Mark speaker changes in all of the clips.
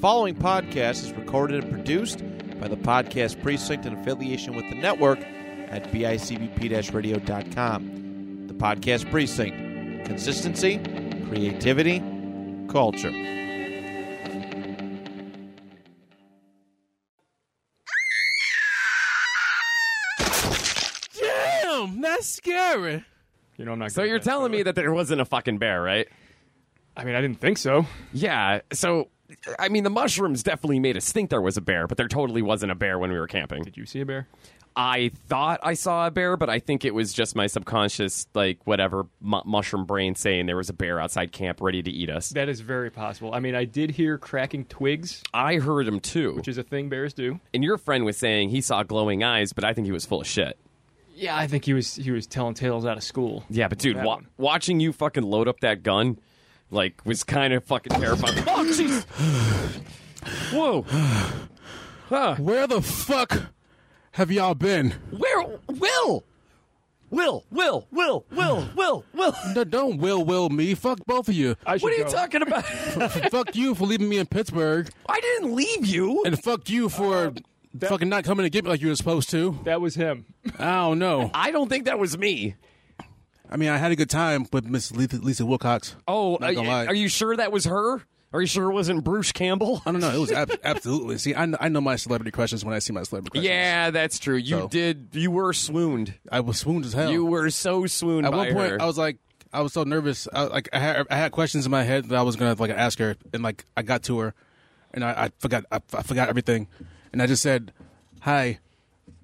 Speaker 1: following podcast is recorded and produced by the Podcast Precinct in affiliation with the network at bicbp radio.com. The Podcast Precinct consistency, creativity, culture.
Speaker 2: Damn, that's scary.
Speaker 3: You know, I'm not.
Speaker 4: So
Speaker 3: good at
Speaker 4: you're
Speaker 3: that,
Speaker 4: telling
Speaker 3: by
Speaker 4: me
Speaker 3: the way.
Speaker 4: that there wasn't a fucking bear, right?
Speaker 3: I mean, I didn't think so.
Speaker 4: Yeah. So I mean, the mushrooms definitely made us think there was a bear, but there totally wasn't a bear when we were camping.
Speaker 3: Did you see a bear?
Speaker 4: I thought I saw a bear, but I think it was just my subconscious, like whatever mu- mushroom brain saying there was a bear outside camp ready to eat us.
Speaker 3: That is very possible. I mean, I did hear cracking twigs,
Speaker 4: I heard him too,
Speaker 3: which is a thing bears do.
Speaker 4: and your friend was saying he saw glowing eyes, but I think he was full of shit.
Speaker 3: Yeah, I think he was he was telling tales out of school.
Speaker 4: Yeah, but dude,
Speaker 3: That
Speaker 4: wa-
Speaker 3: one.
Speaker 4: watching you fucking load up that gun, like, was kind of fucking terrifying. oh, jeez. Whoa. Huh.
Speaker 2: Where the fuck have y'all been?
Speaker 4: Where? Will. Will. Will. Will. Will. Will. Will.
Speaker 2: No, don't will will me. Fuck both of you.
Speaker 3: I should
Speaker 4: What are you
Speaker 3: go.
Speaker 4: talking about?
Speaker 2: fuck you for leaving me in Pittsburgh,
Speaker 4: I didn't leave you.
Speaker 2: and fuck you for
Speaker 4: Uh,
Speaker 2: fucking not coming to get me like you were supposed to.
Speaker 3: That was him.
Speaker 2: I don't know.
Speaker 4: I don't think that was me.
Speaker 2: I mean, I had a good time with Miss Lisa, Lisa Wilcox.
Speaker 4: Oh,
Speaker 2: Not gonna lie.
Speaker 4: are you sure that was her? Are you sure it wasn't Bruce Campbell?
Speaker 2: I don't know. It was ab- absolutely. See, I know, I know my celebrity crushes when I see my celebrity crushes.
Speaker 4: Yeah, that's true. You
Speaker 2: So-
Speaker 4: did. You were swooned.
Speaker 2: I was swooned as hell.
Speaker 4: You were so swooned.
Speaker 2: At one
Speaker 4: by
Speaker 2: point,
Speaker 4: her.
Speaker 2: I was like, I was so nervous. I, like, I had, I had questions in my head that I was gonna like ask her, and like I got to her, and I, I forgot, I, I forgot everything, and I just said, "Hi,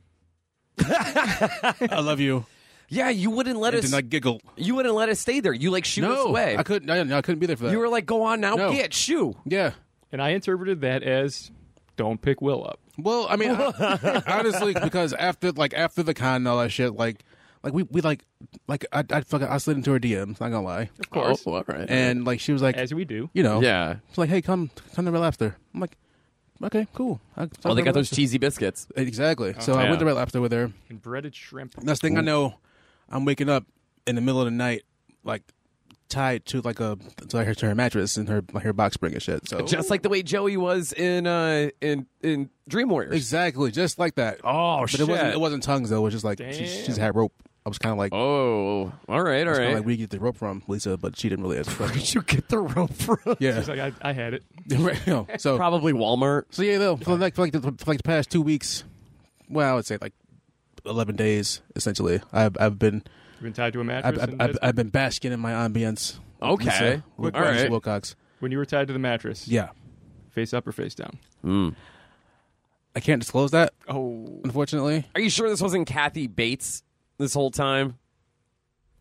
Speaker 2: I love you,"
Speaker 4: Yeah, you wouldn't let
Speaker 2: and
Speaker 4: us.
Speaker 2: then I giggled.
Speaker 4: you wouldn't let us stay there. You like shoo us away.
Speaker 2: I couldn't. I, I couldn't be there for that.
Speaker 4: You were like, go on now,
Speaker 2: No.
Speaker 4: get shoo.
Speaker 2: yeah.
Speaker 3: And I interpreted that as don't pick Will up.
Speaker 2: Well, I mean, I- honestly, because after like after the con and all that shit, like like we we like like I I fucking I slid into her DMs. Not gonna lie,
Speaker 3: Of course.
Speaker 4: all right.
Speaker 2: and like she was like,
Speaker 3: As we do.
Speaker 2: you know,
Speaker 4: yeah.
Speaker 2: She's like, hey, come come to Red Lobster. I'm like, okay, cool. I,
Speaker 4: Well, Oh, they got those cheesy biscuits.
Speaker 2: Exactly. So I
Speaker 4: Yeah.
Speaker 2: went to Red Lobster with her.
Speaker 3: And breaded shrimp.
Speaker 2: Next thing I know, I'm waking up in the middle of the night, like tied to like a to her, to her mattress and her like, her box spring and shit. So
Speaker 4: Just like the way Joey was in uh in in Dream Warriors.
Speaker 2: exactly, just like that.
Speaker 4: Oh
Speaker 2: but it wasn't it wasn't tongues though. It was just like she, she just had rope. I was kind of like,
Speaker 4: Oh, all right, all
Speaker 2: kinda
Speaker 4: right.
Speaker 2: like we get the rope from Lisa, but she didn't really ask. for it.
Speaker 4: you get the rope from?
Speaker 3: It's
Speaker 2: yeah.
Speaker 3: like, I, I had it.
Speaker 2: Right, you know, so
Speaker 4: Probably Walmart.
Speaker 2: So yeah, though for like for like, the, for like the past two weeks, well, I would say like eleven days essentially. I've I've been
Speaker 3: You've been tied to a mattress.
Speaker 2: I've, I've,
Speaker 3: in
Speaker 2: I've,
Speaker 3: Pittsburgh?
Speaker 2: I've been basking in my ambience.
Speaker 4: Okay.
Speaker 2: Lisa,
Speaker 4: Quick
Speaker 2: Lisa
Speaker 4: question.
Speaker 2: Wilcox.
Speaker 3: when you were tied to the mattress,
Speaker 2: Yeah,
Speaker 3: face up or face down?
Speaker 2: I can't disclose that
Speaker 3: Oh.
Speaker 2: unfortunately.
Speaker 4: Are you sure this wasn't Kathy Bates this whole time?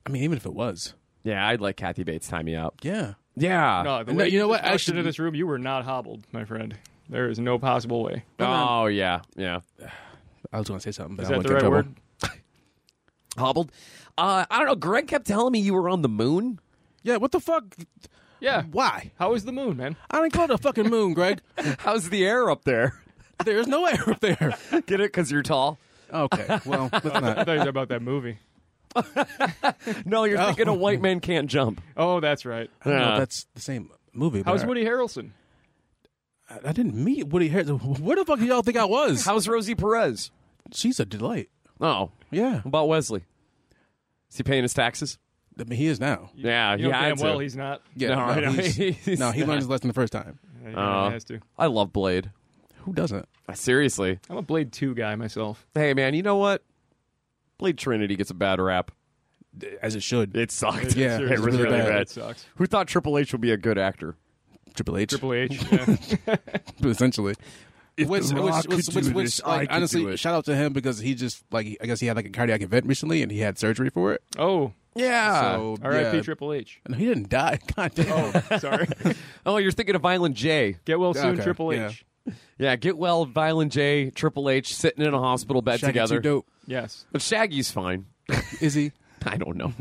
Speaker 2: I mean, even if it was,
Speaker 4: Yeah, I'd let Kathy Bates time me out.
Speaker 2: yeah,
Speaker 4: Yeah.
Speaker 3: No, the
Speaker 2: No,
Speaker 3: way
Speaker 2: you know what?
Speaker 3: walked
Speaker 2: Actually-
Speaker 3: into this room, you were not hobbled, my friend. There is no possible way.
Speaker 4: Oh yeah, yeah.
Speaker 2: I was going to say something, but
Speaker 3: Is
Speaker 2: I
Speaker 3: that
Speaker 2: won't
Speaker 3: the
Speaker 2: get
Speaker 3: right
Speaker 2: in trouble.
Speaker 3: word?
Speaker 4: Hobbled. Uh, I don't know. Greg kept telling me you were on the moon.
Speaker 2: Yeah, what the fuck?
Speaker 3: Yeah.
Speaker 2: Why?
Speaker 3: How is the moon, man?
Speaker 2: I didn't go to the fucking moon, Greg.
Speaker 4: How's the air up there?
Speaker 2: There's no air up there.
Speaker 4: Get it? Because you're tall.
Speaker 2: Okay, well, let's
Speaker 3: I
Speaker 2: not.
Speaker 3: thought you were about that movie.
Speaker 4: No, you're thinking a white man can't jump.
Speaker 3: Oh, that's right.
Speaker 2: No,
Speaker 4: Yeah.
Speaker 2: that's the same movie. but
Speaker 3: How's
Speaker 2: I-
Speaker 3: Woody Harrelson?
Speaker 2: I, I didn't meet Woody Harrelson. Where the fuck do y'all think I was?
Speaker 4: How's Rosie Perez?
Speaker 2: She's a delight.
Speaker 4: Oh,
Speaker 2: Yeah,
Speaker 4: What about Wesley? Is he paying his taxes?
Speaker 2: I mean, he is now.
Speaker 4: Yeah,
Speaker 3: You know
Speaker 4: yeah.
Speaker 3: damn
Speaker 4: I'd
Speaker 3: well
Speaker 4: say.
Speaker 3: he's not.
Speaker 2: Yeah,
Speaker 4: No, Oh, I know. He's
Speaker 2: no, he
Speaker 4: not.
Speaker 2: learned his lesson the first time.
Speaker 3: Yeah, he
Speaker 2: uh,
Speaker 4: Oh.
Speaker 3: has to.
Speaker 4: I love Blade.
Speaker 2: Who doesn't?
Speaker 4: Seriously.
Speaker 3: I'm a Blade 2 guy myself.
Speaker 4: Hey, man, you know what? Blade Trinity gets a bad rap.
Speaker 2: As it should.
Speaker 4: It sucked.
Speaker 2: Yeah,
Speaker 4: it was
Speaker 2: really
Speaker 4: really
Speaker 2: bad.
Speaker 4: bad.
Speaker 3: It sucks.
Speaker 4: Who thought Triple H would be a good actor?
Speaker 2: Triple H,
Speaker 3: Triple H. Yeah.
Speaker 2: essentially. Which,
Speaker 4: The
Speaker 2: which,
Speaker 4: Rock
Speaker 2: which,
Speaker 4: could
Speaker 2: which,
Speaker 4: do
Speaker 2: which,
Speaker 4: this, I
Speaker 2: like,
Speaker 4: could do
Speaker 2: honestly,
Speaker 4: it.
Speaker 2: shout out to him because he just like I guess he had like a cardiac event recently and he had surgery for it.
Speaker 3: oh,
Speaker 4: Yeah.
Speaker 2: so
Speaker 3: R.I.P.
Speaker 2: yeah.
Speaker 3: Triple H.
Speaker 2: No, he didn't die. God damn.
Speaker 3: Oh, sorry.
Speaker 4: oh, you're thinking of Violent J.
Speaker 3: Get well soon,
Speaker 2: Okay,
Speaker 3: Triple H.
Speaker 2: yeah.
Speaker 4: Yeah, get well, Violent J, Triple H, sitting in a hospital bed
Speaker 2: Shaggy
Speaker 4: together.
Speaker 2: too dope.
Speaker 3: Yes.
Speaker 4: But Shaggy's fine.
Speaker 2: Is he?
Speaker 4: I don't know.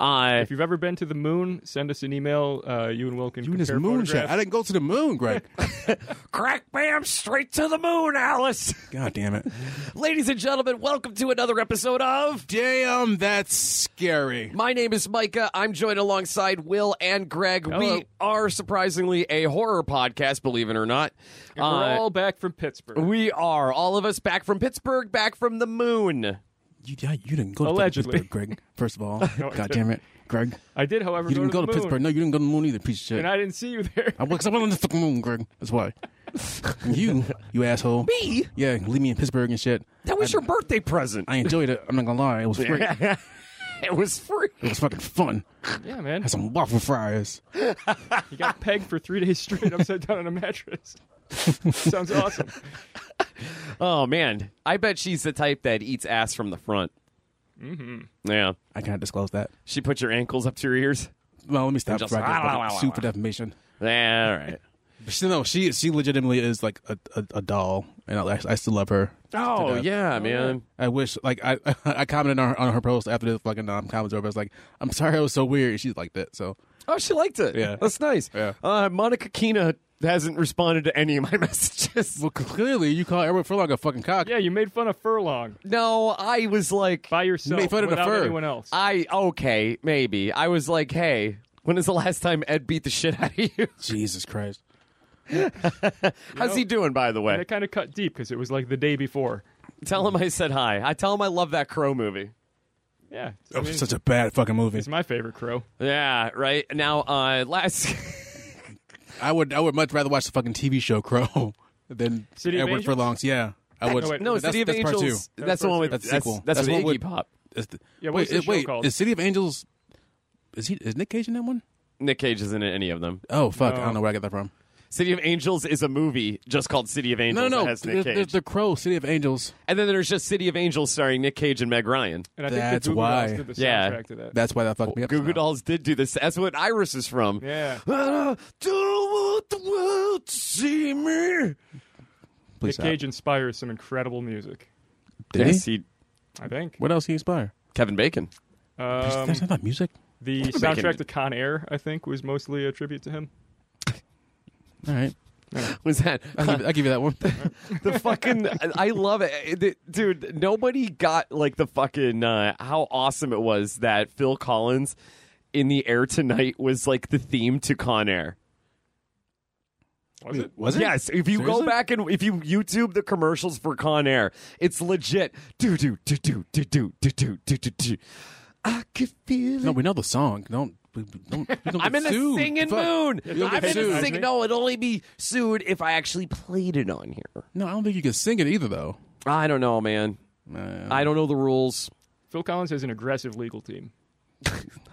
Speaker 4: Uh,
Speaker 3: If you've ever been to the moon, send us an email. Uh, you and Will can
Speaker 2: You and this
Speaker 3: compare
Speaker 2: moon shit.
Speaker 3: photographs.
Speaker 2: I didn't go to the moon, Greg.
Speaker 4: crack, bam, straight to the moon, Alice.
Speaker 2: God damn it.
Speaker 4: Ladies and gentlemen, welcome to another episode of.
Speaker 2: Damn, that's scary.
Speaker 4: My name is Micah. I'm joined alongside Will and Greg.
Speaker 3: Hello.
Speaker 4: We are surprisingly a horror podcast, believe it or not.
Speaker 3: And we're
Speaker 4: Uh,
Speaker 3: all back from Pittsburgh.
Speaker 4: we are all of us back from Pittsburgh, back from the moon.
Speaker 2: You, yeah, you didn't go
Speaker 3: Allegedly.
Speaker 2: to fucking Pittsburgh, Greg. First of all,
Speaker 3: No, I
Speaker 2: God
Speaker 3: didn't.
Speaker 2: damn it, Greg.
Speaker 3: I did, however,
Speaker 2: You didn't go to,
Speaker 3: the moon,
Speaker 2: Pittsburgh. No, you didn't go to the moon either. Piece of shit.
Speaker 3: and I didn't see you there.
Speaker 2: I because I went on the fucking moon, Greg. That's why. you, you asshole.
Speaker 4: Me?
Speaker 2: Yeah, leave me in Pittsburgh and shit.
Speaker 4: That was your birthday present.
Speaker 2: I enjoyed it. I'm not gonna lie. It was free. It
Speaker 4: It was free.
Speaker 2: was fucking fun.
Speaker 3: Yeah, man.
Speaker 2: Had some waffle fries.
Speaker 3: You got pegged for three days straight upside down on a mattress. Sounds awesome.
Speaker 4: Oh man, I bet she's the type that eats ass from the front. Mm-hmm. Yeah,
Speaker 2: I can't disclose that.
Speaker 4: she puts your ankles up to your ears.
Speaker 2: Well, let me stop
Speaker 4: just-
Speaker 2: before I get super defamation.
Speaker 4: Yeah, all right.
Speaker 2: But she, no, she she legitimately is like a, a, a doll, and I, I still love her.
Speaker 4: Oh
Speaker 2: death.
Speaker 4: yeah, man.
Speaker 2: I wish like I I commented on her, on her post after the fucking um, comment was over. I was like, I'm sorry, I was so weird. She's like that. So
Speaker 4: Oh, she liked it.
Speaker 2: Yeah.
Speaker 4: that's nice.
Speaker 2: Yeah.
Speaker 4: Uh, Monica Kina hasn't responded to any of my messages.
Speaker 2: well, clearly you call Edward Furlong a fucking cock.
Speaker 3: Yeah, you made fun of Furlong
Speaker 4: No, I was like,
Speaker 3: by yourself
Speaker 2: made fun of the
Speaker 3: without
Speaker 2: fur.
Speaker 3: anyone else.
Speaker 4: I okay, maybe. I was like, hey, when is the last time Ed beat the shit out of you?
Speaker 2: Jesus Christ.
Speaker 4: How's he doing, by the
Speaker 3: And
Speaker 4: way?
Speaker 3: it kind of cut deep because it was like the day before.
Speaker 4: Tell him I said hi. I tell him I love that Crow movie.
Speaker 3: Yeah, I
Speaker 2: That
Speaker 3: mean,
Speaker 2: was Oh, such a bad fucking movie.
Speaker 3: it's my favorite crow.
Speaker 4: Yeah, right. Now, uh, last.
Speaker 2: I would I would much rather watch the fucking TV show Crow than
Speaker 3: City of
Speaker 2: Edward
Speaker 3: Angels?
Speaker 2: Furlong's. Yeah, I would.
Speaker 3: No, wait,
Speaker 4: No,
Speaker 2: that's,
Speaker 4: City of
Speaker 2: that's
Speaker 4: Angels.
Speaker 2: Part two.
Speaker 4: That's, the one with
Speaker 2: That's the
Speaker 4: that's,
Speaker 2: sequel.
Speaker 4: That's,
Speaker 2: That's
Speaker 4: with
Speaker 2: one with-
Speaker 4: Iggy Pop.
Speaker 2: Is the-
Speaker 3: Yeah,
Speaker 2: wait,
Speaker 3: what's the
Speaker 2: is-
Speaker 3: show
Speaker 2: wait,
Speaker 3: called?
Speaker 2: is City of Angels? Is he is Nick Cage in that one?
Speaker 4: Nick Cage isn't in any of them.
Speaker 2: Oh fuck, I
Speaker 3: No.
Speaker 2: don't know where I got that from.
Speaker 4: City of Angels is a movie just called City of Angels
Speaker 2: No,
Speaker 4: that
Speaker 2: no, no.
Speaker 4: has Nick
Speaker 2: There's,
Speaker 4: Cage.
Speaker 2: there's the Crow, City of Angels.
Speaker 4: and then there's just City of Angels starring Nick Cage and Meg Ryan.
Speaker 3: And I think
Speaker 2: That's
Speaker 3: the Goo Goo
Speaker 2: why.
Speaker 3: Dolls did the soundtrack
Speaker 4: Yeah.
Speaker 3: to that.
Speaker 2: That's why that fucked me up.
Speaker 4: Goo Goo
Speaker 2: somehow.
Speaker 4: Dolls did do this. That's what Iris is from.
Speaker 3: yeah.
Speaker 4: I don't want the world to see me.
Speaker 2: Please
Speaker 3: Nick
Speaker 2: stop.
Speaker 3: Cage inspires some incredible music.
Speaker 2: Did
Speaker 4: Yes,
Speaker 2: he?
Speaker 4: he,
Speaker 3: I think
Speaker 2: What else he inspire?
Speaker 4: Kevin Bacon.
Speaker 3: um,
Speaker 2: That's not music.
Speaker 3: the soundtrack to Con Air. I think was mostly a tribute to him.
Speaker 2: All right,
Speaker 4: Was that
Speaker 2: I'll give, I'll give you that one.
Speaker 4: the fucking I love it. it. it- Dude, nobody got like the fucking uh how awesome it was that Phil Collins in the air tonight was like the theme to Con Air.
Speaker 3: Was it?
Speaker 2: Was it?
Speaker 4: Yes, if you go
Speaker 2: Seriously?
Speaker 4: back and if you YouTube the commercials for Con Air, it's legit. Do do do do do do do do do do do. I could feel it.
Speaker 2: No, we know the song. Don't. we- we Don't, we don't
Speaker 4: I'm in
Speaker 2: get
Speaker 4: a
Speaker 2: sued.
Speaker 4: singing
Speaker 2: Fuck.
Speaker 4: mood.
Speaker 2: You don't
Speaker 4: I'm
Speaker 2: get
Speaker 4: in a
Speaker 2: sued.
Speaker 4: singing. No, it'd only be sued if I actually played it on here.
Speaker 2: No, I don't think you can sing it either, though.
Speaker 4: I don't know, man.
Speaker 2: Uh,
Speaker 4: I don't know the rules.
Speaker 3: Phil Collins has an aggressive legal team.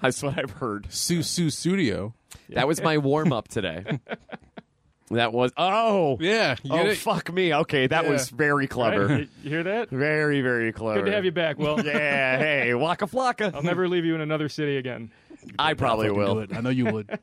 Speaker 4: That's what I've heard.
Speaker 2: Sue Sue Studio.
Speaker 4: That was my warm up today. that was oh
Speaker 2: Yeah. You
Speaker 4: oh
Speaker 2: get it?
Speaker 4: fuck me. Okay, that
Speaker 2: Yeah.
Speaker 4: was very clever,
Speaker 3: Right? You- You hear that?
Speaker 4: very very clever.
Speaker 3: Good to have you back. Well,
Speaker 4: Yeah, hey, waka flocka.
Speaker 3: I'll never leave you in another city again,
Speaker 4: I probably
Speaker 2: Fucking do
Speaker 4: will.
Speaker 2: it. I know you would.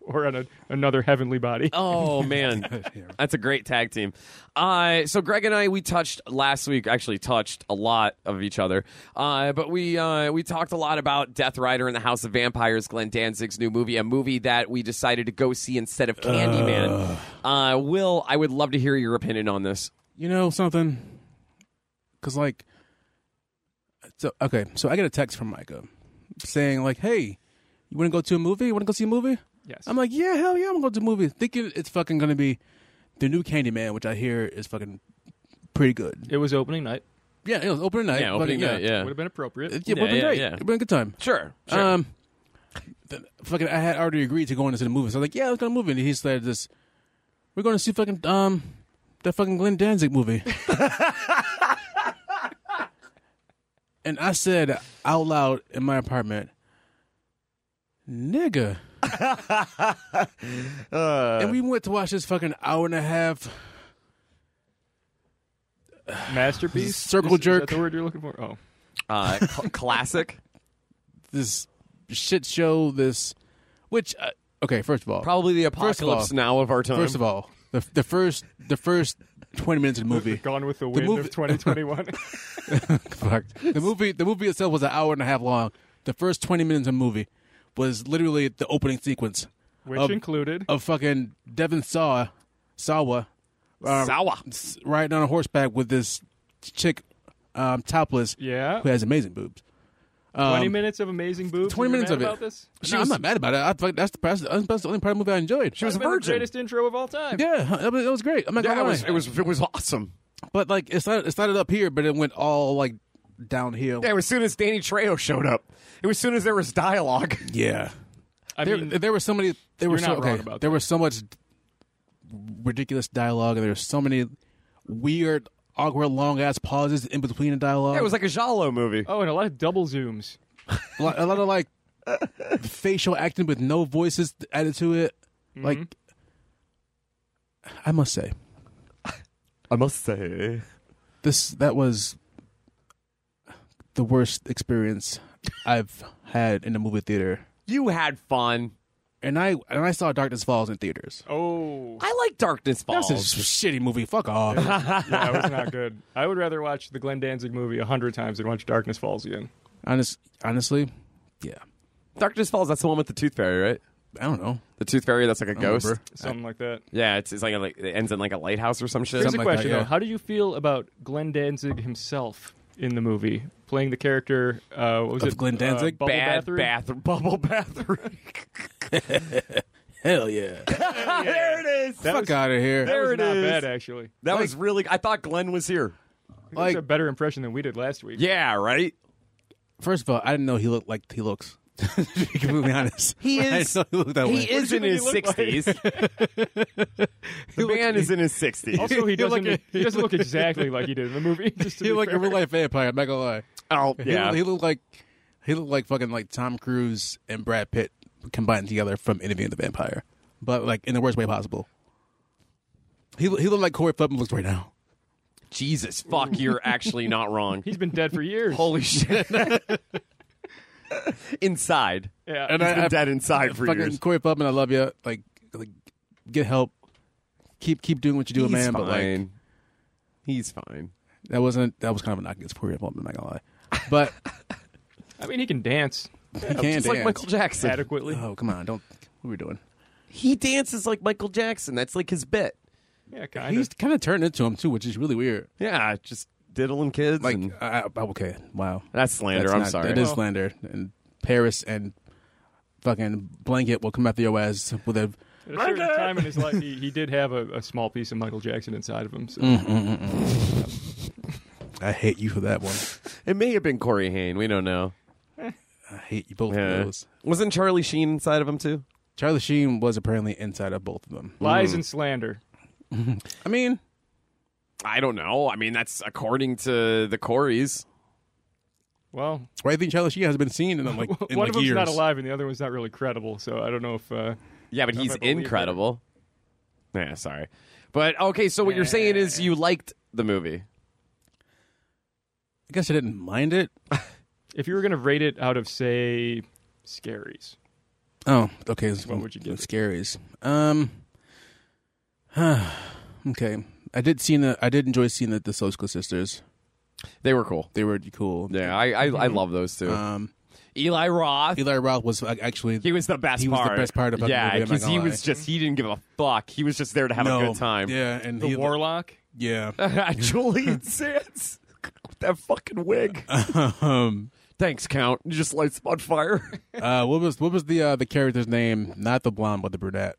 Speaker 3: or in a, another heavenly body.
Speaker 4: Oh man, that's a great tag team. Uh, so Greg and I we touched last week. Actually, touched a lot of each other. Uh, but we uh, we talked a lot about Death Rider and the House of Vampires, Glenn Danzig's new movie, a movie that we decided to go see instead of Candyman. Uh, Will, I would love to hear your opinion on this.
Speaker 2: You know something? Because, like, so, okay, so I get a text from Micah saying, like, hey, you want to go to a movie? You want to go see a movie?
Speaker 3: Yes.
Speaker 2: I'm like, yeah, hell yeah, I'm going to go to a movie. Thinking it's fucking going to be the new Candyman, which I hear is fucking pretty good.
Speaker 3: it was opening night.
Speaker 2: Yeah, it was opening night.
Speaker 4: Yeah, opening
Speaker 2: fucking,
Speaker 4: night. Yeah,
Speaker 3: Would have been appropriate.
Speaker 2: It, yeah, yeah,
Speaker 4: yeah,
Speaker 2: great.
Speaker 4: yeah.
Speaker 2: It been a good time.
Speaker 4: sure. sure.
Speaker 2: Um, th- fucking, I had already agreed to going to see the movie. So I was like, yeah, let's go to the movie. And he said, this, we're going to see fucking, um, that fucking Glenn Danzig movie. and I said out loud in my apartment, nigga. and we went to watch this fucking hour and a half.
Speaker 3: Masterpiece.
Speaker 2: Circle
Speaker 3: Is- is
Speaker 2: jerk.
Speaker 3: that the word you're looking for. Oh,
Speaker 4: uh, cl- classic.
Speaker 2: this shit show, this, which, uh, okay, first of all,
Speaker 4: Probably the
Speaker 2: First of all-
Speaker 4: apocalypse now of our time.
Speaker 2: first of all, the, the first, the first twenty minutes of the movie,
Speaker 3: Gone with the Wind
Speaker 2: movie-
Speaker 3: of 2021.
Speaker 2: fuck, the movie, the movie itself was an hour and a half long. the first twenty minutes of the movie was literally the opening sequence
Speaker 3: which
Speaker 2: Of-
Speaker 3: included
Speaker 2: of fucking Devin Sawa, Sawa, uh,
Speaker 4: Sawa.
Speaker 2: s- riding on a horseback with this chick, um, topless,
Speaker 3: yeah
Speaker 2: who has amazing boobs. Um,
Speaker 3: 20 minutes of amazing boobs
Speaker 2: 20
Speaker 3: and you're
Speaker 2: minutes
Speaker 3: mad
Speaker 2: of it.
Speaker 3: about this
Speaker 2: no, I'm not mad about it. I fuck- that's the that's the only- that's the only part of the movie I enjoyed.
Speaker 4: She was a
Speaker 3: Been the
Speaker 4: virgin.
Speaker 3: greatest intro of all time
Speaker 2: Yeah, huh, that was, that was great. I'm not
Speaker 4: Yeah,
Speaker 2: gonna
Speaker 4: it
Speaker 2: lie.
Speaker 4: was, it was it was awesome.
Speaker 2: but like, it started, it started up here, but it went all like downhill.
Speaker 4: Yeah, as soon as Danny Trejo showed up, it was soon as there was dialogue.
Speaker 2: Yeah.
Speaker 3: i
Speaker 2: there,
Speaker 3: mean
Speaker 2: there was so many. There was
Speaker 3: you're
Speaker 2: so
Speaker 3: not wrong
Speaker 2: okay,
Speaker 3: about
Speaker 2: there was so much ridiculous dialogue, and there was so many weird, awkward, long ass pauses in between the dialogue.
Speaker 4: Yeah, it was like a Jalo movie.
Speaker 3: oh and a lot of double zooms
Speaker 2: a lot, a lot of like facial acting with no voices added to it.
Speaker 4: Mm-hmm.
Speaker 2: Like, I must say,
Speaker 4: I must say.
Speaker 2: this that was the worst experience I've had in a movie theater.
Speaker 4: You had fun.
Speaker 2: And I and I saw Darkness Falls in theaters.
Speaker 3: oh
Speaker 4: I like Darkness Falls.
Speaker 2: That's Oh, a shitty movie. Fuck off.
Speaker 3: yeah it was not good i would rather watch the glenn danzig movie a hundred times than watch darkness falls again
Speaker 2: Honest, honestly, yeah.
Speaker 4: Darkness Falls, that's the one with the Tooth Fairy, right?
Speaker 2: I don't know.
Speaker 4: The Tooth Fairy that's like a ghost.
Speaker 2: remember.
Speaker 3: something like that
Speaker 4: Yeah, it's, it's like, a, like it ends in like a lighthouse or some shit.
Speaker 3: Here's a
Speaker 2: Something like that,
Speaker 3: question
Speaker 2: yeah.
Speaker 3: though. How did you feel about Glenn Danzig himself in the movie, playing the character? Uh, what was
Speaker 2: Of
Speaker 3: it?
Speaker 2: Glenn
Speaker 3: Uh,
Speaker 2: Danzig?
Speaker 3: Bubble
Speaker 4: Bad
Speaker 3: Bathory?
Speaker 4: bath bubble bathroom.
Speaker 2: Hell yeah.
Speaker 4: there it is.
Speaker 3: That
Speaker 2: Fuck
Speaker 3: was,
Speaker 2: out of
Speaker 3: that
Speaker 2: here.
Speaker 4: There
Speaker 3: was
Speaker 4: it
Speaker 3: not
Speaker 4: is.
Speaker 3: bad actually.
Speaker 4: That was really. I thought Glenn was here.
Speaker 3: That's
Speaker 2: Like,
Speaker 3: a better impression than we did last week.
Speaker 4: Yeah, right.
Speaker 2: first of all, I didn't know he looked like he looks. to be completely honest,
Speaker 4: He
Speaker 2: I
Speaker 4: is-
Speaker 2: didn't know he looked that way.
Speaker 4: He is in
Speaker 3: think he
Speaker 4: his
Speaker 3: looked Oh, like?
Speaker 4: sixties. the man is in his sixties.
Speaker 3: Also, he
Speaker 2: You look
Speaker 3: doesn't.
Speaker 2: at-
Speaker 3: he doesn't look exactly like he did in the movie. Just to
Speaker 2: He
Speaker 3: be
Speaker 2: looked like
Speaker 3: fair.
Speaker 2: a real life vampire. I'm not gonna lie.
Speaker 4: Oh,
Speaker 2: He
Speaker 4: yeah.
Speaker 2: looked- he looked like he looked like fucking like Tom Cruise and Brad Pitt combined together from Interviewing the Vampire, but like in the worst way possible. He lo- he looked like Corey Feldman looks right now.
Speaker 4: Jesus, fuck, you're actually not wrong.
Speaker 3: He's been dead for years.
Speaker 4: Holy shit. inside.
Speaker 3: yeah.
Speaker 2: and
Speaker 4: He's
Speaker 2: I-
Speaker 4: been
Speaker 2: I-
Speaker 4: dead inside for
Speaker 2: Fucking
Speaker 4: years.
Speaker 2: Corey Feldman, I love you. Like like get help. Keep keep doing what you do,
Speaker 4: He's
Speaker 2: man.
Speaker 4: fine.
Speaker 2: But like
Speaker 4: He's fine.
Speaker 2: that wasn't that was kind of a knock against Corey Feldman. I'm not gonna lie, but
Speaker 3: I mean, he can dance
Speaker 2: he can
Speaker 4: Just
Speaker 2: dance.
Speaker 4: like Michael Jackson.
Speaker 3: adequately.
Speaker 2: oh come on, don't what are we doing?
Speaker 4: He dances like Michael Jackson. That's like his bit.
Speaker 3: yeah, kind
Speaker 2: He's
Speaker 3: of.
Speaker 2: kind of turned into him too, which is really weird.
Speaker 4: Yeah, just diddling kids.
Speaker 2: Like
Speaker 4: and-
Speaker 2: I, I, okay, wow.
Speaker 4: that's slander.
Speaker 2: That's
Speaker 4: I'm
Speaker 2: not-
Speaker 4: sorry.
Speaker 2: That is slander. And Paris and fucking blanket will come after your ass with a.
Speaker 3: At a certain time in his life, he, he did have a, a small piece of Michael Jackson inside of him. So.
Speaker 2: Mm-hmm. I hate you for that one.
Speaker 4: It may have been Corey Haim. We don't know.
Speaker 2: I hate you both
Speaker 4: Yeah.
Speaker 2: of those.
Speaker 4: Wasn't Charlie Sheen inside of him too?
Speaker 2: Charlie Sheen was apparently inside of both of them.
Speaker 3: Lies and slander.
Speaker 2: I mean,
Speaker 4: I don't know. I mean, that's according to the Coreys.
Speaker 3: Well,
Speaker 2: why do you think Charlie Sheen has been seen in them like in
Speaker 3: one
Speaker 2: like
Speaker 3: of them's
Speaker 2: years?
Speaker 3: not alive, and the other one's not really credible. So I don't know if. Uh,
Speaker 4: Yeah, but he's
Speaker 3: I believe
Speaker 4: incredible. Yeah, sorry. But okay, so what you're saying is you liked the movie.
Speaker 2: I guess I didn't mind it.
Speaker 3: If you were going to rate it out of, say, scaries,
Speaker 2: Oh, okay.
Speaker 3: What would you give it?
Speaker 2: Scaries. Um. okay, I did see the. I did enjoy seeing the, the Social Sisters.
Speaker 4: They were cool.
Speaker 2: They were cool.
Speaker 4: Yeah, I I, I love those two.
Speaker 2: Um,
Speaker 4: Uh, Eli Roth.
Speaker 2: Eli Roth was like, actually
Speaker 4: He was the best
Speaker 2: He was the
Speaker 4: part.
Speaker 2: best part about the
Speaker 4: yeah,
Speaker 2: movie, I'm not
Speaker 4: because he
Speaker 2: gonna
Speaker 4: was just he didn't give a fuck. He was just there to have
Speaker 2: no,
Speaker 4: a good time.
Speaker 2: Yeah, and
Speaker 3: the
Speaker 2: he,
Speaker 3: warlock.
Speaker 2: Yeah.
Speaker 4: Julian Sands with that fucking wig.
Speaker 2: um,
Speaker 4: Thanks, Count. You just lights him on fire.
Speaker 2: uh, what was what was the uh, the character's name? Not the blonde, but the brunette.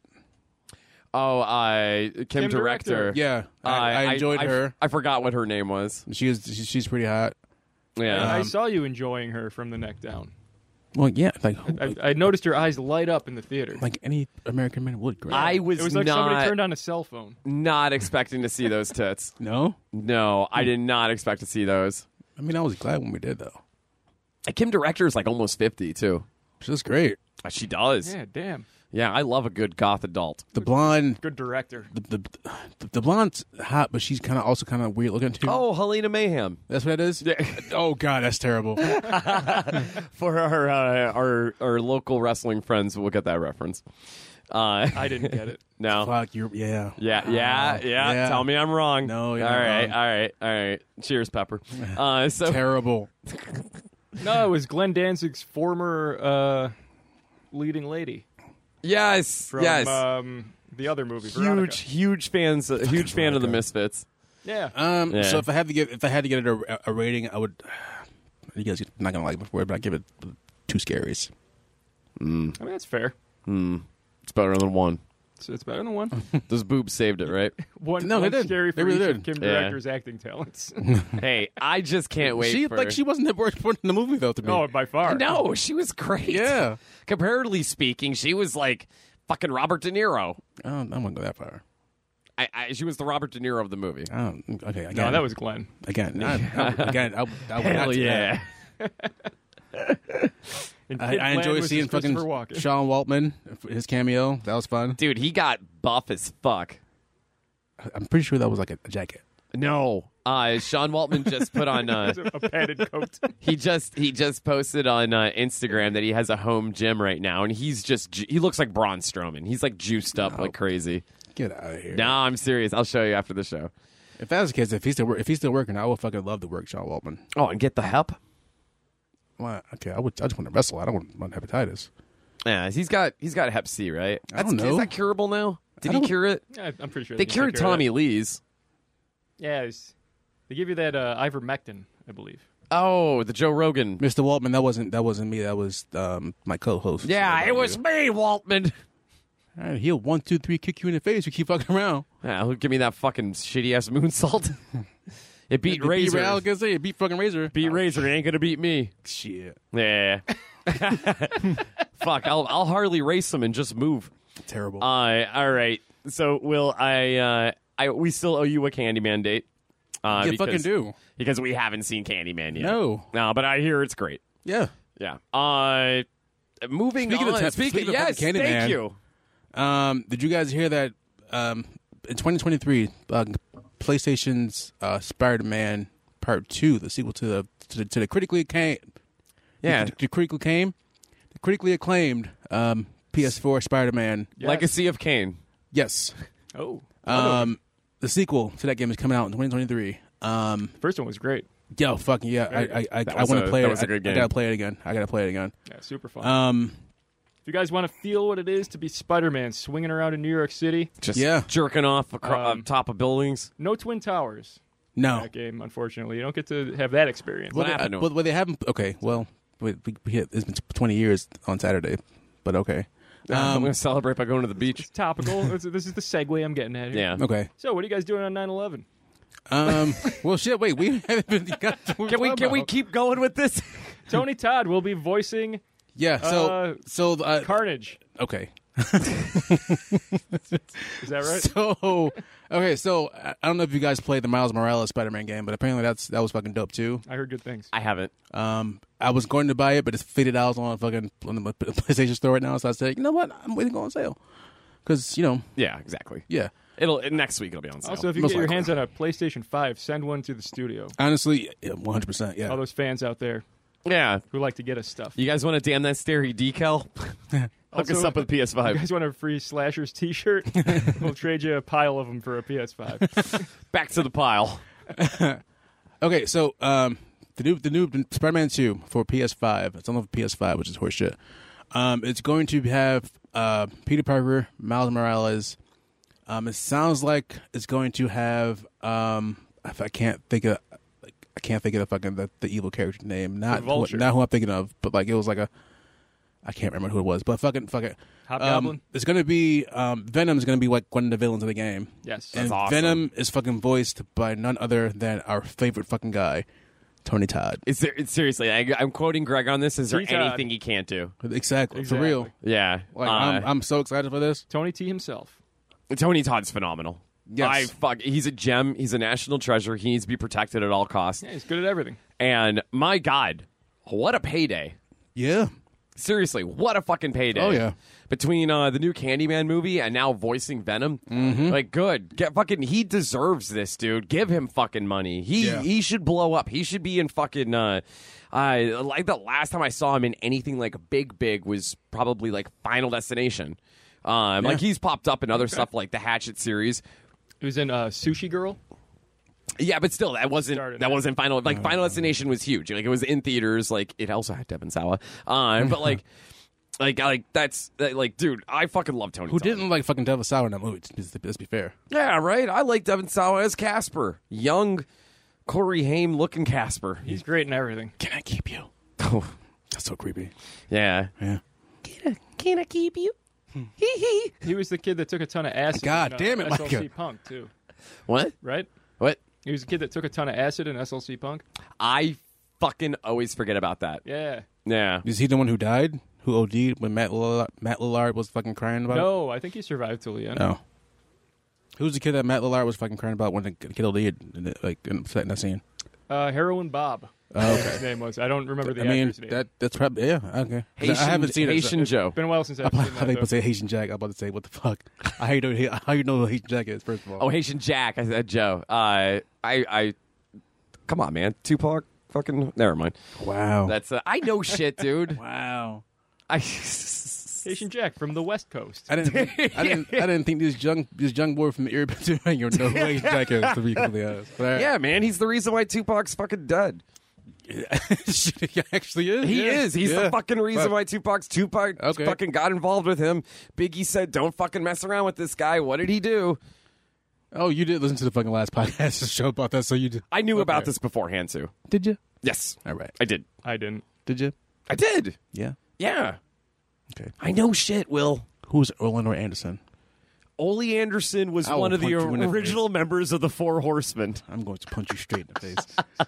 Speaker 4: oh, I Kim,
Speaker 3: Kim
Speaker 4: director.
Speaker 3: Director.
Speaker 2: Yeah, I,
Speaker 4: Uh,
Speaker 2: I enjoyed
Speaker 4: I-
Speaker 2: her.
Speaker 4: I forgot what her name was.
Speaker 2: she was she, she's pretty hot.
Speaker 4: Yeah.
Speaker 3: I
Speaker 2: Um,
Speaker 3: saw you enjoying her from the neck down.
Speaker 2: Well, yeah, like who-
Speaker 3: I, I noticed her eyes light up in the theater.
Speaker 2: like any American man would. Grab.
Speaker 4: I
Speaker 3: it
Speaker 4: was,
Speaker 3: was like somebody
Speaker 4: not
Speaker 3: turned on a cell phone.
Speaker 4: not expecting to see those tits.
Speaker 2: no,
Speaker 4: No,
Speaker 2: Hmm.
Speaker 4: I did not expect to see those.
Speaker 2: I mean I was glad when we did though.
Speaker 4: And Kim director is like almost fifty too.
Speaker 2: She was great.
Speaker 4: Uh, She does.
Speaker 3: Yeah, damn.
Speaker 4: yeah, I love a good goth adult.
Speaker 2: The blonde,
Speaker 3: Good director.
Speaker 2: the the, the, the blonde's hot, but she's kind of also kind of weird looking too.
Speaker 4: Oh, Helena Mayhem.
Speaker 2: that's what it is.
Speaker 4: Yeah.
Speaker 2: Oh god, that's terrible.
Speaker 4: for our uh, our our local wrestling friends will get that reference. Uh,
Speaker 3: I didn't get it.
Speaker 4: no.
Speaker 2: Fuck you. Yeah.
Speaker 4: Yeah, yeah,
Speaker 2: Wow.
Speaker 4: yeah,
Speaker 2: Yeah.
Speaker 4: Tell me I'm wrong.
Speaker 2: No, you're
Speaker 4: all
Speaker 2: not
Speaker 4: right,
Speaker 2: wrong.
Speaker 4: all right, all right. Cheers, Pepper. Uh, so
Speaker 2: Terrible.
Speaker 3: No, it was Glenn Danzig's former uh, leading lady
Speaker 4: Yes,
Speaker 3: from
Speaker 4: yes.
Speaker 2: uh,
Speaker 3: um, the other movie.
Speaker 4: huge,
Speaker 3: Veronica.
Speaker 4: huge fans. uh, huge fan of the Misfits.
Speaker 3: Yeah.
Speaker 2: Um,
Speaker 4: Yeah.
Speaker 2: so if I had to give, if I had to get it a, a rating, I would. You guys are not gonna like my word, but I give it two scaries.
Speaker 3: I mean, that's fair.
Speaker 4: It's better than one.
Speaker 3: It's, it's better than one.
Speaker 4: Those boobs saved it, right?
Speaker 3: One,
Speaker 2: No, they
Speaker 3: one
Speaker 2: did.
Speaker 3: scary
Speaker 2: They
Speaker 3: for
Speaker 2: really
Speaker 3: each of
Speaker 2: did.
Speaker 3: Kim
Speaker 4: Yeah.
Speaker 3: Director's acting talents.
Speaker 4: hey, I just can't wait.
Speaker 2: she
Speaker 4: for...
Speaker 2: like she wasn't the worst part in the movie though to me.
Speaker 3: oh, by far.
Speaker 4: No, she was great.
Speaker 2: Yeah.
Speaker 4: Comparatively speaking, she was like fucking Robert De Niro.
Speaker 2: I don't, I won't go that far.
Speaker 4: I, I, she was the Robert De Niro of the movie.
Speaker 2: I don't, okay, again,
Speaker 3: No, that was Glenn.
Speaker 2: again, I, I, again. I, I would not
Speaker 4: Hell
Speaker 2: do that.
Speaker 4: yeah.
Speaker 3: And
Speaker 2: I,
Speaker 3: Kid
Speaker 2: I
Speaker 3: Glenn
Speaker 2: enjoy
Speaker 3: was
Speaker 2: seeing
Speaker 3: just
Speaker 2: fucking
Speaker 3: Christopher Walken.
Speaker 2: Sean Waltman, his cameo. That was fun.
Speaker 4: Dude, he got buff as fuck.
Speaker 2: I'm pretty sure that was like a, a jacket.
Speaker 4: No. Uh, Sean Waltman just put on uh,
Speaker 3: a padded coat.
Speaker 4: he just he just posted on uh, Instagram that he has a home gym right now and he's just ju- he looks like Braun Strowman. He's like juiced up like crazy.
Speaker 2: Get out of here.
Speaker 4: No, I'm serious. I'll show you after the show.
Speaker 2: If that was the case, if he's still wor- if he's still working, I would fucking love to work Sean Waltman.
Speaker 4: Oh, and get the help.
Speaker 2: Well, okay, I would. I just want to wrestle. I don't want, want hepatitis.
Speaker 4: Yeah, he's got he's got Hep C, right?
Speaker 2: I don't
Speaker 4: Is
Speaker 2: know.
Speaker 4: that curable now? Did
Speaker 2: I
Speaker 4: he
Speaker 2: don't-
Speaker 4: cure it?
Speaker 3: Yeah, I'm pretty sure
Speaker 4: They
Speaker 3: can
Speaker 4: cured
Speaker 3: take care of
Speaker 4: Tommy
Speaker 3: that.
Speaker 4: Lee's.
Speaker 3: Yeah, it's- they give you that uh, ivermectin, I believe.
Speaker 4: Oh, the Joe Rogan.
Speaker 2: Mr. Waltman, that wasn't that wasn't me. That was um, my co-host.
Speaker 4: Yeah, it was me, Waltman.
Speaker 2: All right, he'll one, two, three, kick you in the face. You keep fucking around.
Speaker 4: Yeah, Ah, who give me that fucking shitty ass moonsault? it beat
Speaker 2: Beat Oh.
Speaker 4: Razor.
Speaker 2: Ra- I was gonna say, beat fucking Razor.
Speaker 4: beat Razor. It ain't gonna beat me.
Speaker 2: Shit,
Speaker 4: Yeah. Fuck. I'll I'll hardly race them and just move.
Speaker 2: terrible.
Speaker 4: Uh, all right. So Will, I uh, I we still owe you a Candyman date. Uh,
Speaker 2: You
Speaker 4: because-
Speaker 2: fucking do.
Speaker 4: because we haven't seen Candyman yet.
Speaker 2: No.
Speaker 4: no, but I hear it's great.
Speaker 2: yeah.
Speaker 4: Yeah. Uh, moving
Speaker 2: Speaking of
Speaker 4: on.
Speaker 2: temp- speaking of
Speaker 4: yes,
Speaker 2: fucking Candyman.
Speaker 4: thank you.
Speaker 2: Um, did you guys hear that? Um, in 2023, uh, PlayStation's uh, Spider-Man Part Two, the sequel to the to the, to the critically acclaimed,
Speaker 4: Yeah.
Speaker 2: the, the critically acclaimed, the critically acclaimed um, PS4 Spider-Man.
Speaker 3: Yes.
Speaker 4: Legacy of Kane.
Speaker 2: Yes.
Speaker 3: Oh,
Speaker 2: Um, the sequel to that game is coming out in 2023. Um,
Speaker 3: the first one was great.
Speaker 2: yo, fucking yeah, I I, I, I
Speaker 4: was
Speaker 2: want
Speaker 4: a-
Speaker 2: to play
Speaker 4: that
Speaker 2: it.
Speaker 4: was a good
Speaker 2: I, I
Speaker 4: game.
Speaker 2: gotta play it again. I gotta play it again.
Speaker 3: Yeah, super fun.
Speaker 2: Um,
Speaker 3: if you guys want to feel what it is to be Spider-Man swinging around in New York City,
Speaker 4: Just
Speaker 2: Yeah.
Speaker 4: jerking off acro-
Speaker 3: Um,
Speaker 4: on top of buildings.
Speaker 3: no Twin Towers.
Speaker 2: no,
Speaker 3: That game, unfortunately, you don't get to have that experience.
Speaker 4: What happened to him?
Speaker 2: But Oh. what they haven't. Okay, well, we, we, we hit, it's been 20 years on Saturday, but okay.
Speaker 4: I'm
Speaker 2: Um,
Speaker 4: going to Uh, celebrate by going to the beach.
Speaker 3: It's topical. this this is the segue I'm getting at here.
Speaker 4: Yeah.
Speaker 2: okay.
Speaker 3: So, what are you guys doing on 9/11?
Speaker 2: Um, well, shit. Wait, we haven't been. Got
Speaker 4: Can we can we keep going with this?
Speaker 3: Tony Todd will be voicing
Speaker 2: Yeah. So
Speaker 3: Uh,
Speaker 2: so uh,
Speaker 3: Carnage.
Speaker 2: okay.
Speaker 3: Is that right?
Speaker 2: So okay. So I I don't know if you guys played the Miles Morales Spider-Man game, but apparently that's that was fucking dope too.
Speaker 3: I heard good things.
Speaker 4: I haven't.
Speaker 2: Um, I was going to buy it, but it's fifty dollars on a fucking on the PlayStation store right now. So I said, you know what? I'm waiting to go on sale because you know,
Speaker 4: Yeah, exactly.
Speaker 2: yeah.
Speaker 4: It'll next week. It'll be on sale.
Speaker 3: Also, if you
Speaker 2: most
Speaker 3: get your
Speaker 2: likely.
Speaker 3: hands on a PlayStation 5, send one to the studio.
Speaker 2: Honestly, one hundred percent. Yeah.
Speaker 3: All those fans out there
Speaker 4: yeah.
Speaker 3: who like to get us stuff.
Speaker 4: You guys want to damn that stary decal? Hook us
Speaker 3: Also-
Speaker 4: up with
Speaker 3: You
Speaker 4: PS5.
Speaker 3: guys want a free Slashers T-shirt? we'll trade you a pile of them for a PS5.
Speaker 4: Back to the pile.
Speaker 2: Okay, so um, the new the new Spider-Man Two for PS5. It's on the PS5, which is horseshit. Um, it's going to have uh, Peter Parker, Miles Morales. Um, it sounds like it's going to have um, if I can't think of. like, I can't think of the fucking the, the evil character name. Not
Speaker 3: The Vulture.
Speaker 2: who, not who I'm thinking of, but like it was like a I can't remember who it was, but fucking fuck it.
Speaker 3: Hobgoblin?
Speaker 2: Um, it's gonna be um, Venom's gonna be like one of the villains of the game.
Speaker 3: Yes.
Speaker 2: and
Speaker 4: awesome.
Speaker 2: Venom is fucking voiced by none other than our favorite fucking guy, Tony Todd.
Speaker 4: Is there seriously? I, I'm quoting Greg on this. Is there
Speaker 3: T-Todd.
Speaker 4: anything he can't do?
Speaker 2: Exactly, for
Speaker 3: Exactly.
Speaker 2: real.
Speaker 4: Yeah.
Speaker 2: Like
Speaker 4: Uh,
Speaker 2: I'm, I'm so excited for this.
Speaker 3: Tony T himself.
Speaker 4: Tony Todd's phenomenal.
Speaker 2: Yes.
Speaker 4: I fuck. He's a gem. He's a national treasure. He needs to be protected at all costs.
Speaker 3: Yeah, he's good at everything.
Speaker 4: And my God, what a payday!
Speaker 2: Yeah,
Speaker 4: Seriously, what a fucking payday!
Speaker 2: Oh, yeah.
Speaker 4: Between uh, the new Candyman movie and now voicing Venom,
Speaker 2: Mm-hmm.
Speaker 4: like good, get fucking. He deserves this, dude. Give him fucking money. He
Speaker 2: Yeah.
Speaker 4: he should blow up. He should be in fucking. Uh, uh, like the last time I saw him in anything like big, big was probably like Final Destination. Um, like he's popped up in other stuff like the Hatchet series.
Speaker 3: He was in uh, Sushi Girl.
Speaker 4: Yeah, but still, that wasn't
Speaker 3: Started
Speaker 4: that
Speaker 3: that.
Speaker 4: wasn't final. Like
Speaker 2: Oh.
Speaker 4: Final Destination was huge. Like it was in theaters. Like it also had Devin Sawa. Uh, but like, like, like that's that, like, dude, I fucking love Tony.
Speaker 2: Who
Speaker 4: Talley.
Speaker 2: didn't like fucking Devil Sour in that movie? Let's, let's be fair.
Speaker 4: Yeah, right. I like Devin Sawa as Casper, young Corey Haim looking Casper.
Speaker 3: He's great in everything.
Speaker 2: Can I keep you?
Speaker 4: Oh,
Speaker 2: That's so creepy.
Speaker 4: yeah.
Speaker 2: Yeah.
Speaker 4: Can I keep you? Hee hee.
Speaker 3: He was the kid that took a ton of acid.
Speaker 2: God
Speaker 3: in, uh,
Speaker 2: damn it,
Speaker 3: SLC
Speaker 2: Micah.
Speaker 3: Punk too,
Speaker 4: What?
Speaker 3: right?
Speaker 4: What?
Speaker 3: He was a kid that took a ton of acid in SLC Punk.
Speaker 4: I fucking always forget about that.
Speaker 3: Yeah.
Speaker 4: Yeah.
Speaker 2: Is he the one who died? Who OD'd when Matt Lillard, Matt Lillard was fucking crying about?
Speaker 3: No, I think he survived till the
Speaker 2: It?
Speaker 3: end.
Speaker 2: Uh, No. Who's the kid that Matt Lillard was fucking crying about when the kid OD'd? in the- Like in in that scene.
Speaker 3: Uh, Heroin Bob.
Speaker 2: Oh,
Speaker 3: His name was. I don't remember the
Speaker 2: I mean,
Speaker 3: actor's name.
Speaker 2: that that's probably yeah. Okay. 'Cause
Speaker 4: Haitian,
Speaker 2: I haven't seen
Speaker 4: Haitian
Speaker 2: it. so-
Speaker 4: Joe.
Speaker 3: Been a while since
Speaker 2: I
Speaker 3: I've
Speaker 2: thought- I
Speaker 3: seen
Speaker 2: thought
Speaker 3: that.
Speaker 2: they
Speaker 3: though.
Speaker 2: would say Haitian Jack. I'm about to say what the fuck. I how you know how you know who Haitian Jack is first of all.
Speaker 4: Oh, Haitian Jack. I said Joe. Uh, I I. Come on, man. Tupac. Fucking. Never mind.
Speaker 2: wow.
Speaker 4: That's. Uh, I know shit, dude.
Speaker 2: wow.
Speaker 4: I.
Speaker 3: Haitian Jack from the West Coast.
Speaker 2: I didn't. Think, I didn't. I didn't think this young this young boy from Erie, Pennsylvania, know who Haitian Jack is. To be completely honest. But, all right.
Speaker 4: Yeah, man. He's the reason why Tupac's fucking dead.
Speaker 2: Shit, he actually is.
Speaker 4: He
Speaker 2: yeah.
Speaker 4: is. He's
Speaker 2: Yeah.
Speaker 4: the fucking reason
Speaker 2: Fuck.
Speaker 4: why Tupac's Tupac
Speaker 2: Okay.
Speaker 4: fucking got involved with him. Biggie said, "Don't fucking mess around with this guy." What did he do?
Speaker 2: Oh, you did listen to the fucking last podcast show about that, so you did.
Speaker 4: I knew about
Speaker 2: Okay.
Speaker 4: this beforehand too.
Speaker 2: Did you?
Speaker 4: Yes,
Speaker 2: All right.
Speaker 4: I did.
Speaker 3: I didn't.
Speaker 2: Did you?
Speaker 4: I did.
Speaker 2: Yeah.
Speaker 4: Yeah.
Speaker 2: Okay.
Speaker 4: I know shit. Will
Speaker 2: Who's Eleanor Anderson?
Speaker 4: Ole Anderson was
Speaker 2: I will
Speaker 4: one of the
Speaker 2: punch you in the
Speaker 4: original members of the Four Horsemen.
Speaker 2: I'm going to punch you straight in the face.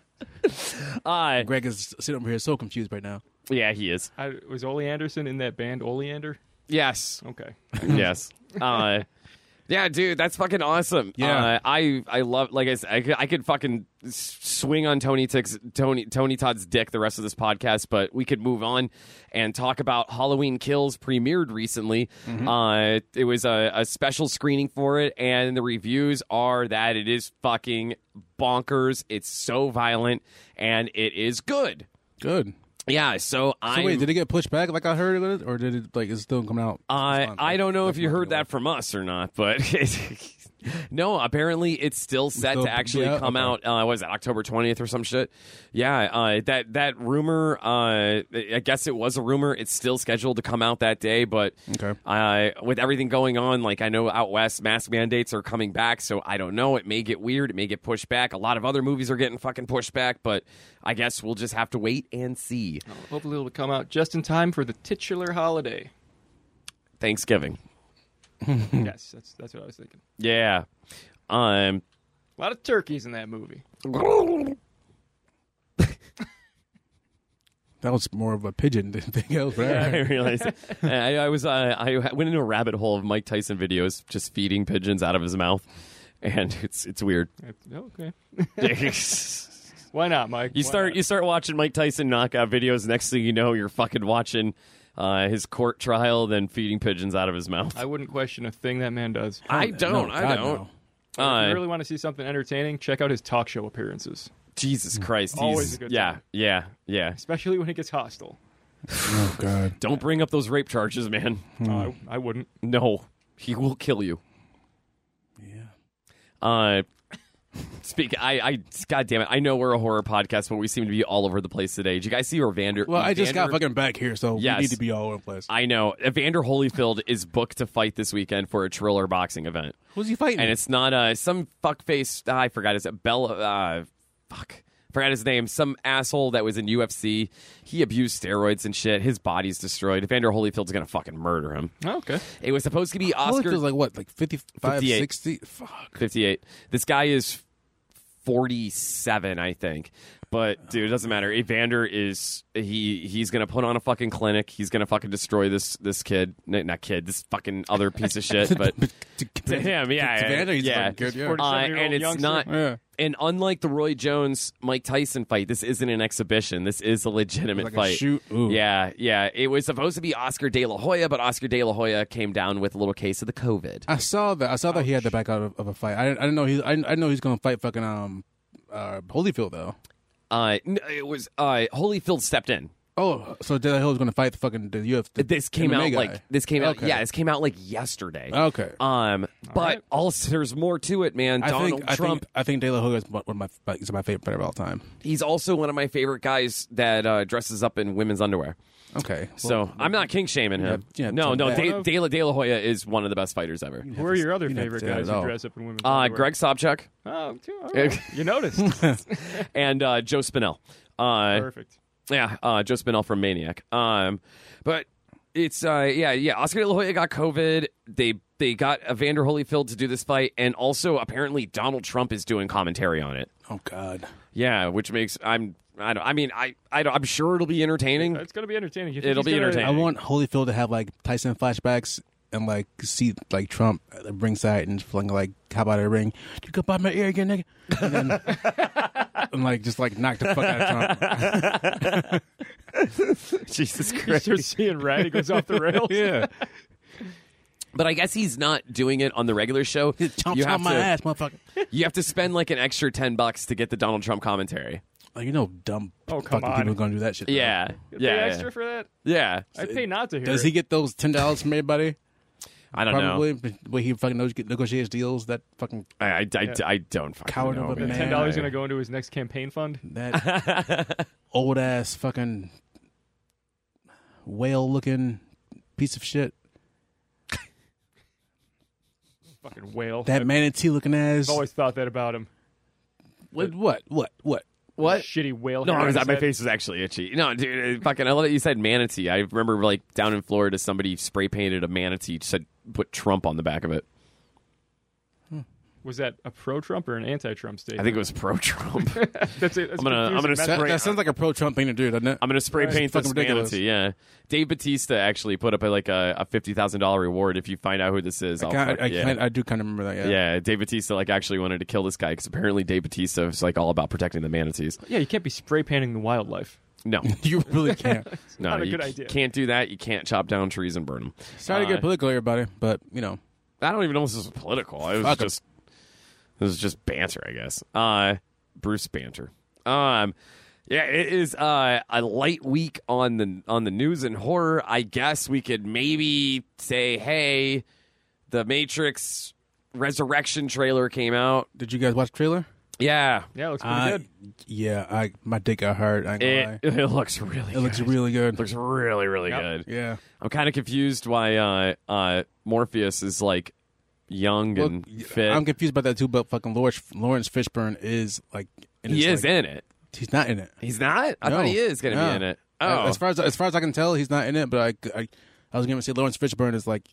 Speaker 4: Uh,
Speaker 2: Greg is sitting over here so confused right now.
Speaker 4: yeah, he is.
Speaker 3: I, was Ole Anderson in that band Oleander?
Speaker 4: Yes,
Speaker 3: Okay.
Speaker 4: yes. Uh, yeah, dude, that's fucking awesome.
Speaker 2: Yeah.
Speaker 4: uh, I I love like I said, I could, I could fucking s- swing on Tony Tick's Tony Tony Todd's dick the rest of this podcast, but we could move on and talk about Halloween Kills premiered recently. Uh, it was a, a special screening for it, and the reviews are that it is fucking bonkers. It's so violent, and it is good.
Speaker 2: Good.
Speaker 4: Yeah, so I
Speaker 2: So wait, did it get pushed back like I heard it, or did it like it's still coming out?
Speaker 4: I
Speaker 2: It's on,
Speaker 4: I
Speaker 2: like,
Speaker 4: don't know
Speaker 2: like
Speaker 4: if you
Speaker 2: monthly
Speaker 4: heard that from us or not, but no, apparently it's still set
Speaker 2: Still-
Speaker 4: to actually
Speaker 2: yeah,
Speaker 4: come
Speaker 2: okay.
Speaker 4: out. Uh, what is that October twentieth or some shit? Yeah, uh, that that rumor. Uh, I guess it was a rumor. It's still scheduled to come out that day, but
Speaker 2: Okay.
Speaker 4: uh, with everything going on, like I know out west, mask mandates are coming back, so I don't know. It may get weird. It may get pushed back. A lot of other movies are getting fucking pushed back, but I guess we'll just have to wait and see.
Speaker 3: Hopefully it'll come out just in time for the titular holiday.
Speaker 4: Thanksgiving.
Speaker 2: Hmm.
Speaker 3: yes, that's that's what I was thinking.
Speaker 4: Yeah. Um.
Speaker 3: A lot of turkeys in that movie.
Speaker 2: That was more of a pigeon than anything else. Right?
Speaker 4: I realized. I, I was. Uh, I went into a rabbit hole of Mike Tyson videos, just feeding pigeons out of his mouth, and it's it's weird.
Speaker 3: I- Okay.
Speaker 4: you
Speaker 3: Why not, Mike? Why
Speaker 4: start
Speaker 3: not?
Speaker 4: you start watching Mike Tyson knockout videos. Next thing you know, you're fucking watching uh, his court trial, then feeding pigeons out of his mouth.
Speaker 3: I wouldn't question a thing that man does.
Speaker 4: I
Speaker 2: Oh, No,
Speaker 4: don't. I
Speaker 2: God,
Speaker 4: don't.
Speaker 2: no.
Speaker 4: Uh,
Speaker 3: if you really want to see something entertaining, check out his talk show appearances,
Speaker 4: Jesus Christ.
Speaker 3: Mm. Always
Speaker 4: he's-
Speaker 3: a good
Speaker 4: yeah.
Speaker 3: time.
Speaker 4: Yeah. Yeah.
Speaker 3: especially when it gets hostile.
Speaker 2: Oh God.
Speaker 4: Don't bring up those rape charges, man.
Speaker 3: Uh, I, I wouldn't.
Speaker 4: No, he will kill you.
Speaker 2: Yeah.
Speaker 4: Uh, speak. I, I, God damn it. I know we're a horror podcast, but we seem to be all over the place today. Did you guys see Evander?
Speaker 2: Well, I just got
Speaker 4: Evander-
Speaker 2: fucking back here, so
Speaker 4: Yes.
Speaker 2: we need to be all over the place.
Speaker 4: I know Evander Holyfield is booked to fight this weekend for a Triller boxing event,
Speaker 2: Who's he fighting?
Speaker 4: and it's not uh some fuckface. ah, I forgot his Bella. Uh, fuck. Forgot his name. Some asshole that was in UFC. He abused steroids and shit. His body's destroyed. Evander Holyfield's gonna fucking murder him.
Speaker 3: okay.
Speaker 4: It was supposed to be
Speaker 2: Oscar
Speaker 4: Oscar.
Speaker 2: like what, like 55,
Speaker 4: 58.
Speaker 2: 60? Fuck.
Speaker 4: 58. This guy is 47, I think. But dude, it doesn't matter. Evander is he he's gonna put on a fucking clinic. He's gonna fucking destroy this this kid, N- not kid, this fucking other piece of shit. But to him, yeah,
Speaker 2: to Vander, he's
Speaker 4: yeah,
Speaker 2: fucking good, yeah.
Speaker 4: Uh,
Speaker 3: 47-year-old
Speaker 4: and it's
Speaker 3: youngster.
Speaker 4: not.
Speaker 2: Yeah.
Speaker 4: And unlike the Roy Jones Mike Tyson fight, this isn't an exhibition. This is a legitimate
Speaker 2: Like a
Speaker 4: fight.
Speaker 2: shoot- ooh.
Speaker 4: Yeah, yeah. It was supposed to be Oscar De La Hoya, but Oscar De La Hoya came down with a little case of the COVID.
Speaker 2: I saw that. I saw that he had the back out of, of a fight. I, I didn't know he's. I, I know he's going to fight fucking um, uh, Holyfield though.
Speaker 4: uh, n- it was uh, Holyfield stepped in.
Speaker 2: Oh, so Deadly Hill is going to fight the fucking the UFC.
Speaker 4: This came
Speaker 2: MMA
Speaker 4: out
Speaker 2: guy.
Speaker 4: like this came out
Speaker 2: Okay. Oh.
Speaker 4: yeah this came out like yesterday.
Speaker 2: Okay.
Speaker 4: Um, but
Speaker 3: right.
Speaker 4: also there's more to it, man.
Speaker 2: I
Speaker 4: Donald
Speaker 2: think I
Speaker 4: Trump.
Speaker 2: think I think De La Hoya is one of my like, is my favorite fighter of all time.
Speaker 4: He's also one of my favorite guys that uh, dresses up in women's underwear.
Speaker 2: Okay,
Speaker 4: So I'm not king shaming him.
Speaker 2: Yeah, yeah,
Speaker 4: no, no.
Speaker 2: yeah.
Speaker 4: De, De, La, De La Hoya is one of the best fighters ever.
Speaker 3: Who are your other
Speaker 2: have to
Speaker 3: favorite
Speaker 2: say that
Speaker 3: guys
Speaker 2: at
Speaker 3: who
Speaker 2: all.
Speaker 3: dress up in women's
Speaker 4: Uh,
Speaker 3: underwear?
Speaker 4: Greg Sobchak
Speaker 3: Oh, two. all right. you noticed.
Speaker 4: and uh, Joe Spinell. Uh,
Speaker 3: Perfect.
Speaker 4: Yeah, uh, Joe Spinell from Maniac. Um, but it's uh, yeah, yeah. Oscar De La Hoya got COVID. They they got Evander Holyfield to do this fight, and also apparently Donald Trump is doing commentary on it.
Speaker 2: oh god,
Speaker 4: Yeah, which makes I'm I don't I mean I, I don't- I'm sure it'll be entertaining.
Speaker 3: It's going to be entertaining. You think
Speaker 4: It'll
Speaker 3: he's
Speaker 4: be
Speaker 3: gonna-
Speaker 2: I
Speaker 4: entertaining.
Speaker 2: want Holyfield to have like Tyson flashbacks and like see like Trump at the ringside and fling like hop out of the ring. You got by my ear again, nigga. And, then, and like just like knock the fuck out of Trump.
Speaker 4: Jesus
Speaker 3: He starts seeing red. He goes off the rails.
Speaker 2: yeah,
Speaker 4: But I guess he's not doing it on the regular show.
Speaker 2: chomps
Speaker 4: you
Speaker 2: on
Speaker 4: have
Speaker 2: my
Speaker 4: to
Speaker 2: ass, motherfucker.
Speaker 4: you have to spend like an extra ten bucks to get the Donald Trump commentary.
Speaker 2: Like you know, dumb
Speaker 3: Oh, come
Speaker 2: fucking
Speaker 3: on.
Speaker 2: people are gonna do that shit. though.
Speaker 4: Yeah,
Speaker 3: You
Speaker 4: yeah,
Speaker 3: pay
Speaker 4: yeah.
Speaker 3: extra for that?
Speaker 4: yeah.
Speaker 3: I'd pay not to hear
Speaker 2: Does
Speaker 3: it.
Speaker 2: he get those ten dollars from everybody?
Speaker 4: I don't know.
Speaker 2: Probably. But When he fucking knows, get negotiates deals, that fucking
Speaker 4: I I, I, I don't fucking
Speaker 2: Coward
Speaker 4: know.
Speaker 2: of a
Speaker 4: man.
Speaker 3: Ten dollars
Speaker 2: Yeah.
Speaker 3: going to go into his next campaign fund.
Speaker 2: that old ass fucking whale looking piece of shit.
Speaker 3: Fucking whale.
Speaker 2: That manatee looking ass.
Speaker 3: I've always thought that about him.
Speaker 2: what? What? What? What?
Speaker 4: What?
Speaker 3: shitty whale?
Speaker 4: No,
Speaker 3: hair
Speaker 4: I
Speaker 3: on
Speaker 4: was,
Speaker 3: his
Speaker 4: my
Speaker 3: head.
Speaker 4: face was actually itchy. No, dude, uh, fucking, I love that you said manatee. I remember, like, down in Florida, somebody spray painted a manatee, said, put Trump on the back of it.
Speaker 3: Was that a pro-Trump or an anti-Trump
Speaker 4: I
Speaker 3: statement?
Speaker 4: think it was pro Trump.
Speaker 3: That's it. That's
Speaker 4: I'm gonna- I'm
Speaker 3: confusing.
Speaker 4: gonna
Speaker 3: That's-
Speaker 2: That,
Speaker 4: Spray-
Speaker 2: that sounds like a pro Trump thing to do, doesn't it?
Speaker 4: I'm going to spray
Speaker 2: That's
Speaker 4: paint this
Speaker 2: fucking ridiculous.
Speaker 4: manatee, yeah. Dave Batista actually put up, a, like, a, a $50,000 reward if you find out who this is. I'll
Speaker 2: Kinda-
Speaker 4: fuck-
Speaker 2: I,
Speaker 4: yeah.
Speaker 2: kinda- I do kind of remember that. Yeah.
Speaker 4: Yeah, Dave Batista, like, actually wanted to kill this guy because apparently Dave Batista is, like, all about protecting the manatees.
Speaker 3: yeah, you can't be spray painting the wildlife.
Speaker 4: No,
Speaker 2: You really can't.
Speaker 4: no.
Speaker 3: Not a
Speaker 4: you
Speaker 3: good
Speaker 4: c-
Speaker 3: idea.
Speaker 4: can't do that. You can't chop down trees and burn them.
Speaker 2: Sorry to
Speaker 4: Uh,
Speaker 2: get political, everybody, but you know,
Speaker 4: I don't even know if this was political. It was
Speaker 2: Fuck 'em.
Speaker 4: just it was just banter, I guess. Uh Bruce banter. Um yeah, it is uh, a light week on the on the news and horror. I guess we could maybe say, hey, the Matrix Resurrection trailer came out.
Speaker 2: did you guys watch the trailer?
Speaker 4: Yeah,
Speaker 3: Yeah, it looks pretty
Speaker 2: I,
Speaker 3: good.
Speaker 2: yeah, I my dick got hard. I ain't gonna lie.
Speaker 4: it, it looks really
Speaker 2: Oh, It looks
Speaker 4: good.
Speaker 2: really good.
Speaker 4: Eh. looks really really
Speaker 3: Yep.
Speaker 4: good.
Speaker 2: yeah.
Speaker 4: I'm kind of confused why uh, uh, Morpheus is like young
Speaker 2: Well,
Speaker 4: and fit.
Speaker 2: I'm confused about that too, but fucking Lawrence, Lawrence Fishburne is like, in
Speaker 4: he
Speaker 2: his,
Speaker 4: is
Speaker 2: like-
Speaker 4: in it.
Speaker 2: He's not in it.
Speaker 4: He's not. I thought
Speaker 2: No.
Speaker 4: he is going to
Speaker 2: No.
Speaker 4: be in it.
Speaker 2: Uh,
Speaker 4: Oh,
Speaker 2: As far as as far as I can tell, he's not in it. But I, I, I was gonna say Lawrence Fishburne is like,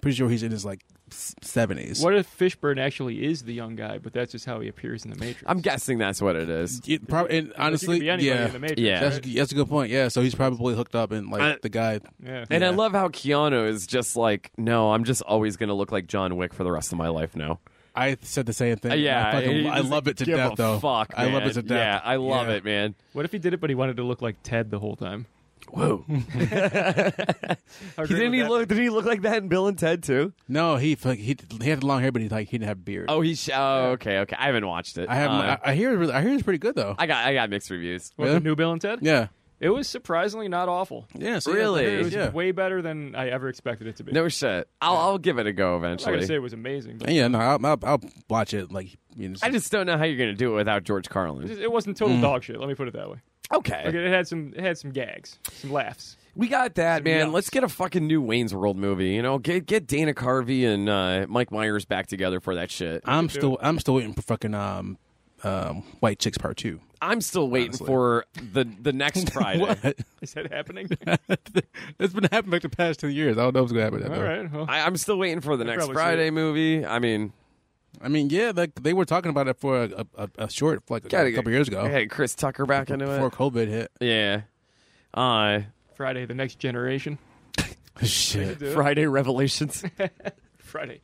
Speaker 2: pretty sure he's in his like seventies.
Speaker 3: What if Fishburne actually is the young guy, but that's just how he appears in the Matrix?
Speaker 4: I'm guessing that's what it is.
Speaker 2: It, prob- and
Speaker 3: Like, he could
Speaker 2: honestly,
Speaker 3: be anybody
Speaker 2: yeah,
Speaker 3: in the Matrix,
Speaker 4: Yeah.
Speaker 2: that's
Speaker 3: right?
Speaker 2: that's a good point. Yeah, so he's probably hooked up and like
Speaker 4: Uh,
Speaker 2: the guy.
Speaker 3: yeah.
Speaker 4: And I
Speaker 2: Yeah.
Speaker 4: love how Keanu is just like, no, I'm just always going to look like John Wick for the rest of my life now.
Speaker 2: I said the same thing.
Speaker 4: Uh, yeah,
Speaker 2: I, fucking,
Speaker 4: he
Speaker 2: I
Speaker 4: doesn't
Speaker 2: love it to
Speaker 4: give
Speaker 2: death
Speaker 4: a
Speaker 2: though.
Speaker 4: Fuck,
Speaker 2: I love
Speaker 4: man.
Speaker 2: it to death.
Speaker 4: Yeah, I love
Speaker 2: Yeah.
Speaker 4: it, man.
Speaker 3: What if he did it, but he wanted to look like Ted the whole time?
Speaker 4: Whoa,
Speaker 3: How great
Speaker 4: didn't
Speaker 3: would
Speaker 4: he
Speaker 3: that
Speaker 4: look? Did he look like that in Bill and Ted too?
Speaker 2: No, he fuck- he he had long hair, but he like he didn't have beard.
Speaker 4: Oh, he. Sh- oh, okay, okay. I haven't watched it.
Speaker 2: I have.
Speaker 4: Uh,
Speaker 2: I, I hear. it really- I hear it's pretty good though.
Speaker 4: I got. I got mixed reviews.
Speaker 3: What,
Speaker 2: Yeah.
Speaker 3: the new Bill and Ted?
Speaker 2: yeah.
Speaker 3: It was surprisingly not awful.
Speaker 2: Yeah. So
Speaker 4: Really?
Speaker 2: Yeah,
Speaker 3: It
Speaker 2: it
Speaker 3: was
Speaker 2: is, yeah.
Speaker 3: way better than I ever expected it to be.
Speaker 4: No shit. I'll. I'll give it a go
Speaker 3: I'm not going
Speaker 4: eventually.
Speaker 3: to say it was amazing, but
Speaker 2: yeah. No, I'll, I'll, I'll watch it. Like, you know,
Speaker 4: I just don't know how you're going to do it without George Carlin.
Speaker 3: it wasn't total
Speaker 2: Mm.
Speaker 3: dog shit. Let me put it that way. Okay, it had some it had some gags, some laughs.
Speaker 4: We got that, man.
Speaker 3: yucks.
Speaker 4: Let's get a fucking new Wayne's World movie. You know, get get Dana Carvey and uh, Mike Myers back together for that shit.
Speaker 2: I'm still. I'm still waiting for fucking um, um, White Chicks Part Two.
Speaker 4: I'm still waiting
Speaker 2: Honestly.
Speaker 4: for the the next Friday.
Speaker 3: Is that happening?
Speaker 2: it's been happening like the past ten years. I don't know what's gonna happen.
Speaker 3: All right. Well,
Speaker 4: I, I'm still waiting for the next
Speaker 3: probably see
Speaker 4: Friday movie. I mean,
Speaker 2: I mean, yeah, like they were talking about it for a, a, a short, like a
Speaker 4: gotta
Speaker 2: couple
Speaker 4: get-
Speaker 2: years ago,
Speaker 4: I had Chris Tucker back into
Speaker 2: Oh. before
Speaker 4: it.
Speaker 2: COVID hit.
Speaker 4: Yeah. Uh,
Speaker 3: Friday, the next generation.
Speaker 2: Shit.
Speaker 3: Do it.
Speaker 4: Friday Revelations.
Speaker 3: Friday,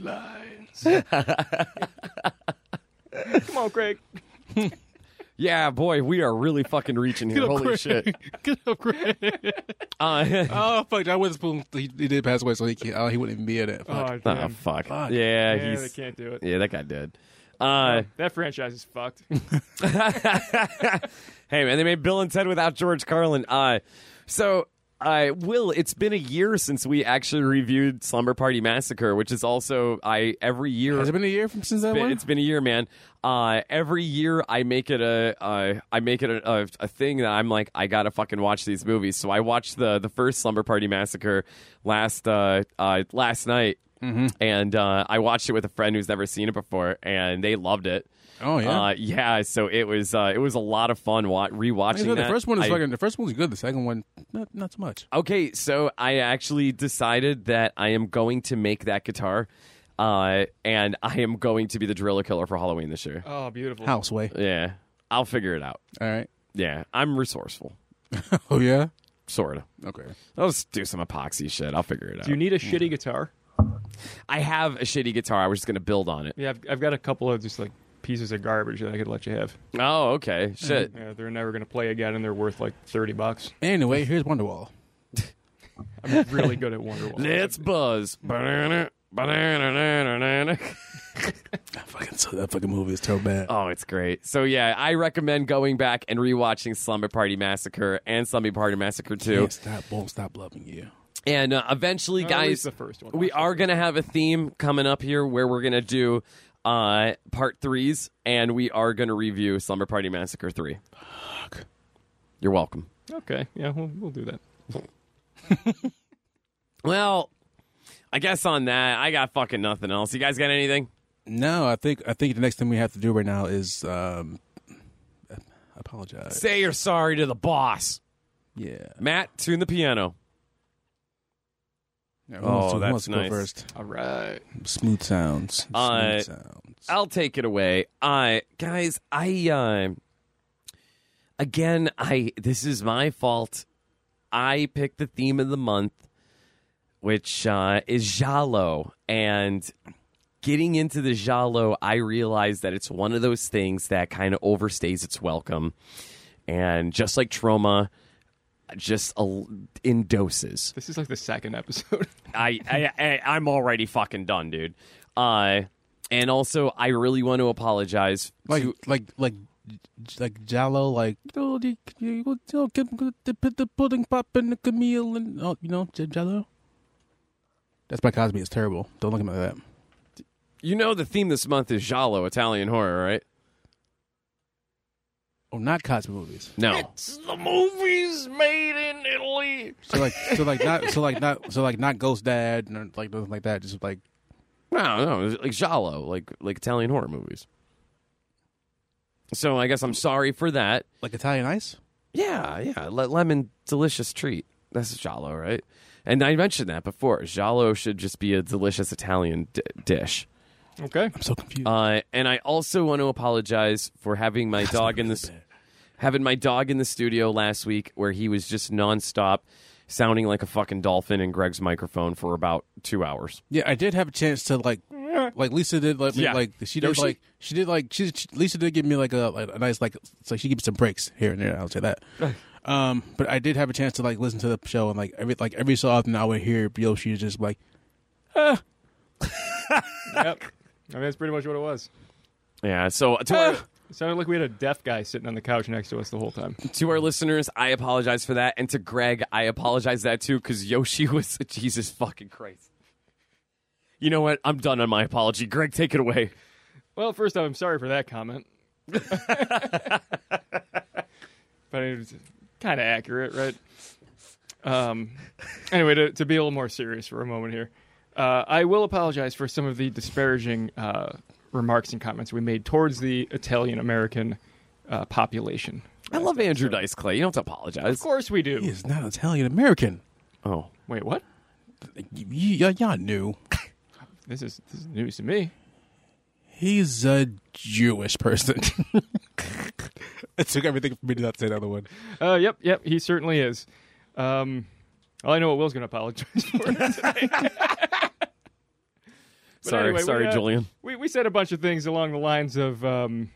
Speaker 3: bloodlines. Come on, Craig.
Speaker 4: yeah, boy, we are really fucking reaching here. Holy shit.
Speaker 2: Get up, Greg.
Speaker 4: Uh,
Speaker 2: Oh fuck, John Witherspoon. He, he did pass away, so he can't. Oh, he wouldn't even be in it. Fuck.
Speaker 3: Oh,
Speaker 4: oh,
Speaker 3: damn.
Speaker 4: fuck.
Speaker 2: Fuck.
Speaker 4: Yeah,
Speaker 3: yeah, they
Speaker 4: he's
Speaker 3: can't do it.
Speaker 4: yeah, that guy did. Uh,
Speaker 3: That franchise is fucked.
Speaker 4: hey man, they made Bill and Ted without George Carlin. Uh, so uh, Will, it's been a year since we actually reviewed Slumber Party Massacre, which is also I every year.
Speaker 2: Has it been a year from since that
Speaker 4: been-
Speaker 2: one?
Speaker 4: Oh, it's been a year, man. Uh, every year I make it a uh, I make it a, a, a thing that I'm like I gotta fucking watch these movies. So I watched the the first Slumber Party Massacre last uh, uh, last night,
Speaker 2: Mm-hmm.
Speaker 4: and uh, I watched it with a friend who's never seen it before, and they loved it.
Speaker 2: Oh, yeah?
Speaker 4: uh, yeah. So it was uh, it was a lot of fun wa-
Speaker 2: Like I
Speaker 4: rewatching.
Speaker 2: said, the
Speaker 4: that.
Speaker 2: first one is
Speaker 4: I-
Speaker 2: fucking. The first one's good. The second one, not, not so much.
Speaker 4: Okay, so I actually decided that I am going to make that guitar, uh, and I am going to be the Driller Killer for Halloween this year.
Speaker 3: Oh, beautiful.
Speaker 2: House way.
Speaker 4: Yeah, I'll figure it out.
Speaker 2: All right.
Speaker 4: Yeah, I'm resourceful,
Speaker 2: Oh yeah.
Speaker 4: sorta.
Speaker 2: Okay.
Speaker 4: I'll just do some epoxy shit. I'll figure it out.
Speaker 3: Do you need a shitty guitar?
Speaker 4: I have a shitty guitar. I was just gonna build on it.
Speaker 3: Yeah, I've, I've got a couple of just like pieces of garbage that I could let you have.
Speaker 4: Oh, okay. Shit.
Speaker 3: Yeah, they're never gonna play again, and they're worth like thirty bucks.
Speaker 2: Anyway, here's Wonderwall.
Speaker 3: I'm really good at Wonderwall.
Speaker 2: Mm-hmm.
Speaker 4: Let's buzz. Banana, banana, banana, banana.
Speaker 2: That fucking so that fucking movie is so bad.
Speaker 4: Oh, it's great. So yeah, I recommend going back and rewatching Slumber Party Massacre and Slumber Party Massacre 2.
Speaker 2: Can't stop, won't stop loving you.
Speaker 4: And uh, eventually,
Speaker 3: Or at
Speaker 4: guys,
Speaker 3: least the first one.
Speaker 4: we
Speaker 3: Watch the
Speaker 4: are going to have a theme coming up here where we're going to do uh, part threes and we are going to review Slumber Party Massacre 3. Fuck. You're welcome.
Speaker 3: Okay, yeah, we'll, we'll do that.
Speaker 4: Well, I guess on that, I got fucking nothing else. You guys got anything?
Speaker 2: No, I think I think the next thing we have to do right now is um, I apologize.
Speaker 4: Say you're sorry to the boss.
Speaker 2: Yeah.
Speaker 4: Matt, tune the piano.
Speaker 2: Yeah, who wants
Speaker 4: Oh,
Speaker 2: to- who
Speaker 4: that's
Speaker 2: wants to go
Speaker 4: nice.
Speaker 2: first?
Speaker 3: All right.
Speaker 2: Smooth sounds. Smooth
Speaker 4: Uh,
Speaker 2: sounds.
Speaker 4: I'll take it away. I guys, I uh, again, I this is my fault. I picked the theme of the month, which uh, is Jalo, and getting into the Jalo, I realized that it's one of those things that kind of overstays its welcome, and just like trauma, just a, in doses.
Speaker 3: This is like the second episode.
Speaker 4: I, I, I I'm already fucking done, dude. Uh, and also, I really want to apologize.
Speaker 2: like
Speaker 4: to-
Speaker 2: like like like Jallo, like oh, you, you, you, you get, get the, put the pudding pop and the camille and oh, you know J- Jallo. That's by Cosby. It's terrible. Don't look at me like that.
Speaker 4: you know, the theme this month is Giallo, Italian horror, right?
Speaker 2: Oh, not Cosby movies.
Speaker 4: No,
Speaker 1: The movies made in Italy.
Speaker 2: So like so like not so like not so like not Ghost Dad and like nothing like that. Just like
Speaker 4: no, no, it's like Giallo, like like Italian horror movies. So I guess I'm sorry for that.
Speaker 2: like Italian Ice.
Speaker 4: Yeah, yeah, le- lemon delicious treat. That's Giallo, right? And I mentioned that before. Giallo should just be a delicious Italian d- dish.
Speaker 3: okay.
Speaker 2: I'm so confused.
Speaker 4: Uh, and I also want to apologize for having my dog in this, having my dog in the studio last week, where he was just nonstop, sounding like a fucking dolphin in Greg's microphone for about two hours.
Speaker 2: yeah, I did have a chance to like like Lisa did like
Speaker 4: Yeah.
Speaker 2: like she did
Speaker 4: Yoshi?
Speaker 2: like she did like she, she- Lisa did give me like a like a nice like it's like she gives some breaks here and there. I'll say that. um, but I did have a chance to like listen to the show and like every like every so often I would hear Yoshi just like
Speaker 3: Yep. I mean, that's pretty much what it was.
Speaker 4: Yeah. So to our,
Speaker 3: It sounded like we had a deaf guy sitting on the couch next to us the whole time.
Speaker 4: to our listeners, I apologize for that, and to Greg, I apologize that too, because Yoshi was Jesus fucking Christ. You know what? I'm done on my apology. Greg, take it away.
Speaker 3: Well, first off, I'm sorry for that comment. but it's kind of accurate, right? Um, anyway, to, to be a little more serious for a moment here, uh, I will apologize for some of the disparaging uh, remarks and comments we made towards the Italian American uh, population.
Speaker 4: I love Andrew Dice Clay. You don't have to apologize.
Speaker 3: Of course we do.
Speaker 2: he is not Italian American.
Speaker 4: Oh.
Speaker 3: Wait, what?
Speaker 2: Like, y- y- y'all knew
Speaker 3: This is, this is news to me.
Speaker 2: he's a Jewish person. it took everything for me to not say the other one.
Speaker 3: Uh, yep, yep, he certainly is. Um, well, I know what Will's going to apologize for. But
Speaker 4: sorry,
Speaker 3: anyway, we,
Speaker 4: sorry,
Speaker 3: uh,
Speaker 4: Julian.
Speaker 3: we, we said a bunch of things along the lines of um,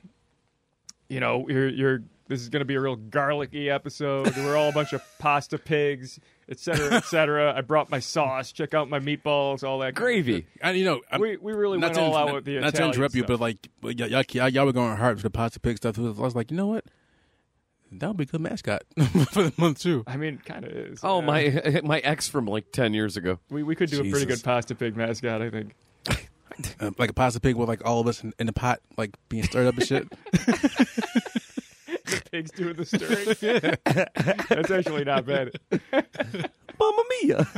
Speaker 3: you know you're you're This is going to be a real garlicky episode. We're all a bunch of pasta pigs, etc., cetera, etc. Cetera. I brought my sauce. Check out my meatballs. All that kind of
Speaker 4: Gravy.
Speaker 2: And you know, I'm,
Speaker 3: We we really
Speaker 2: not
Speaker 3: went
Speaker 2: to,
Speaker 3: all
Speaker 2: in-
Speaker 3: out
Speaker 2: not,
Speaker 3: with the
Speaker 2: not to
Speaker 3: Italian
Speaker 2: interrupt you,
Speaker 3: stuff.
Speaker 2: but like y- y- y'all, y'all, y'all were going hard for the pasta pig stuff. I was like, you know what? That would be a good mascot for the month too.
Speaker 3: I mean, kind of is.
Speaker 4: Oh
Speaker 3: yeah.
Speaker 4: my my ex from like ten years ago.
Speaker 3: We we could do a pretty
Speaker 2: Jesus.
Speaker 3: good pasta pig mascot, I think.
Speaker 2: Um, like a pasta pig with like all of us in, in the pot, like being stirred up and shit.
Speaker 3: Pigs doing the stirring. That's actually not bad.
Speaker 4: Mamma mia.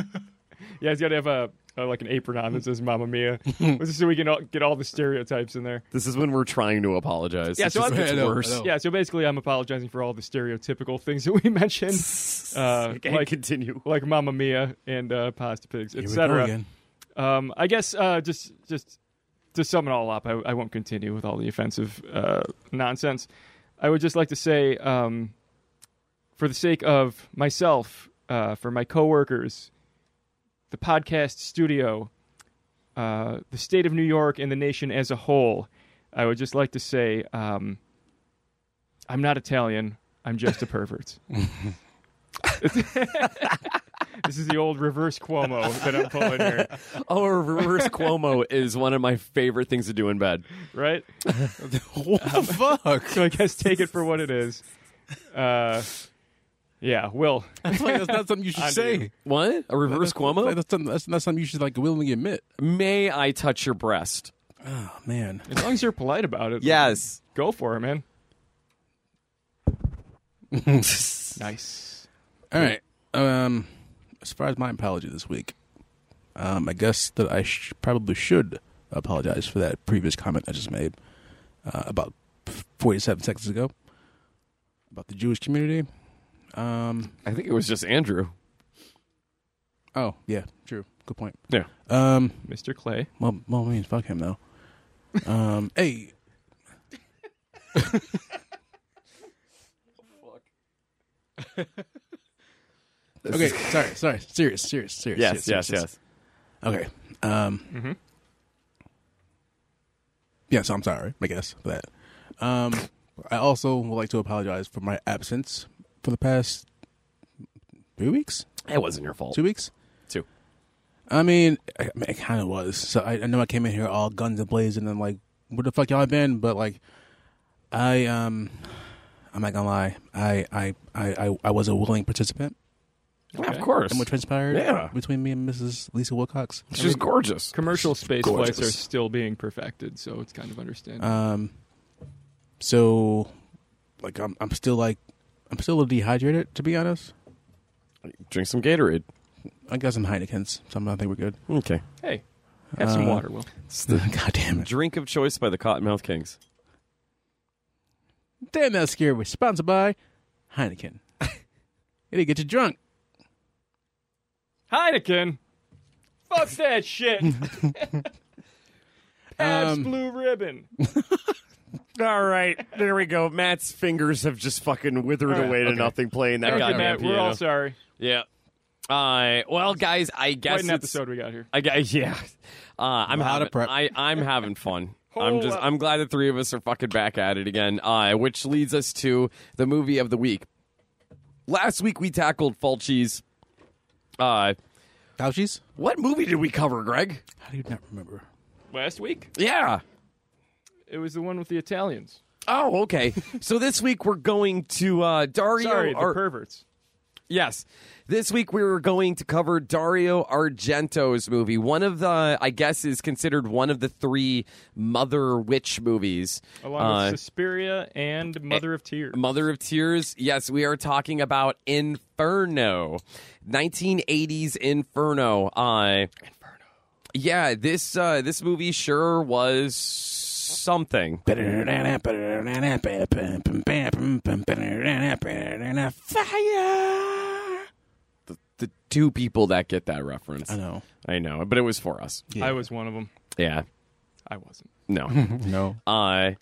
Speaker 3: Yeah, he's got to have a, a like an apron on that says "Mamma Mia," just so we can all, get all the stereotypes in there.
Speaker 4: This is when we're trying to apologize.
Speaker 3: Yeah,
Speaker 4: It's
Speaker 3: so
Speaker 4: just
Speaker 3: I'm-
Speaker 4: gets
Speaker 2: I know, I
Speaker 4: worse.
Speaker 2: know.
Speaker 3: Yeah, so basically, I'm apologizing for all the stereotypical things that we mentioned, uh,
Speaker 4: Okay,
Speaker 3: like
Speaker 4: continue.
Speaker 3: like Mamma Mia and uh, Pasta Pigs,
Speaker 2: Here we go
Speaker 3: etc.
Speaker 2: again.
Speaker 3: Um, I guess uh, just just to sum it all up, I, I won't continue with all the offensive uh, nonsense. I would just like to say, um, for the sake of myself, uh, for my coworkers, the podcast studio, uh, the state of New York, and the nation as a whole, I would just like to say, um, I'm not Italian. I'm just a pervert. this is the old reverse Cuomo that I'm pulling here,
Speaker 4: Oh, a reverse Cuomo is one of my favorite things to do in bed.
Speaker 3: right?
Speaker 2: what the fuck?
Speaker 3: Um, So I guess take it for what it is. Uh, yeah, Will.
Speaker 2: That's, like, that's not something you should
Speaker 3: I do.
Speaker 2: say.
Speaker 4: What? A reverse
Speaker 2: Like,
Speaker 4: Cuomo?
Speaker 2: that's, something, that's not something you should like willingly admit.
Speaker 4: May I touch your breast?
Speaker 2: Oh man,
Speaker 3: As long as you're polite about it,
Speaker 4: Yes.
Speaker 3: go for it, man. Nice.
Speaker 2: All right. Um, as far as my apology this week, um, I guess that I sh- probably should apologize for that previous comment I just made uh, about 47 seconds ago about the Jewish community. Um,
Speaker 4: I think it was just Andrew.
Speaker 2: oh yeah, true. Good point.
Speaker 4: Yeah.
Speaker 2: Um,
Speaker 3: Mr. Clay.
Speaker 2: well, well, I mean, fuck him though. Um, hey, okay, sorry, sorry, serious, serious, serious.
Speaker 4: Yes,
Speaker 2: serious,
Speaker 4: yes,
Speaker 2: serious,
Speaker 4: yes.
Speaker 2: Okay. Um,
Speaker 3: Mhm.
Speaker 2: Yeah, so I'm sorry, I guess, for that. Um, I also would like to apologize for my absence for the past three weeks,
Speaker 4: It wasn't your fault.
Speaker 2: two weeks.
Speaker 4: Two.
Speaker 2: I mean, I, I mean, it kind of was. So I, I know I came in here all guns a blazing and like, where the fuck y'all been? But like, I um, I'm not gonna lie, I I I I, I was a willing participant
Speaker 4: Yeah, of course.
Speaker 2: in what transpired
Speaker 4: Yeah.
Speaker 2: between me and Mrs. Lisa Wilcox.
Speaker 4: She's gorgeous.
Speaker 3: Commercial space
Speaker 2: Gorgeous.
Speaker 3: flights are still being perfected, so it's kind of understandable.
Speaker 2: Um, so like I'm I'm still like I'm still a little dehydrated to be honest.
Speaker 4: Drink some Gatorade.
Speaker 2: I got some Heinekens, so I'm- I think we're good.
Speaker 4: Okay.
Speaker 3: hey, have some
Speaker 2: uh,
Speaker 3: water, Will.
Speaker 4: It's the
Speaker 2: God damn it!
Speaker 4: drink of choice by the Cottonmouth Kings.
Speaker 2: Damn that scare was sponsored by Heineken. It'll get you drunk.
Speaker 3: Heineken. Fuck that shit. Pabst
Speaker 2: Um,
Speaker 3: Blue Ribbon.
Speaker 4: All right, there we go. Matt's fingers have just fucking withered
Speaker 2: right,
Speaker 4: away to
Speaker 2: okay.
Speaker 4: nothing playing that
Speaker 3: Thank you,
Speaker 4: goddamn
Speaker 3: Matt. We're
Speaker 4: piano.
Speaker 3: all sorry.
Speaker 4: yeah. Uh, well, guys, I guess
Speaker 3: Quite an
Speaker 4: it's-
Speaker 3: episode we got here.
Speaker 4: I guess yeah. Uh, I'm
Speaker 2: Lot
Speaker 4: having,
Speaker 2: of prep.
Speaker 4: I, I'm having fun. I'm
Speaker 3: Whole
Speaker 4: just
Speaker 3: lot.
Speaker 4: I'm glad the three of us are fucking back at it again. Uh, which leads us to the movie of the week. Last week we tackled Fulci's. Uh,
Speaker 2: Fauci's?
Speaker 4: what movie did we cover, Greg?
Speaker 2: How do you not remember?
Speaker 3: Last week,
Speaker 4: Yeah.
Speaker 3: it was the one with the Italians.
Speaker 4: Oh, okay. so this week we're going to uh, Dario.
Speaker 3: Sorry, the
Speaker 4: Ar-
Speaker 3: perverts.
Speaker 4: Yes. This week we were going to cover Dario Argento's movie. One of the, I guess, is considered one of the three Mother Witch movies.
Speaker 3: Along
Speaker 4: Uh,
Speaker 3: with Suspiria and Mother of Tears.
Speaker 4: Mother of Tears. Yes, we are talking about Inferno, 1980s Inferno. Uh, yeah, this uh, this movie sure was something.
Speaker 2: Fire!
Speaker 4: The two people that get that reference,
Speaker 2: I know.
Speaker 4: I know, but it was for us.
Speaker 2: Yeah.
Speaker 3: I was one of them.
Speaker 4: Yeah,
Speaker 3: I wasn't.
Speaker 4: no.
Speaker 2: No.
Speaker 4: Uh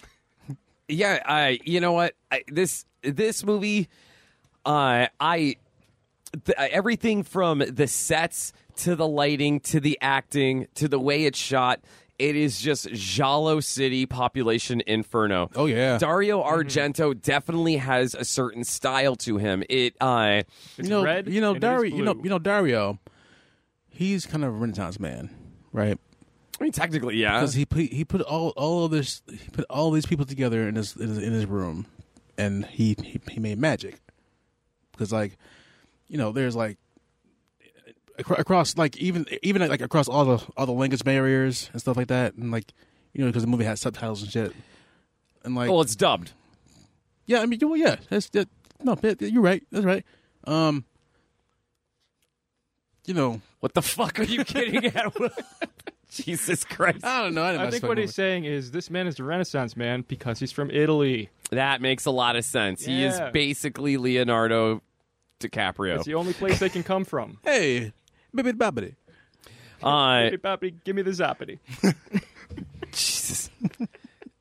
Speaker 4: yeah, I you know what? I, this this movie uh I th- everything from the sets to the lighting to the acting to the way it's shot it is just Jalo City population inferno.
Speaker 2: Oh yeah.
Speaker 4: Dario Argento definitely has a certain style to him. It uh
Speaker 3: It's
Speaker 2: you know,
Speaker 3: red.
Speaker 2: You know
Speaker 3: and it is
Speaker 2: Dario. You know,
Speaker 3: blue.
Speaker 2: you know Dario. He's kind of a Renaissance man, right?
Speaker 4: I mean technically yeah.
Speaker 2: Because he put, he put all all of this he put all these people together in his in his, in his room, and he, he he made magic. Because like, you know, there's like acro- across like even even like across all the all the language barriers and stuff like that, and like you know because the movie has subtitles and shit, and like
Speaker 4: Well, it's dubbed.
Speaker 2: yeah, I mean, well, yeah, that's that. No, yeah, you're right. That's right. Um, you know,
Speaker 4: What the fuck are you kidding at? Jesus Christ.
Speaker 2: I don't know. I, didn't
Speaker 3: I think what he's saying is this man is a Renaissance man because he's from Italy.
Speaker 4: That makes a lot of sense. He is
Speaker 3: Yeah.
Speaker 4: basically Leonardo DiCaprio.
Speaker 3: It's
Speaker 2: Oh.
Speaker 3: the only place they can come from.
Speaker 2: Hey, baby, baby.
Speaker 4: Uh,
Speaker 3: Hey, Poppy, give me the zoppity.
Speaker 4: Jesus.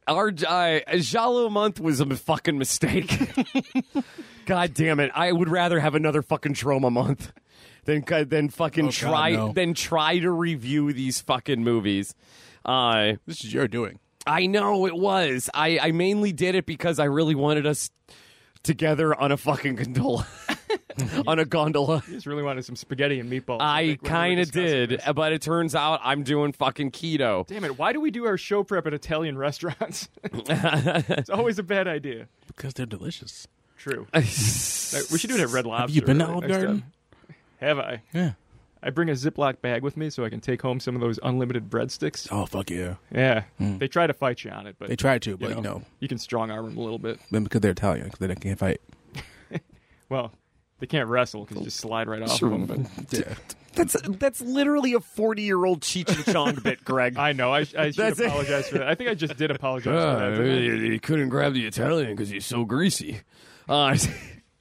Speaker 4: Our uh, Jalo month was a m- fucking mistake. God damn it! I would rather have another fucking trauma month than c- than fucking
Speaker 2: Oh, God,
Speaker 4: try
Speaker 2: no.
Speaker 4: than try to review these fucking movies. Uh,
Speaker 2: This is your doing.
Speaker 4: I know it was. I, I mainly did it because I really wanted us together on a fucking gondola, on a gondola.
Speaker 3: He just really wanted some spaghetti and meatballs.
Speaker 4: I
Speaker 3: think, when we were
Speaker 4: kind of
Speaker 3: discussing
Speaker 4: did,
Speaker 3: this.
Speaker 4: but it turns out I'm doing fucking keto.
Speaker 3: Damn it! Why do we do our show prep at Italian restaurants? it's always a bad idea.
Speaker 2: Because they're delicious.
Speaker 3: True.
Speaker 4: I
Speaker 3: We should do it at Red Lobster.
Speaker 2: Have you been to
Speaker 3: right,
Speaker 2: Olive
Speaker 3: next
Speaker 2: Garden?
Speaker 3: time. Have I?
Speaker 2: Yeah.
Speaker 3: I bring a Ziploc bag with me so I can take home some of those unlimited breadsticks.
Speaker 2: Oh fuck yeah.
Speaker 3: Yeah, they try to fight you on it, but
Speaker 2: They tried to, but you know,
Speaker 3: you can strong arm them a little bit.
Speaker 2: because they're Italian, because they can't fight.
Speaker 3: Well, they can't wrestle because you just slide right off of them. But
Speaker 2: Yeah.
Speaker 4: That's that's literally a forty year old Cheech and Chong bit, Greg.
Speaker 3: I know. I, I should
Speaker 4: That's it.
Speaker 3: apologize for that. I think I just did apologize for that. didn't
Speaker 4: couldn't grab the Italian because he's so greasy. Uh,
Speaker 3: I?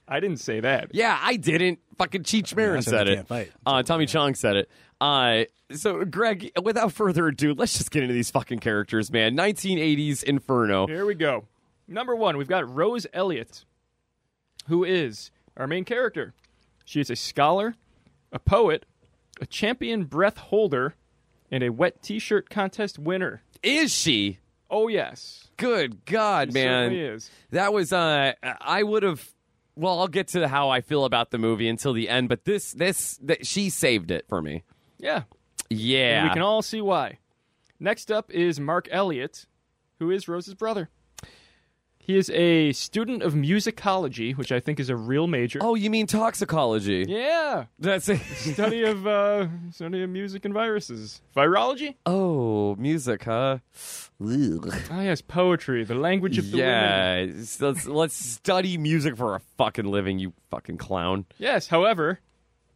Speaker 3: I didn't say that.
Speaker 4: yeah, I didn't. Fucking Cheech Marin
Speaker 2: that's why
Speaker 4: said
Speaker 2: they
Speaker 4: it.
Speaker 2: can't fight.
Speaker 4: Uh, Tommy Chong said it. Uh, so, Greg, without further ado, let's just get into these fucking characters, man. 1980s Inferno.
Speaker 3: Here we go. Number one, we've got Rose Elliott, who is our main character. She is a scholar, a poet, a champion breath holder, and a wet T-shirt contest winner.
Speaker 4: Is she?
Speaker 3: Oh yes,
Speaker 4: Good God, man.
Speaker 3: certainly is.
Speaker 4: That was uh I would have well, I'll get to how I feel about the movie until the end, but this this th- she saved it for me.
Speaker 3: Yeah,
Speaker 4: Yeah.
Speaker 3: And we can all see why. Next up is Mark Elliott, who is Rose's brother. He is a student of musicology, which I think is a real major.
Speaker 4: oh, you mean toxicology.
Speaker 3: Yeah,
Speaker 4: That's it.
Speaker 3: study of uh, study of music and viruses, virology.
Speaker 4: oh, music, huh? Ugh.
Speaker 3: Ah, yes, poetry, the language of the women.
Speaker 4: Yeah. s- Let's let's study music for a fucking living, you fucking clown.
Speaker 3: Yes, however,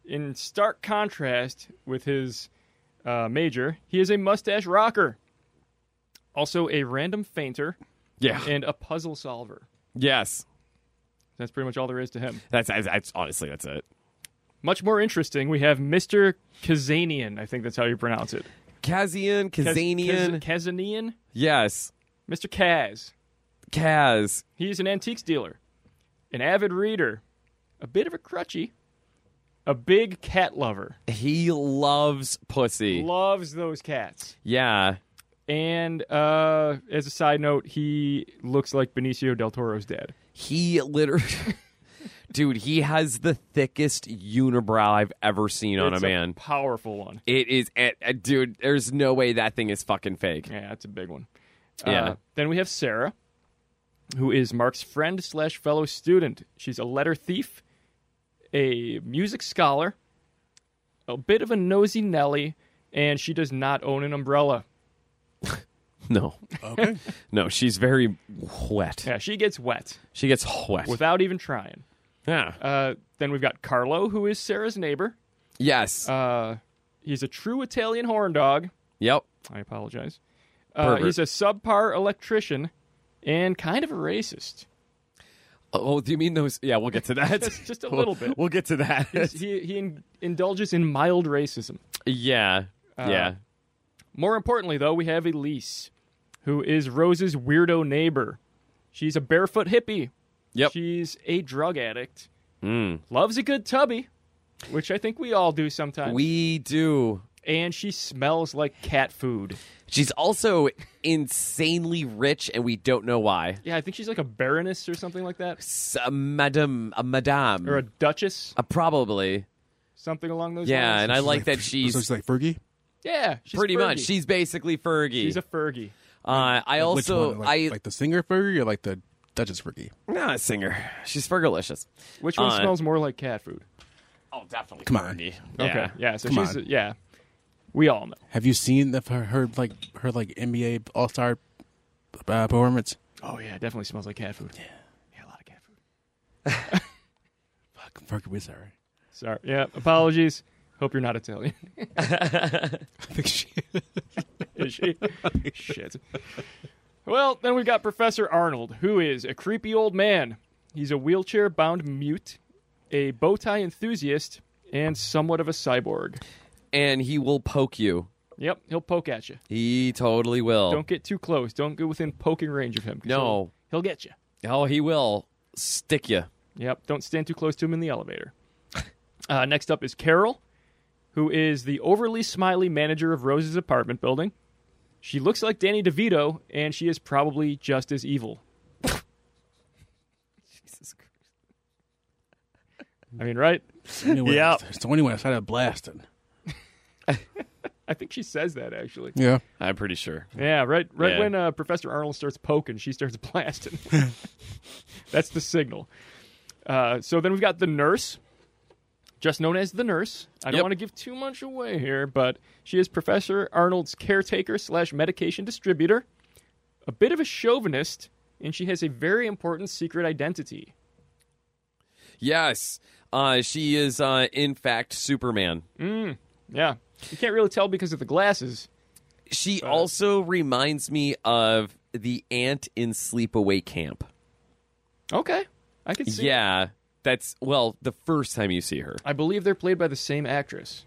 Speaker 3: in stark contrast with his uh, major, he is a mustache rocker, also a random fainter,
Speaker 4: Yeah.
Speaker 3: and a puzzle solver.
Speaker 4: yes.
Speaker 3: That's pretty much all there is to him.
Speaker 4: That's, that's that's honestly that's it.
Speaker 3: Much more interesting, we have Mr. Kazanian. I think that's how you pronounce it.
Speaker 4: Kazian,
Speaker 3: Kaz-
Speaker 4: Kazanian.
Speaker 3: Kaz- Kazanian?
Speaker 4: yes.
Speaker 3: Mr. Kaz.
Speaker 4: Kaz.
Speaker 3: He is an antiques dealer, an avid reader, a bit of a crutchy, a big cat lover,
Speaker 4: He loves pussy.
Speaker 3: loves those cats.
Speaker 4: yeah.
Speaker 3: And uh, as a side note, he looks like Benicio del Toro's dad.
Speaker 4: He literally, dude, he has the thickest unibrow I've ever seen on a
Speaker 3: It's
Speaker 4: man.
Speaker 3: powerful one.
Speaker 4: it is, eh, eh, dude. There's no way that thing is fucking fake.
Speaker 3: Yeah, that's a big one. Uh,
Speaker 4: Yeah.
Speaker 3: then we have Sarah, who is Mark's friend slash fellow student. She's a letter thief, a music scholar, a bit of a nosy Nelly, and she does not own an umbrella.
Speaker 4: No,
Speaker 2: Okay.
Speaker 4: no, she's very wet.
Speaker 3: Yeah, she gets wet
Speaker 4: She gets wet.
Speaker 3: without even trying.
Speaker 4: yeah.
Speaker 3: Uh, then we've got Carlo, who is Sarah's neighbor.
Speaker 4: Yes.
Speaker 3: Uh, he's a true Italian horn dog.
Speaker 4: yep.
Speaker 3: I apologize. Uh,
Speaker 4: Pervert.
Speaker 3: he's a subpar electrician and kind of a racist.
Speaker 4: Oh, do you mean those? Yeah, we'll get to that.
Speaker 3: Just, just a
Speaker 4: We'll-
Speaker 3: little bit.
Speaker 4: We'll get to that.
Speaker 3: he he in, indulges in mild racism.
Speaker 4: yeah.
Speaker 3: Uh,
Speaker 4: yeah.
Speaker 3: More importantly, though, we have Elise, who is Rose's weirdo neighbor. She's a barefoot hippie.
Speaker 4: Yep. Hmm.
Speaker 3: She's a drug addict. Loves a good tubby, which I think we all do sometimes.
Speaker 4: We do.
Speaker 3: and she smells like cat food.
Speaker 4: She's also insanely rich, and we don't know why.
Speaker 3: Yeah, I think she's like a baroness or something like that,
Speaker 4: S- A madam, a madame,
Speaker 3: or a duchess,
Speaker 4: Uh, probably.
Speaker 3: something along those
Speaker 4: Yeah,
Speaker 3: lines.
Speaker 4: and I like that she's
Speaker 2: So it's like Fergie.
Speaker 3: yeah, she's
Speaker 4: pretty much.
Speaker 3: Fergie.
Speaker 4: She's basically Fergie.
Speaker 3: she's a Fergie.
Speaker 4: uh, I
Speaker 2: Which
Speaker 4: also
Speaker 2: one? Like,
Speaker 4: I
Speaker 2: like the singer Fergie or like the Duchess Fergie.
Speaker 4: not a singer. She's Fergalicious.
Speaker 3: Which one
Speaker 4: Uh,
Speaker 3: smells more like cat food?
Speaker 4: Oh, definitely.
Speaker 2: Come on.
Speaker 4: Yeah.
Speaker 3: Okay, yeah. So
Speaker 2: Come
Speaker 3: she's
Speaker 2: on.
Speaker 3: yeah. We all know.
Speaker 2: Have you seen the, her, her like her like NBA All Star uh, performance?
Speaker 3: Oh yeah, it definitely smells like cat food. Yeah, yeah, a lot of cat food.
Speaker 2: Fuck, Fergie was her.
Speaker 3: Sorry. Yeah, apologies. Hope you're not Italian.
Speaker 2: I think she.
Speaker 3: Is she? Shit. Well, then we've got Professor Arnold, who is a creepy old man. He's a wheelchair bound mute, a bow tie enthusiast, and somewhat of a cyborg.
Speaker 4: And he will poke you.
Speaker 3: Yep, he'll poke at you.
Speaker 4: He totally will.
Speaker 3: Don't get too close. Don't go within poking range of him. 'cause
Speaker 4: Oh. No.
Speaker 3: He'll, he'll get you.
Speaker 4: Oh, he will stick you.
Speaker 3: Yep, don't stand too close to him in the elevator. Uh, next up is Carol, who is the overly smiley manager of Rose's apartment building. She looks like Danny DeVito, and she is probably just as evil. I mean, right? Yeah.
Speaker 2: Yeah. So anyway, I started blasting.
Speaker 3: I think she says that actually.
Speaker 2: Yeah.
Speaker 4: I'm pretty sure.
Speaker 3: Yeah, right. Right
Speaker 4: Yeah.
Speaker 3: when uh, Professor Arnold starts poking, she starts blasting. That's the signal. Uh, so then we've got the nurse, just known as the nurse. I don't
Speaker 4: Yep.
Speaker 3: want to give too much away here, but she is Professor Arnold's caretaker slash medication distributor. A bit of a chauvinist, and she has a very important secret identity.
Speaker 4: Yes. Uh, she is, uh, in fact, Superman.
Speaker 3: Yeah, you can't really tell because of the glasses.
Speaker 4: She
Speaker 3: Uh.
Speaker 4: also reminds me of the ant in Sleepaway Camp.
Speaker 3: Okay, I can see.
Speaker 4: Yeah. That's, well, the first time you see her.
Speaker 3: I believe they're played by the same actress.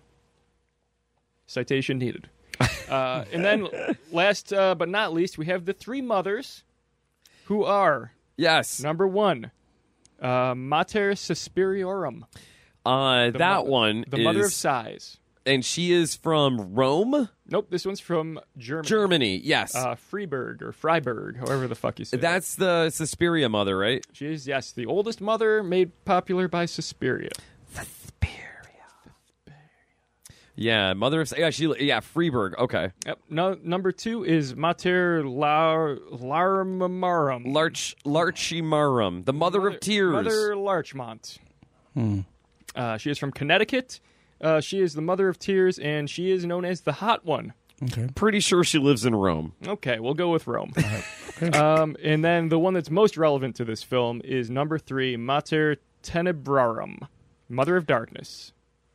Speaker 3: Citation needed. uh, and then, last uh, but not least, we have the three mothers, who are
Speaker 4: Yes.
Speaker 3: number one, uh, Mater Suspiriorum,
Speaker 4: Uh,
Speaker 3: the
Speaker 4: that
Speaker 3: mo-
Speaker 4: one
Speaker 3: the mother of
Speaker 4: is-
Speaker 3: sighs.
Speaker 4: and she is from Rome,
Speaker 3: Nope, this one's from Germany.
Speaker 4: Germany. Yes.
Speaker 3: Uh, Freiburg or Freiburg, however the fuck you say. it.
Speaker 4: That's the Suspiria mother, right?
Speaker 3: she is yes, the oldest mother made popular by Suspiria.
Speaker 4: Yeah, mother of yeah, she yeah, Freiburg. Okay,
Speaker 3: Yep. No, number two is Mater Lar- Larmarum.
Speaker 4: Larch Larchimarum, the mother, of tears. Hmm.
Speaker 3: Mother Larchmont. Uh, she is from Connecticut. Uh, she is the mother of tears, and she is known as the Hot One.
Speaker 2: Okay.
Speaker 4: Pretty sure she lives in Rome.
Speaker 3: Okay, we'll go with Rome. um, and then the one that's most relevant to this film is number three, Mater Tenebrarum, Mother of Darkness.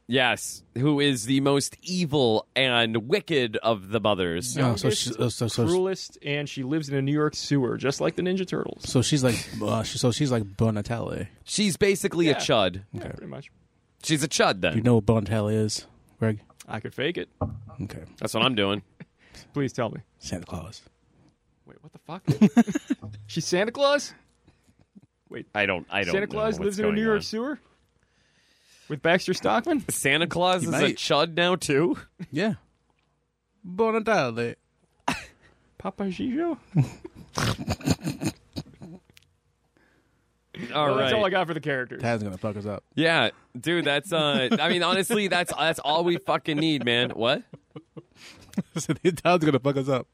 Speaker 4: Yes, who is the most evil and wicked of the mothers?
Speaker 2: Oh, so,
Speaker 3: Youngest,
Speaker 2: she, so, so, so,
Speaker 3: Cruelest, and she lives in a New York sewer, just like the Ninja Turtles.
Speaker 2: so she's like uh, she, so she's like Bonatelli.
Speaker 4: She's basically a
Speaker 3: Yeah.
Speaker 4: chud.
Speaker 3: Yeah, pretty much.
Speaker 4: She's a chud
Speaker 2: You
Speaker 4: then.
Speaker 2: know what Bonatelli is, Greg?
Speaker 3: I could fake it.
Speaker 2: Okay.
Speaker 4: That's what I'm doing.
Speaker 3: Please tell me.
Speaker 2: Santa Claus.
Speaker 3: Wait, what the fuck? She's Santa Claus?
Speaker 4: I don't. I don't.
Speaker 3: Santa Claus
Speaker 4: know what's
Speaker 3: lives in a
Speaker 4: going
Speaker 3: New York
Speaker 4: on.
Speaker 3: sewer? With Baxter Stockman?
Speaker 4: Santa Claus
Speaker 2: He
Speaker 4: is a
Speaker 2: might.
Speaker 4: chud now too.
Speaker 2: Yeah. Bonatelli.
Speaker 3: Papa Gijo?
Speaker 4: All right.
Speaker 3: That's all I got for the characters.
Speaker 2: Tad's gonna fuck us up.
Speaker 4: Yeah, dude. That's. uh I mean, honestly, that's that's all we fucking need, man. What?
Speaker 2: Tad's gonna fuck us up.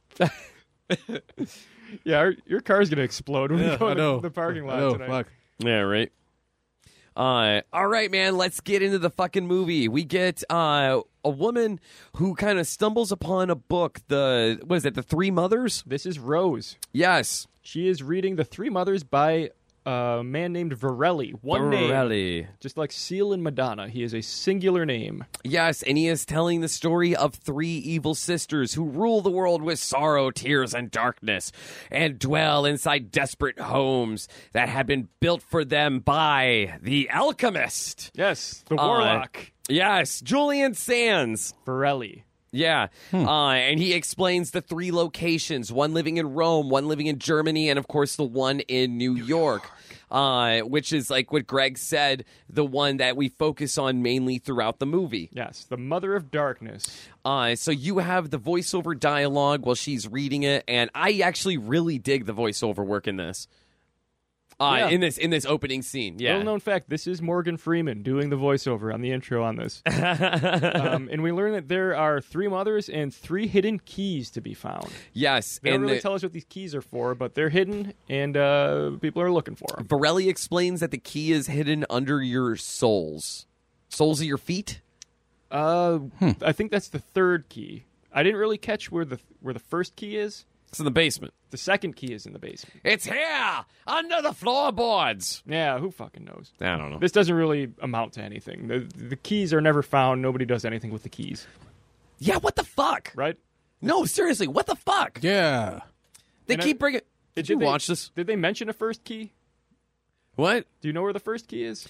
Speaker 3: yeah, our, your car's gonna explode when we go
Speaker 2: I
Speaker 3: in the-
Speaker 2: know.
Speaker 3: the parking lot
Speaker 2: I know.
Speaker 3: tonight.
Speaker 2: Fuck.
Speaker 4: Yeah, right. Uh, all right, man. Let's get into the fucking movie. We get uh, a woman who kind of stumbles upon a book. The what is it? The Three Mothers.
Speaker 3: This is Rose.
Speaker 4: Yes,
Speaker 3: She is reading The Three Mothers by a man named Varelli. One name.
Speaker 4: Borelli.
Speaker 3: Just like Seal and Madonna, he is a singular name.
Speaker 4: Yes, and he is telling the story of three evil sisters who rule the world with sorrow, tears, and darkness, and dwell inside desperate homes that have been built for them by the alchemist.
Speaker 3: Yes, the
Speaker 4: Uh,
Speaker 3: Warlock.
Speaker 4: Yes, Julian Sands.
Speaker 3: Varelli.
Speaker 4: Yeah.
Speaker 3: Hmm.
Speaker 4: Uh, and he explains the three locations one living in Rome, one living in Germany, and of course the one in New, York. Uh, which is like what Greg said, the one that we focus on mainly throughout the movie.
Speaker 3: Yes, the mother of darkness.
Speaker 4: Uh, so you have the voiceover dialogue while she's reading it, and I actually really dig the voiceover work in this. Uh,
Speaker 3: Yeah.
Speaker 4: in this in this opening scene, yeah,
Speaker 3: Little known fact: this is Morgan Freeman doing the voiceover on the intro on this, um, and we learn that there are three mothers and three hidden keys to be found.
Speaker 4: yes,
Speaker 3: They don't
Speaker 4: and
Speaker 3: really
Speaker 4: the-
Speaker 3: tell us what these keys are for, but they're hidden, and uh, people are looking for them.
Speaker 4: Varelli explains that the key is hidden under your soles, soles of your feet.
Speaker 3: Uh, I think that's the third key. I didn't really catch where the where the first key is.
Speaker 4: It's in the basement.
Speaker 3: The second key is in the basement.
Speaker 4: It's here under the floorboards.
Speaker 3: Yeah, who fucking knows?
Speaker 4: I don't know.
Speaker 3: This doesn't really amount to anything. The, the keys are never found. Nobody does anything with the keys,
Speaker 4: Yeah, what the fuck?
Speaker 3: right?
Speaker 4: No, seriously, what the fuck?
Speaker 2: Yeah.
Speaker 4: They
Speaker 3: And I-
Speaker 4: keep bringing. Did, you
Speaker 3: they-
Speaker 4: watch this?
Speaker 3: Did they mention a first key?
Speaker 4: What?
Speaker 3: Do you know where the first key is?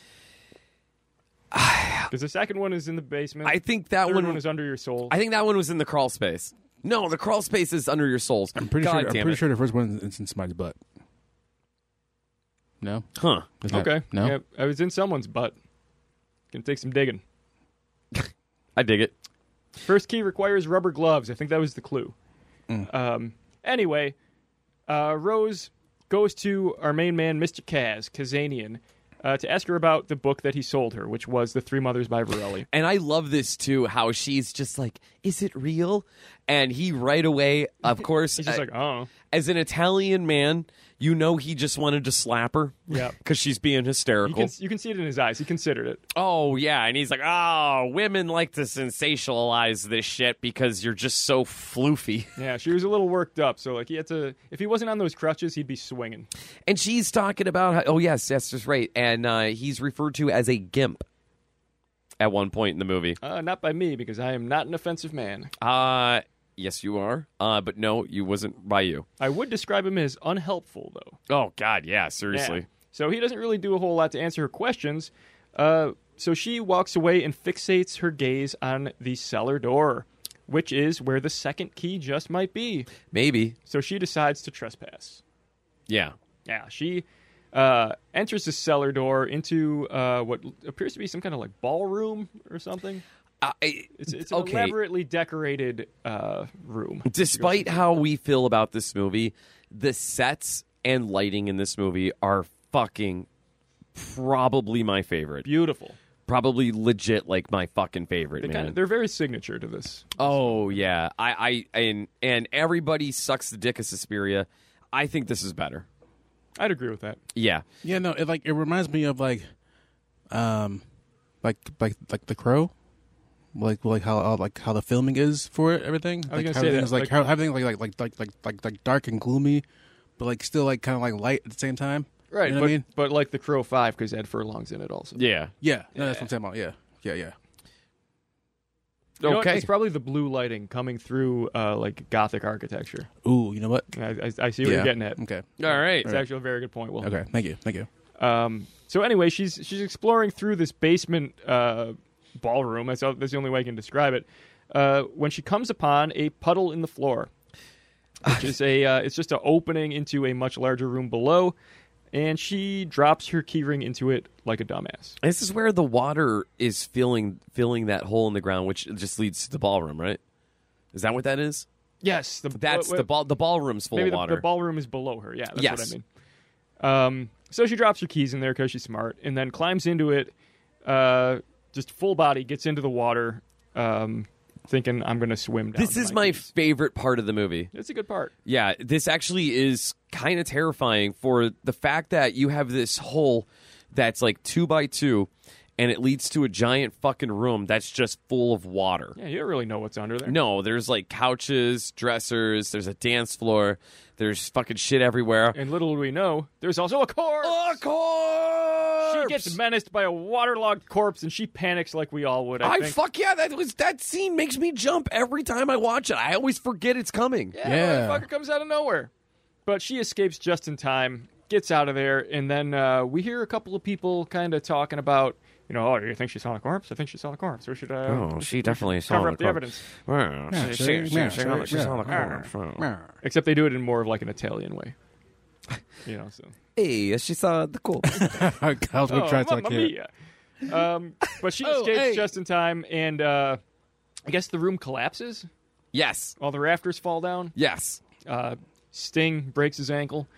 Speaker 3: Because the second one is in the basement.
Speaker 4: I think that
Speaker 3: Third
Speaker 4: one.
Speaker 3: one is under your soul.
Speaker 4: I think that one was in the crawl space. No, the crawl space is under your soles.
Speaker 2: I'm pretty
Speaker 4: God
Speaker 2: sure.
Speaker 4: Damn
Speaker 2: I'm
Speaker 4: it.
Speaker 2: pretty sure the first one is in somebody's butt. No.
Speaker 4: Huh?
Speaker 2: Is that-
Speaker 3: okay.
Speaker 2: No.
Speaker 3: Yeah, I was in someone's butt. Gonna take some digging.
Speaker 4: I dig it.
Speaker 3: First key requires rubber gloves. I think that was the clue.
Speaker 4: Mm.
Speaker 3: Um, anyway, uh, Rose goes to our main man, Mr. Kaz, Kazanian, uh, to ask her about the book that he sold her, which was The Three Mothers by Varelli.
Speaker 4: And I love this too. How she's just like, "Is it real?" And he right away, of course,
Speaker 3: He's just
Speaker 4: uh,
Speaker 3: like, oh.
Speaker 4: as an Italian man, you know he just wanted to slap her.
Speaker 3: Yeah.
Speaker 4: because she's being
Speaker 3: You
Speaker 4: hysterical.
Speaker 3: can, you can see it in his eyes. He considered it.
Speaker 4: Oh yeah, and he's like, "Oh, women like to sensationalize this shit because you're just so floofy."
Speaker 3: Yeah, she was a little worked up, so like he had to. If he wasn't on those crutches, he'd be swinging.
Speaker 4: And she's talking about, how, "Oh yes, yes, that's right." And uh, he's referred to as a gimp at one point in the movie.
Speaker 3: Uh, not by me because I am not an offensive man.
Speaker 4: Uh yes, you are. Uh, but no, you wasn't by you.
Speaker 3: I would describe him as unhelpful, though.
Speaker 4: Oh God, yeah,
Speaker 3: Yeah.
Speaker 4: seriously.
Speaker 3: So he doesn't really do a whole lot to answer her questions. Uh, so she walks away and fixates her gaze on the cellar door, which is where the second key just might be.
Speaker 4: Maybe,
Speaker 3: So she decides to trespass.
Speaker 4: yeah.
Speaker 3: Yeah, she uh, enters the cellar door into uh, what appears to be some kind of like ballroom or something.
Speaker 4: Uh, I-
Speaker 3: It's, it's an
Speaker 4: okay.
Speaker 3: elaborately decorated uh, room.
Speaker 4: Despite how we feel about this movie, the sets and lighting in this movie are fucking probably my favorite.
Speaker 3: Beautiful.
Speaker 4: Probably legit like my fucking favorite,
Speaker 3: They
Speaker 4: man.
Speaker 3: kind of, they're very signature to this.
Speaker 4: oh yeah. I, I and and everybody sucks the dick of Suspiria. I think this is better.
Speaker 3: I'd agree with that.
Speaker 4: Yeah.
Speaker 2: Yeah. No. It like it reminds me of like, um, like like like the crow. Like like how how- like how the filming is for it, everything.
Speaker 3: was
Speaker 2: like
Speaker 3: gonna
Speaker 2: how
Speaker 3: say that,
Speaker 2: everything's, like,
Speaker 3: like-
Speaker 2: how how everything's like like like like like like like dark and gloomy, but like still like kind of like light at the same time.
Speaker 3: Right,
Speaker 2: You know
Speaker 3: but,
Speaker 2: what I mean?
Speaker 3: but like the Crow Five because Ed Furlong's in it also.
Speaker 4: Yeah.
Speaker 2: Yeah. No, that's what I'm talking about. Yeah. Yeah. Yeah.
Speaker 3: You know what?
Speaker 4: okay.
Speaker 3: it's probably the blue lighting coming through uh, like Gothic architecture.
Speaker 2: Ooh. You know what?
Speaker 3: I, I, I see what
Speaker 2: Yeah. Mm.
Speaker 3: you're getting at.
Speaker 2: Okay.
Speaker 4: All right.
Speaker 3: It's actually a very good point. Will.
Speaker 2: Okay. Thank you. Thank you.
Speaker 3: Um, so anyway, she's she's exploring through this basement uh, ballroom. That's all- that's the only way I can describe it. Uh, when she comes upon a puddle in the floor, which is a uh, it's just an opening into a much larger room below, and she drops her keyring into it like a dumbass.
Speaker 4: This is where the water is filling filling that hole in the ground, which just leads to the ballroom, right? Is that what that is?
Speaker 3: Yes, the,
Speaker 4: That's
Speaker 3: wait,
Speaker 4: the ball. The ballroom's full
Speaker 3: maybe
Speaker 4: of
Speaker 3: the,
Speaker 4: water.
Speaker 3: the ballroom is below her. Yeah, that's
Speaker 4: Yes.
Speaker 3: what I mean. Um, so she drops her keys in there because she's smart, and then climbs into it, uh, just full body, gets into the water, um, thinking I'm gonna swim. Down
Speaker 4: this
Speaker 3: to
Speaker 4: is my
Speaker 3: keys."
Speaker 4: favorite part of the movie.
Speaker 3: it's a good part.
Speaker 4: Yeah, this actually is kind of terrifying for the fact that you have this hole that's like two by two, and it leads to a giant fucking room that's just full of water.
Speaker 3: Yeah, you don't really know what's under there.
Speaker 4: No, there's like couches, dressers, there's a dance floor, there's fucking shit everywhere.
Speaker 3: And little do we know, there's also a corpse.
Speaker 4: A
Speaker 3: she
Speaker 4: corpse!
Speaker 3: gets menaced by a waterlogged corpse, and she panics like we all would. I,
Speaker 4: I
Speaker 3: think.
Speaker 4: fuck yeah! That was that scene makes me jump every time I watch it. I always forget it's coming.
Speaker 3: Yeah,
Speaker 2: Yeah.
Speaker 3: motherfucker comes out of nowhere. But she escapes just in time, gets out of there, and then uh, we hear a couple of people kind of talking about you know, oh, you think she saw the corpse? I think she saw the corpse. Or should I?
Speaker 4: Oh, she definitely saw
Speaker 3: cover
Speaker 4: the
Speaker 3: up the
Speaker 4: corpse.
Speaker 3: evidence.
Speaker 4: Well,
Speaker 2: Yeah,
Speaker 4: she-
Speaker 2: sure,
Speaker 4: she- she-
Speaker 2: yeah,
Speaker 4: she-
Speaker 2: sure,
Speaker 4: she
Speaker 2: yeah.
Speaker 4: saw the corpse. Well,
Speaker 3: Except they do it in more of like an Italian way. You know, so. Oh,
Speaker 4: Hey, she saw the corpse.
Speaker 2: I was going to try to
Speaker 3: mamma
Speaker 2: talk to you.
Speaker 3: mia. Um, but she
Speaker 2: Oh,
Speaker 3: escapes
Speaker 2: hey.
Speaker 3: just in time, and uh, I guess the room collapses.
Speaker 4: yes,
Speaker 3: All the rafters fall down.
Speaker 4: yes.
Speaker 3: Uh, Sting breaks his ankle.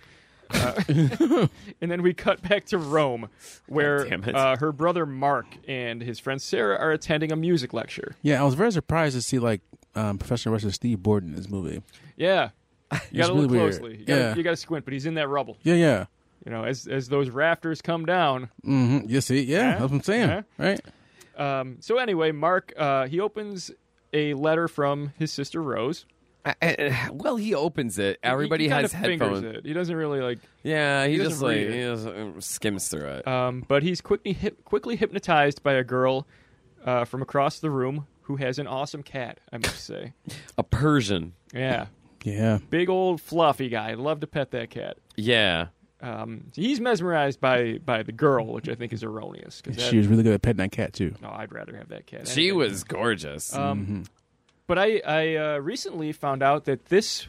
Speaker 3: Uh, and then we cut back to Rome, where
Speaker 4: God damn it.
Speaker 3: uh, her brother Mark and his friend Sarah are attending a music lecture.
Speaker 2: Yeah, I was very surprised to see like um, professional wrestler Steve Borden in this movie.
Speaker 3: Yeah. You
Speaker 2: It's
Speaker 3: gotta look
Speaker 2: really weird.
Speaker 3: closely. You gotta,
Speaker 2: Yeah.
Speaker 3: you gotta squint, but he's in that rubble.
Speaker 2: Yeah, yeah.
Speaker 3: You know, as as those rafters come down,
Speaker 2: Mm-hmm. You see, yeah, that's what I'm saying,
Speaker 3: Yeah. Uh-huh.
Speaker 2: right?
Speaker 3: Um, so anyway, Mark uh, he opens a letter from his sister Rose.
Speaker 4: Uh, uh, well, he opens it. Everybody
Speaker 3: he, he
Speaker 4: has
Speaker 3: kind of fingers
Speaker 4: headphones.
Speaker 3: It. He doesn't really like,
Speaker 4: Yeah, he,
Speaker 3: He
Speaker 4: just
Speaker 3: doesn't
Speaker 4: like
Speaker 3: read
Speaker 4: he
Speaker 3: it.
Speaker 4: just, uh, skims through it.
Speaker 3: um, but he's quickly hip, quickly hypnotized by a girl uh, from across the room who has an awesome cat. I must say,
Speaker 4: a Persian.
Speaker 3: yeah,
Speaker 2: Yeah,
Speaker 3: big old fluffy guy. I'd love to pet that cat.
Speaker 4: Yeah.
Speaker 3: Um, so he's mesmerized by by the girl, which I think is erroneous. 'cause that-
Speaker 2: she was really good at petting that cat too.
Speaker 3: no, I'd rather have that cat. any
Speaker 4: She
Speaker 3: day.
Speaker 4: was gorgeous.
Speaker 3: Um, But I, I uh, recently found out that this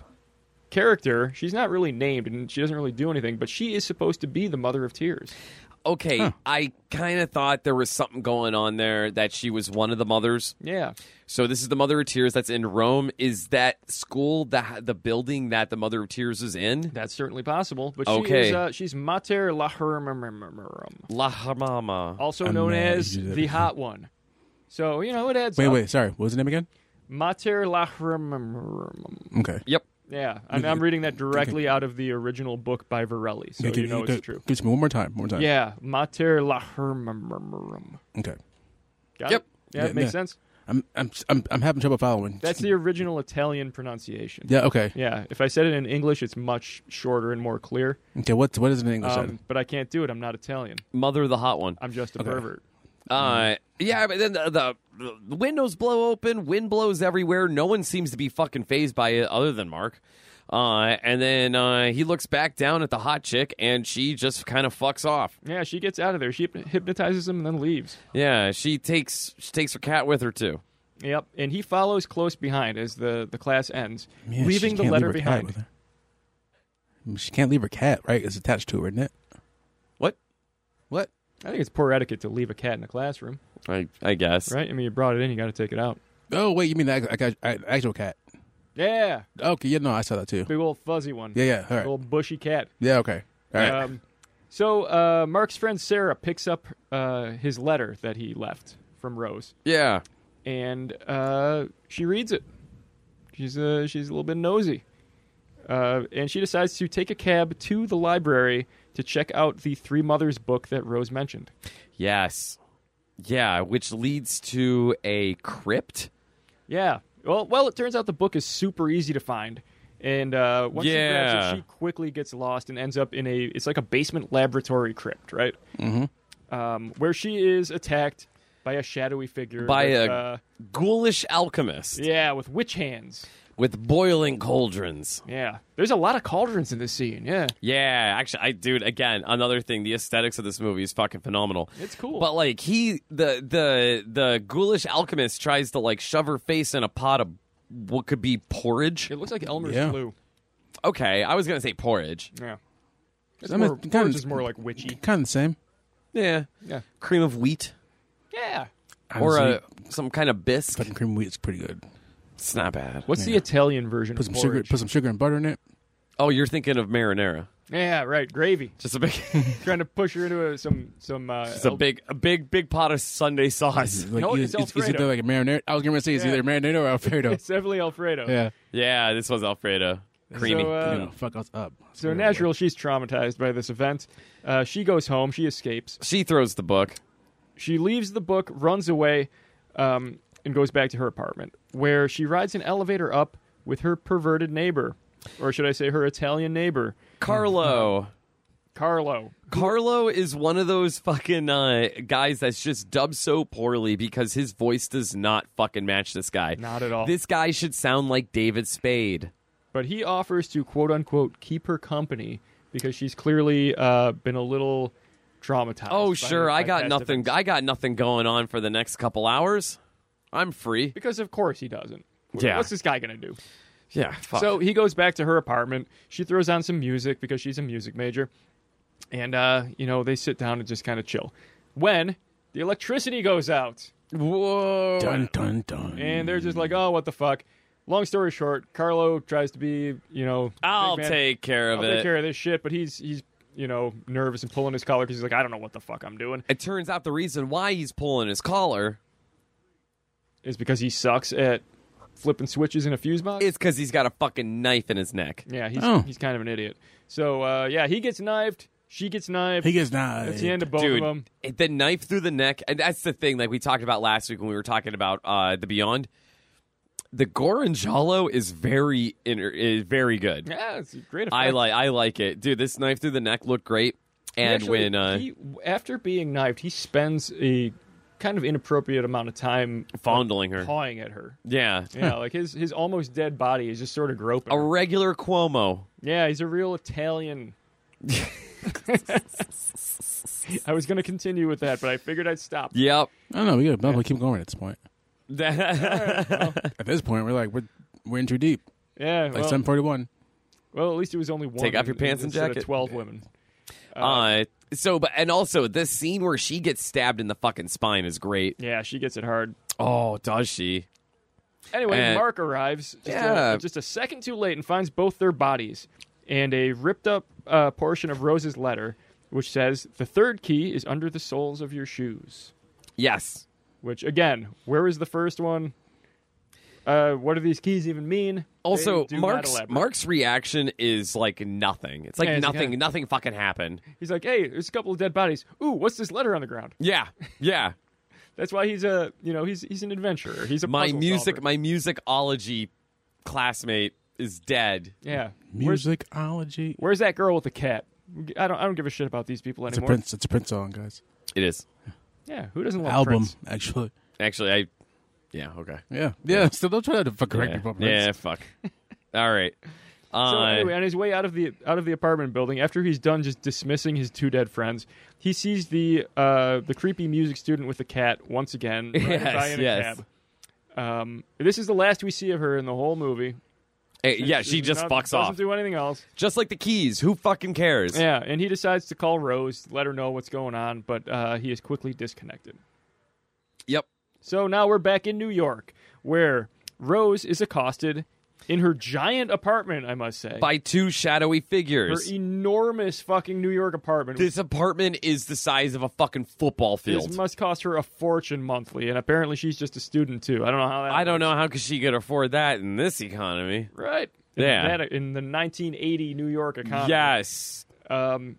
Speaker 3: character, she's not really named and she doesn't really do anything, but she is supposed to be the Mother of Tears.
Speaker 4: okay, I kind of thought there was something going on there that she was one of the mothers.
Speaker 3: Yeah.
Speaker 4: So this is the Mother of Tears that's in Rome. Is that school the the building that the Mother of Tears is in?
Speaker 3: That's certainly possible. But she
Speaker 4: Okay.
Speaker 3: is, uh, she's Mater Lahermum,
Speaker 4: La Hamama.
Speaker 3: also
Speaker 2: I'm
Speaker 3: known
Speaker 2: mad you
Speaker 3: as
Speaker 2: did that
Speaker 3: the
Speaker 2: before.
Speaker 3: Hot One. So, you know, it adds
Speaker 2: Wait,
Speaker 3: up.
Speaker 2: wait, sorry, what was the name again?
Speaker 3: Mater Lahermum.
Speaker 2: Okay,
Speaker 4: Yep.
Speaker 3: Yeah, and I'm reading that directly out of the original book by Varelli, so
Speaker 2: Okay,
Speaker 3: you know
Speaker 2: okay,
Speaker 3: it's true.
Speaker 2: Give it to me one more time, one more time.
Speaker 3: Yeah, Mater Lahermum.
Speaker 2: Okay.
Speaker 3: Got
Speaker 4: Yep.
Speaker 3: it? Yeah,
Speaker 2: Yeah,
Speaker 3: it makes
Speaker 2: yeah.
Speaker 3: sense.
Speaker 2: I'm, I'm, I'm, I'm having trouble following.
Speaker 3: That's the original Italian pronunciation.
Speaker 2: yeah. Okay.
Speaker 3: Yeah, if I said it in English, it's much shorter and more clear.
Speaker 2: Okay. What, what is it in English? then?
Speaker 3: Um, but I can't do it. I'm not Italian.
Speaker 4: Mother of the hot one.
Speaker 3: I'm just a pervert.
Speaker 4: Uh, yeah, but then the, the, the windows blow open, wind blows everywhere. No one seems to be fucking phased by it other than Mark. Uh, and then uh, he looks back down at the hot chick, and she just kind of fucks off.
Speaker 3: Yeah, she gets out of there. She hyp- hypnotizes him and then leaves.
Speaker 4: Yeah, she takes she takes her cat with her too.
Speaker 3: Yep, and he follows close behind as the, the class ends,
Speaker 2: Man, she
Speaker 3: leaving the
Speaker 2: can't
Speaker 3: letter
Speaker 2: leave her cat with
Speaker 3: behind.
Speaker 2: her. Mm, She can't leave her cat, right? It's attached to her, isn't it?
Speaker 4: What?
Speaker 2: What?
Speaker 3: I think it's poor etiquette to leave a cat in the classroom,
Speaker 4: I I guess.
Speaker 3: right? I mean, you brought it in, you got to take it out.
Speaker 2: Oh, wait, you mean the act- act- act- actual cat?
Speaker 3: Yeah,
Speaker 2: Okay, yeah, no, I saw that too.
Speaker 3: big old fuzzy one,
Speaker 2: Yeah, yeah, all
Speaker 3: big
Speaker 2: right.
Speaker 3: old bushy cat.
Speaker 2: Yeah, okay. All right.
Speaker 3: Um, so uh, Mark's friend Sarah picks up uh, his letter that he left from Rose.
Speaker 4: Yeah.
Speaker 3: and uh, she reads it. She's uh, she's a little bit nosy, uh, and she decides to take a cab to the library to check out the Three Mothers book that Rose mentioned.
Speaker 4: Yes. Yeah, which leads to a crypt.
Speaker 3: Yeah. Well, well, it turns out the book is super easy to find, and uh, once she grabs
Speaker 4: Yeah.
Speaker 3: it, she quickly gets lost and ends up in a it's like a basement laboratory crypt, right? Mm-hmm. Um, where she is attacked by a shadowy figure
Speaker 4: By
Speaker 3: with,
Speaker 4: a-
Speaker 3: uh,
Speaker 4: Ghoulish alchemist
Speaker 3: yeah with witch hands.
Speaker 4: with boiling cauldrons.
Speaker 3: Yeah, there's a lot of cauldrons in this scene. Yeah.
Speaker 4: Yeah, actually, I dude, again, another thing. The aesthetics of this movie is fucking phenomenal.
Speaker 3: It's cool.
Speaker 4: but like he, the the the ghoulish alchemist tries to like shove her face in a pot of what could be porridge.
Speaker 3: It looks like Elmer's
Speaker 2: Yeah.
Speaker 3: glue.
Speaker 4: Okay, I was gonna say porridge.
Speaker 3: Yeah. It's
Speaker 2: I mean,
Speaker 3: more,
Speaker 2: it's
Speaker 3: porridge
Speaker 2: kinda-
Speaker 3: is more like witchy.
Speaker 2: kind of the same.
Speaker 4: Yeah,
Speaker 3: Yeah.
Speaker 4: cream of wheat
Speaker 3: Yeah.
Speaker 4: or uh,
Speaker 2: Honestly,
Speaker 4: a, some kind of bisque.
Speaker 2: fucking cream wheat is pretty good.
Speaker 4: It's not bad.
Speaker 3: What's the Italian version
Speaker 2: Put
Speaker 3: of
Speaker 2: some sugar,
Speaker 3: porridge?
Speaker 2: put some sugar and butter in it.
Speaker 4: Oh, you're thinking of marinara.
Speaker 3: yeah, right. Gravy.
Speaker 4: Just a big,
Speaker 3: Trying to push her into a, some some. Uh,
Speaker 4: just a big, a big, big pot of Sunday sauce.
Speaker 2: Mm-hmm. Like,
Speaker 3: No,
Speaker 2: either-
Speaker 3: it's
Speaker 2: it's either
Speaker 3: Alfredo.
Speaker 2: like a marinara. I was gonna say it's
Speaker 3: Yeah.
Speaker 2: either marinara or alfredo.
Speaker 3: It's definitely Alfredo.
Speaker 2: yeah.
Speaker 4: Yeah, this was Alfredo. Creamy.
Speaker 3: So,
Speaker 2: You
Speaker 3: uh,
Speaker 2: know, fuck us up.
Speaker 3: so natural, she's traumatized by this event. Uh, she goes home. She escapes.
Speaker 4: she throws the book.
Speaker 3: She leaves the book, runs away, um, and goes back to her apartment, where she rides an elevator up with her perverted neighbor, or should I say, her Italian neighbor,
Speaker 4: Carlo.
Speaker 3: Carlo.
Speaker 4: Carlo is one of those fucking uh, guys that's just dubbed so poorly because his voice does not fucking match this guy.
Speaker 3: Not at all.
Speaker 4: This guy should sound like David Spade.
Speaker 3: but he offers to quote unquote keep her company because she's clearly uh, been a little traumatized.
Speaker 4: Oh
Speaker 3: by-
Speaker 4: sure, I
Speaker 3: by
Speaker 4: got
Speaker 3: past
Speaker 4: nothing.
Speaker 3: events.
Speaker 4: I got nothing going on for the next couple hours. I'm free.
Speaker 3: because of course he doesn't. Wh-
Speaker 4: Yeah.
Speaker 3: What's this guy gonna do?
Speaker 4: Yeah. Fuck.
Speaker 3: So he goes back to her apartment. She throws on some music because she's a music major. And, uh, you know, they sit down and just kind of chill. When the electricity goes out,
Speaker 4: whoa.
Speaker 2: Dun dun dun.
Speaker 3: and they're just like, oh, what the fuck. Long story short, Carlo tries to be, you know,
Speaker 4: I'll
Speaker 3: big man.
Speaker 4: take care of
Speaker 3: I'll
Speaker 4: it.
Speaker 3: take care of this shit, but he's, he's, you know, nervous and pulling his collar because he's like, I don't know what the fuck I'm doing.
Speaker 4: it turns out the reason why he's pulling his collar
Speaker 3: Is because he sucks at flipping switches in a fuse box.
Speaker 4: is because he's got a fucking knife in his neck.
Speaker 3: yeah, he's,
Speaker 2: Oh.
Speaker 3: he's kind of an idiot. So, uh, yeah, he gets knived. She gets knived.
Speaker 2: he gets eh, nine.
Speaker 3: That's the end of both
Speaker 4: Dude,
Speaker 3: of them.
Speaker 4: it- the knife through the neck, and that's the thing. Like we talked about last week when we were talking about uh, the Beyond. The Goranjalo is very inter- is very good.
Speaker 3: Yeah, it's a great. Effect.
Speaker 4: I like I like it, dude. This knife through the neck looked great, and
Speaker 3: Actually,
Speaker 4: when uh,
Speaker 3: he, after being knifed, he spends a kind of inappropriate amount of time
Speaker 4: fondling her,
Speaker 3: pawing at her.
Speaker 4: yeah,
Speaker 3: Yeah, like his his almost dead body is just sort of groping.
Speaker 4: a
Speaker 3: her.
Speaker 4: regular Cuomo.
Speaker 3: Yeah, he's a real Italian. I was going to continue with that, but I figured I'd stop.
Speaker 4: Yep.
Speaker 2: I don't know. We gotta we keep going at this point.
Speaker 4: That-
Speaker 2: At this point, we're like we're we're in too deep.
Speaker 3: Yeah,
Speaker 2: Like
Speaker 3: well,
Speaker 2: seven forty one.
Speaker 3: well, at least it was only one.
Speaker 4: Take off your pants and
Speaker 3: instead of
Speaker 4: jacket.
Speaker 3: Twelve women.
Speaker 4: uh, so, but and also this scene where she gets stabbed in the fucking spine is great.
Speaker 3: Yeah, she gets it hard.
Speaker 4: Oh, does she?
Speaker 3: Anyway,
Speaker 4: And-
Speaker 3: Mark arrives just,
Speaker 4: Yeah.
Speaker 3: a, just a second too late and finds both their bodies and a ripped up uh, portion of Rose's letter, which says, The third key is under the soles of your shoes.
Speaker 4: Yes.
Speaker 3: Which, again, where is the first one? Uh, what do these keys even mean?
Speaker 4: Also,
Speaker 3: They do not
Speaker 4: Mark's
Speaker 3: elaborate.
Speaker 4: Mark's reaction is like nothing. It's like
Speaker 3: Yeah, it's
Speaker 4: nothing.
Speaker 3: kinda-
Speaker 4: Nothing fucking happened.
Speaker 3: He's like, Hey, there's a couple of dead bodies. Ooh, what's this letter on the ground?
Speaker 4: Yeah, yeah.
Speaker 3: That's why he's a, you know, he's he's an adventurer. He's a
Speaker 4: my
Speaker 3: puzzle
Speaker 4: music,
Speaker 3: solver.
Speaker 4: my musicology classmate is dead.
Speaker 3: yeah. Where's,
Speaker 2: Musicology.
Speaker 3: where's that girl with the cat? I don't I don't give a shit about these people
Speaker 2: It's a
Speaker 3: anymore.
Speaker 2: Prince. It's a Prince song, guys.
Speaker 4: It is
Speaker 3: Yeah, who doesn't love
Speaker 2: Album
Speaker 3: Prince?
Speaker 2: actually.
Speaker 4: actually. I. Yeah. Okay.
Speaker 2: Yeah. Yeah. So don't try to fuck correct
Speaker 4: Yeah.
Speaker 2: me about Prince.
Speaker 4: yeah. Fuck. All right. Uh,
Speaker 3: So anyway, on his way out of the out of the apartment building, after he's done just dismissing his two dead friends, he sees the uh, the creepy music student with the cat once again riding
Speaker 4: Yes,
Speaker 3: by in a
Speaker 4: yes.
Speaker 3: cab. Um, this is the last we see of her in the whole movie.
Speaker 4: hey, yeah, she just
Speaker 3: not-
Speaker 4: fucks
Speaker 3: doesn't
Speaker 4: off,
Speaker 3: do anything else.
Speaker 4: just like the keys. Who fucking cares?
Speaker 3: Yeah, and he decides to call Rose, let her know what's going on, but uh, he is quickly disconnected.
Speaker 4: Yep.
Speaker 3: So now we're back in New York, where Rose is accosted in her giant apartment. I must say,
Speaker 4: By two shadowy
Speaker 3: her
Speaker 4: figures.
Speaker 3: enormous fucking New York apartment.
Speaker 4: this apartment is the size of a fucking football
Speaker 3: This
Speaker 4: field.
Speaker 3: must cost her a fortune monthly, and apparently she's just a student too. I don't know how that.
Speaker 4: I don't know how could she could afford that in this economy.
Speaker 3: Right. In
Speaker 4: Yeah.
Speaker 3: that- in the 1980 New York
Speaker 4: Uh,
Speaker 3: economy.
Speaker 4: Yes.
Speaker 3: Um,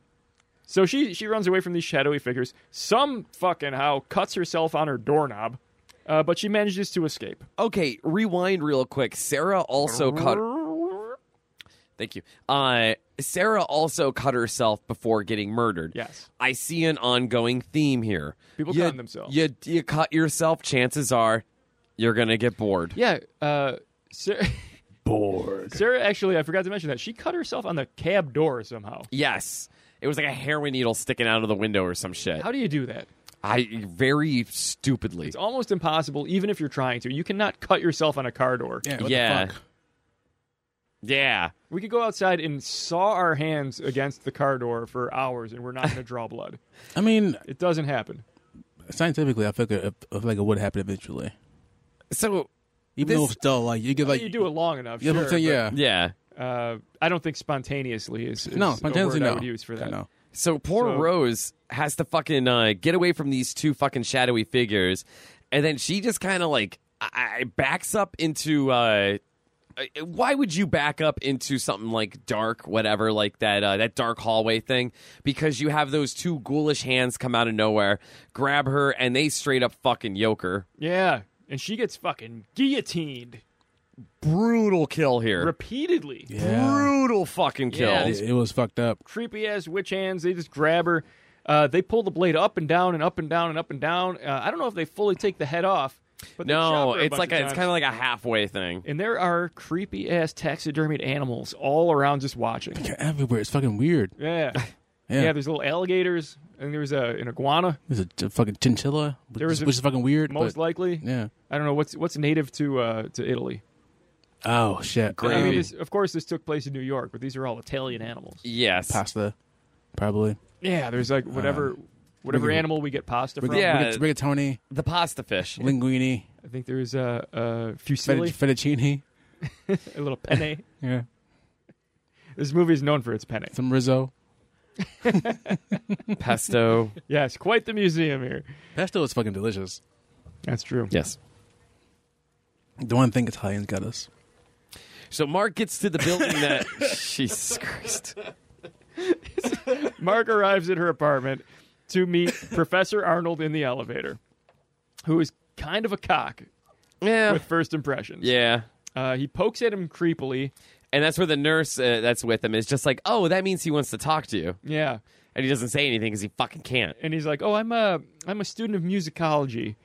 Speaker 3: so she she runs away from these shadowy figures. Some fucking how cuts herself on her doorknob, uh, but she manages to escape.
Speaker 4: Okay, rewind real quick. Sarah also cut. Thank you. Uh, Sarah also cut herself before getting murdered.
Speaker 3: Yes.
Speaker 4: I see an ongoing theme here.
Speaker 3: People
Speaker 4: you,
Speaker 3: cutting themselves.
Speaker 4: You, you cut yourself, chances are you're going to get bored.
Speaker 3: Yeah. Uh, Sarah,
Speaker 2: Bored.
Speaker 3: Sarah actually, I forgot to mention that she cut herself on the cab door somehow.
Speaker 4: Yes. It was like a heroin needle sticking out of the window or some shit.
Speaker 3: How do you do that?
Speaker 4: I very stupidly.
Speaker 3: It's almost impossible, even if you're trying to. You cannot cut yourself on a car door.
Speaker 2: Yeah. What
Speaker 4: Yeah.
Speaker 2: The fuck?
Speaker 4: yeah.
Speaker 3: We could go outside and saw our hands against the car door for hours, and we're not going to draw blood.
Speaker 2: I mean,
Speaker 3: It doesn't happen.
Speaker 2: scientifically, I feel like it, I feel like it would happen eventually.
Speaker 4: So,
Speaker 2: Even
Speaker 4: This-
Speaker 2: though it's still like you get like
Speaker 3: Oh, you do it long enough.
Speaker 2: Yeah,
Speaker 3: sure,
Speaker 2: I'm saying, yeah.
Speaker 4: yeah.
Speaker 3: but, Uh, I don't think spontaneously is, is
Speaker 2: No,
Speaker 3: a
Speaker 2: spontaneously
Speaker 3: word I
Speaker 2: no.
Speaker 3: would use for that.
Speaker 2: No.
Speaker 4: So poor
Speaker 3: So-
Speaker 4: Rose has to fucking uh, get away from these two fucking shadowy figures, and then she just kind of like I- I- backs up into. Uh, I- why would you back up into something like dark, whatever, like that uh, that dark hallway thing? Because you have those two ghoulish hands come out of nowhere, grab her, and they straight up fucking yoke her.
Speaker 3: Yeah, and she gets fucking guillotined
Speaker 4: Brutal kill here.
Speaker 3: repeatedly.
Speaker 2: Yeah.
Speaker 4: Brutal fucking kill.
Speaker 3: Yeah,
Speaker 2: It, it was fucked up.
Speaker 3: Creepy ass witch hands. They just grab her. Uh, they pull the blade up and down and up and down and up and down. Uh, I don't know if they fully take the head off. But they
Speaker 4: no,
Speaker 3: chop her a
Speaker 4: it's
Speaker 3: bunch
Speaker 4: like
Speaker 3: of
Speaker 4: a, it's
Speaker 3: times.
Speaker 4: kind of like a halfway thing.
Speaker 3: And there are creepy ass taxidermied animals all around just watching.
Speaker 2: They're everywhere. It's fucking weird.
Speaker 3: Yeah.
Speaker 2: Yeah.
Speaker 3: Yeah, there's little alligators. and there was a, an iguana,
Speaker 2: There's a, a fucking chinchilla, which,
Speaker 3: There was
Speaker 2: is-
Speaker 3: a-
Speaker 2: which is fucking weird.
Speaker 3: most
Speaker 2: but,
Speaker 3: likely.
Speaker 2: yeah.
Speaker 3: I don't know what's what's native to uh, to Italy.
Speaker 2: Oh shit.
Speaker 4: Great.
Speaker 3: I mean,
Speaker 4: Gravy.
Speaker 3: this, of course, this took place in New York, but these are all Italian animals.
Speaker 4: Yes.
Speaker 2: Pasta, probably.
Speaker 3: Yeah, there's like whatever whatever
Speaker 2: rigatoni.
Speaker 3: animal we get pasta from.
Speaker 4: Yeah.
Speaker 2: Rigat- rigatoni,
Speaker 4: The pasta fish.
Speaker 2: linguine,
Speaker 3: I think there's a uh, uh, fusilli,
Speaker 2: fettu- fettuccine.
Speaker 3: a little penne.
Speaker 2: Yeah.
Speaker 3: This movie is known for its penne.
Speaker 2: Some risotto.
Speaker 4: Pesto.
Speaker 3: Yes, quite the museum here.
Speaker 2: Pesto is fucking delicious.
Speaker 3: That's true.
Speaker 4: yes.
Speaker 2: The one thing Italians got us.
Speaker 4: So Mark gets to the building that. Jesus Christ.
Speaker 3: Mark arrives at her apartment to meet Professor Arnold in the elevator, who is kind of a cock
Speaker 4: Yeah.
Speaker 3: with first impressions.
Speaker 4: Yeah.
Speaker 3: Uh, he pokes at him creepily.
Speaker 4: And that's where the nurse uh, that's with him is just like, oh, that means he wants to talk to you.
Speaker 3: Yeah.
Speaker 4: And he doesn't say anything because he fucking can't.
Speaker 3: and he's like, "Oh, I'm a I'm a student of musicology."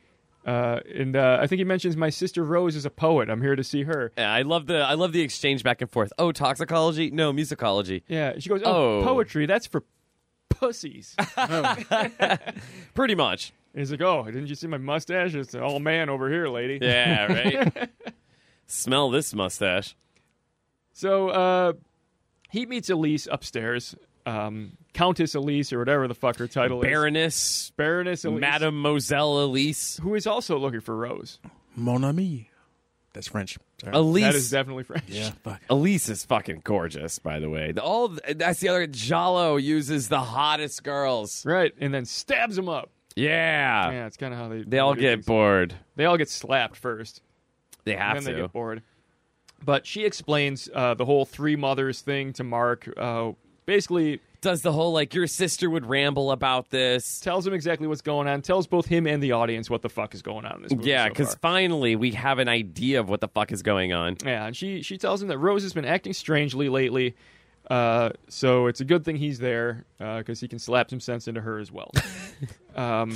Speaker 3: Uh, and uh, I think he mentions my sister Rose is a poet. I'm here to see her.
Speaker 4: Yeah, I love the I love the exchange back and forth. Oh, toxicology? No, musicology.
Speaker 3: Yeah, she goes, "Oh,
Speaker 4: Oh.
Speaker 3: poetry. That's for pussies." and
Speaker 4: Pretty much.
Speaker 3: he's like, "Oh, didn't you see my mustache? It's an all man over here, lady."
Speaker 4: Yeah, right. Smell this mustache.
Speaker 3: So uh, he meets Elise upstairs, um, Countess Elise or whatever the fuck her title is,
Speaker 4: Baroness,
Speaker 3: Baroness Elise,
Speaker 4: Madame Moselle Elise.
Speaker 3: who is also looking for Rose.
Speaker 2: Mon ami. That's French. Sorry.
Speaker 4: Elise.
Speaker 3: That is definitely French.
Speaker 2: yeah. Fuck.
Speaker 4: Elise is fucking gorgeous, by the way. The- All of- that's the other Jalo uses the hottest girls.
Speaker 3: Right, and then stabs him up.
Speaker 4: Yeah,
Speaker 3: Yeah, it's kind of how they
Speaker 4: they all
Speaker 3: do
Speaker 4: get
Speaker 3: things.
Speaker 4: bored.
Speaker 3: they all get slapped first.
Speaker 4: They have
Speaker 3: and then they
Speaker 4: to.
Speaker 3: get bored. But she explains uh, the whole three mothers thing to Mark. Uh, basically,
Speaker 4: Does the whole like your sister would ramble about this?
Speaker 3: tells him exactly what's going on. Tells both him and the audience what the fuck is going on in this movie.
Speaker 4: Yeah,
Speaker 3: because
Speaker 4: because finally we have an idea of what the fuck is going on.
Speaker 3: yeah, and she she tells him that Rose has been acting strangely lately. Uh, so it's a good thing he's there because he can slap some sense into her as well. um,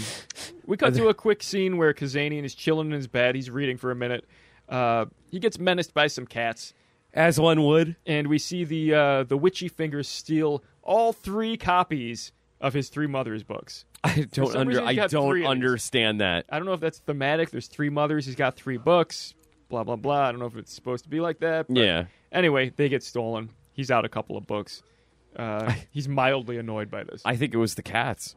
Speaker 3: we cut to a quick scene where Kazanian is chilling in his bed. He's reading for a minute. Uh, he gets menaced by some cats.
Speaker 4: As one would.
Speaker 3: and we see the uh, the witchy fingers steal all three copies of his three mothers books.
Speaker 4: I don't
Speaker 3: some
Speaker 4: under.
Speaker 3: reason he's
Speaker 4: I
Speaker 3: got three
Speaker 4: don't
Speaker 3: of these.
Speaker 4: understand that.
Speaker 3: I don't know if that's thematic. There's three mothers. He's got three books. Blah blah blah. I don't know if it's supposed to be like that. but
Speaker 4: Yeah.
Speaker 3: Anyway, they get stolen. He's out a couple of books. Uh, he's mildly annoyed by this.
Speaker 4: I think it was the cats.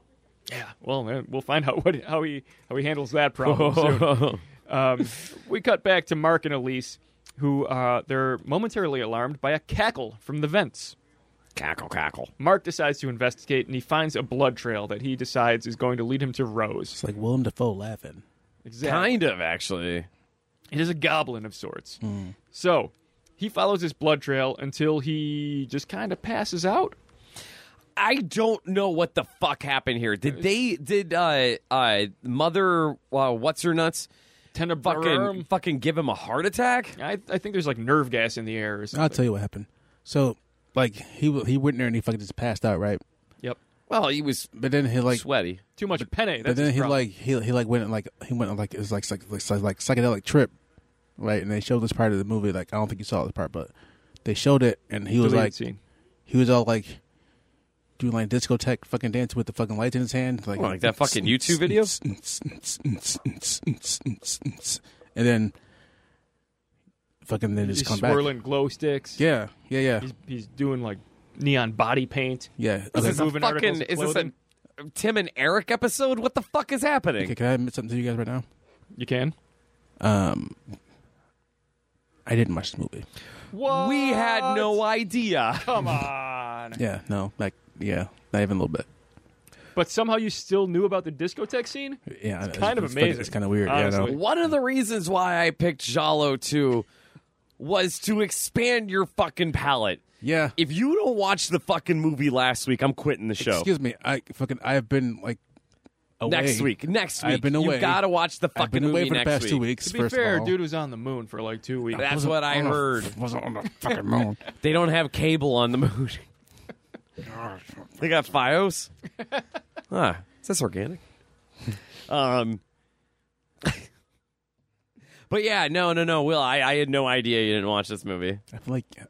Speaker 3: yeah. Well, then we'll find out what how he how he handles that problem. soon.
Speaker 4: yeah,
Speaker 3: Um, we cut back to Mark and Elise, who uh, they're momentarily alarmed by a cackle from the vents.
Speaker 4: cackle cackle.
Speaker 3: Mark decides to investigate and he finds a blood trail that he decides is going to lead him to Rose.
Speaker 2: It's like Willem Dafoe laughing.
Speaker 3: Exactly.
Speaker 4: Kind of actually.
Speaker 3: It is a goblin of sorts.
Speaker 2: Hmm.
Speaker 3: So he follows this blood trail until he just kind of passes out.
Speaker 4: I don't know what the fuck happened here. Did they did uh uh mother uh, what's her nuts fucking
Speaker 3: Tenebrum.
Speaker 4: fucking give him a heart attack?
Speaker 3: I, I think there's like nerve gas in the air or something.
Speaker 2: I'll tell you what happened. So, like, he w- he went in there and he fucking just passed out, right?
Speaker 3: yep.
Speaker 4: Well, he was
Speaker 2: But then he like,
Speaker 4: sweaty.
Speaker 3: Too much penne. That's
Speaker 2: but then
Speaker 3: his
Speaker 2: he
Speaker 3: problem.
Speaker 2: like he he like went on, like he went on, like it was like like, like like psychedelic trip, right? And they showed this part of the movie. Like I don't think you saw this part, but they showed it, and he was
Speaker 3: Deleted
Speaker 2: like
Speaker 3: scene.
Speaker 2: he was all like doing like discotheque fucking dancing with the fucking lights in his hand, like,
Speaker 4: Well, like that fucking YouTube video?
Speaker 2: And then fucking then
Speaker 3: He's
Speaker 2: just come back.
Speaker 3: swirling glow sticks.
Speaker 2: Yeah, yeah, yeah,
Speaker 3: He's, he's doing like neon body paint.
Speaker 2: yeah.
Speaker 4: This
Speaker 2: Okay.
Speaker 4: is a
Speaker 3: moving articles
Speaker 4: fucking
Speaker 3: of
Speaker 4: is this a
Speaker 3: clothing.
Speaker 4: Tim and Eric episode? What the fuck is happening?
Speaker 2: Okay, can I admit something to you guys right now?
Speaker 3: You can.
Speaker 2: Um, I didn't watch the movie.
Speaker 3: What?
Speaker 4: We had no idea.
Speaker 3: Come on.
Speaker 2: Yeah, no, like, yeah, not even a little bit.
Speaker 3: but somehow you still knew about the discotheque scene?
Speaker 2: Yeah, it's,
Speaker 3: kind of
Speaker 2: it's fucking-
Speaker 3: amazing,
Speaker 2: It's kind of weird. Yeah,
Speaker 3: honestly.
Speaker 2: no.
Speaker 4: One of the reasons why I picked Jalo 2 was to expand your fucking palate.
Speaker 2: yeah.
Speaker 4: If you don't watch the fucking movie last week, I'm quitting the show.
Speaker 2: Excuse me, I fucking I have been like away.
Speaker 4: Next week, next week,
Speaker 2: I've been away.
Speaker 4: you gotta watch the fucking
Speaker 2: I've been
Speaker 4: movie
Speaker 2: away for the
Speaker 4: next
Speaker 2: past
Speaker 4: week.
Speaker 2: two weeks.
Speaker 3: To be
Speaker 2: first
Speaker 3: fair,
Speaker 2: of all.
Speaker 3: dude was on the moon for like two weeks.
Speaker 4: That's what I
Speaker 2: On the-
Speaker 4: heard.
Speaker 2: wasn't on the fucking moon.
Speaker 4: They don't have cable on the moon. they got FiOS. Huh. Is this organic? Um. but yeah, no, no, no. Will I? I had no idea you didn't watch this movie.
Speaker 2: I feel like I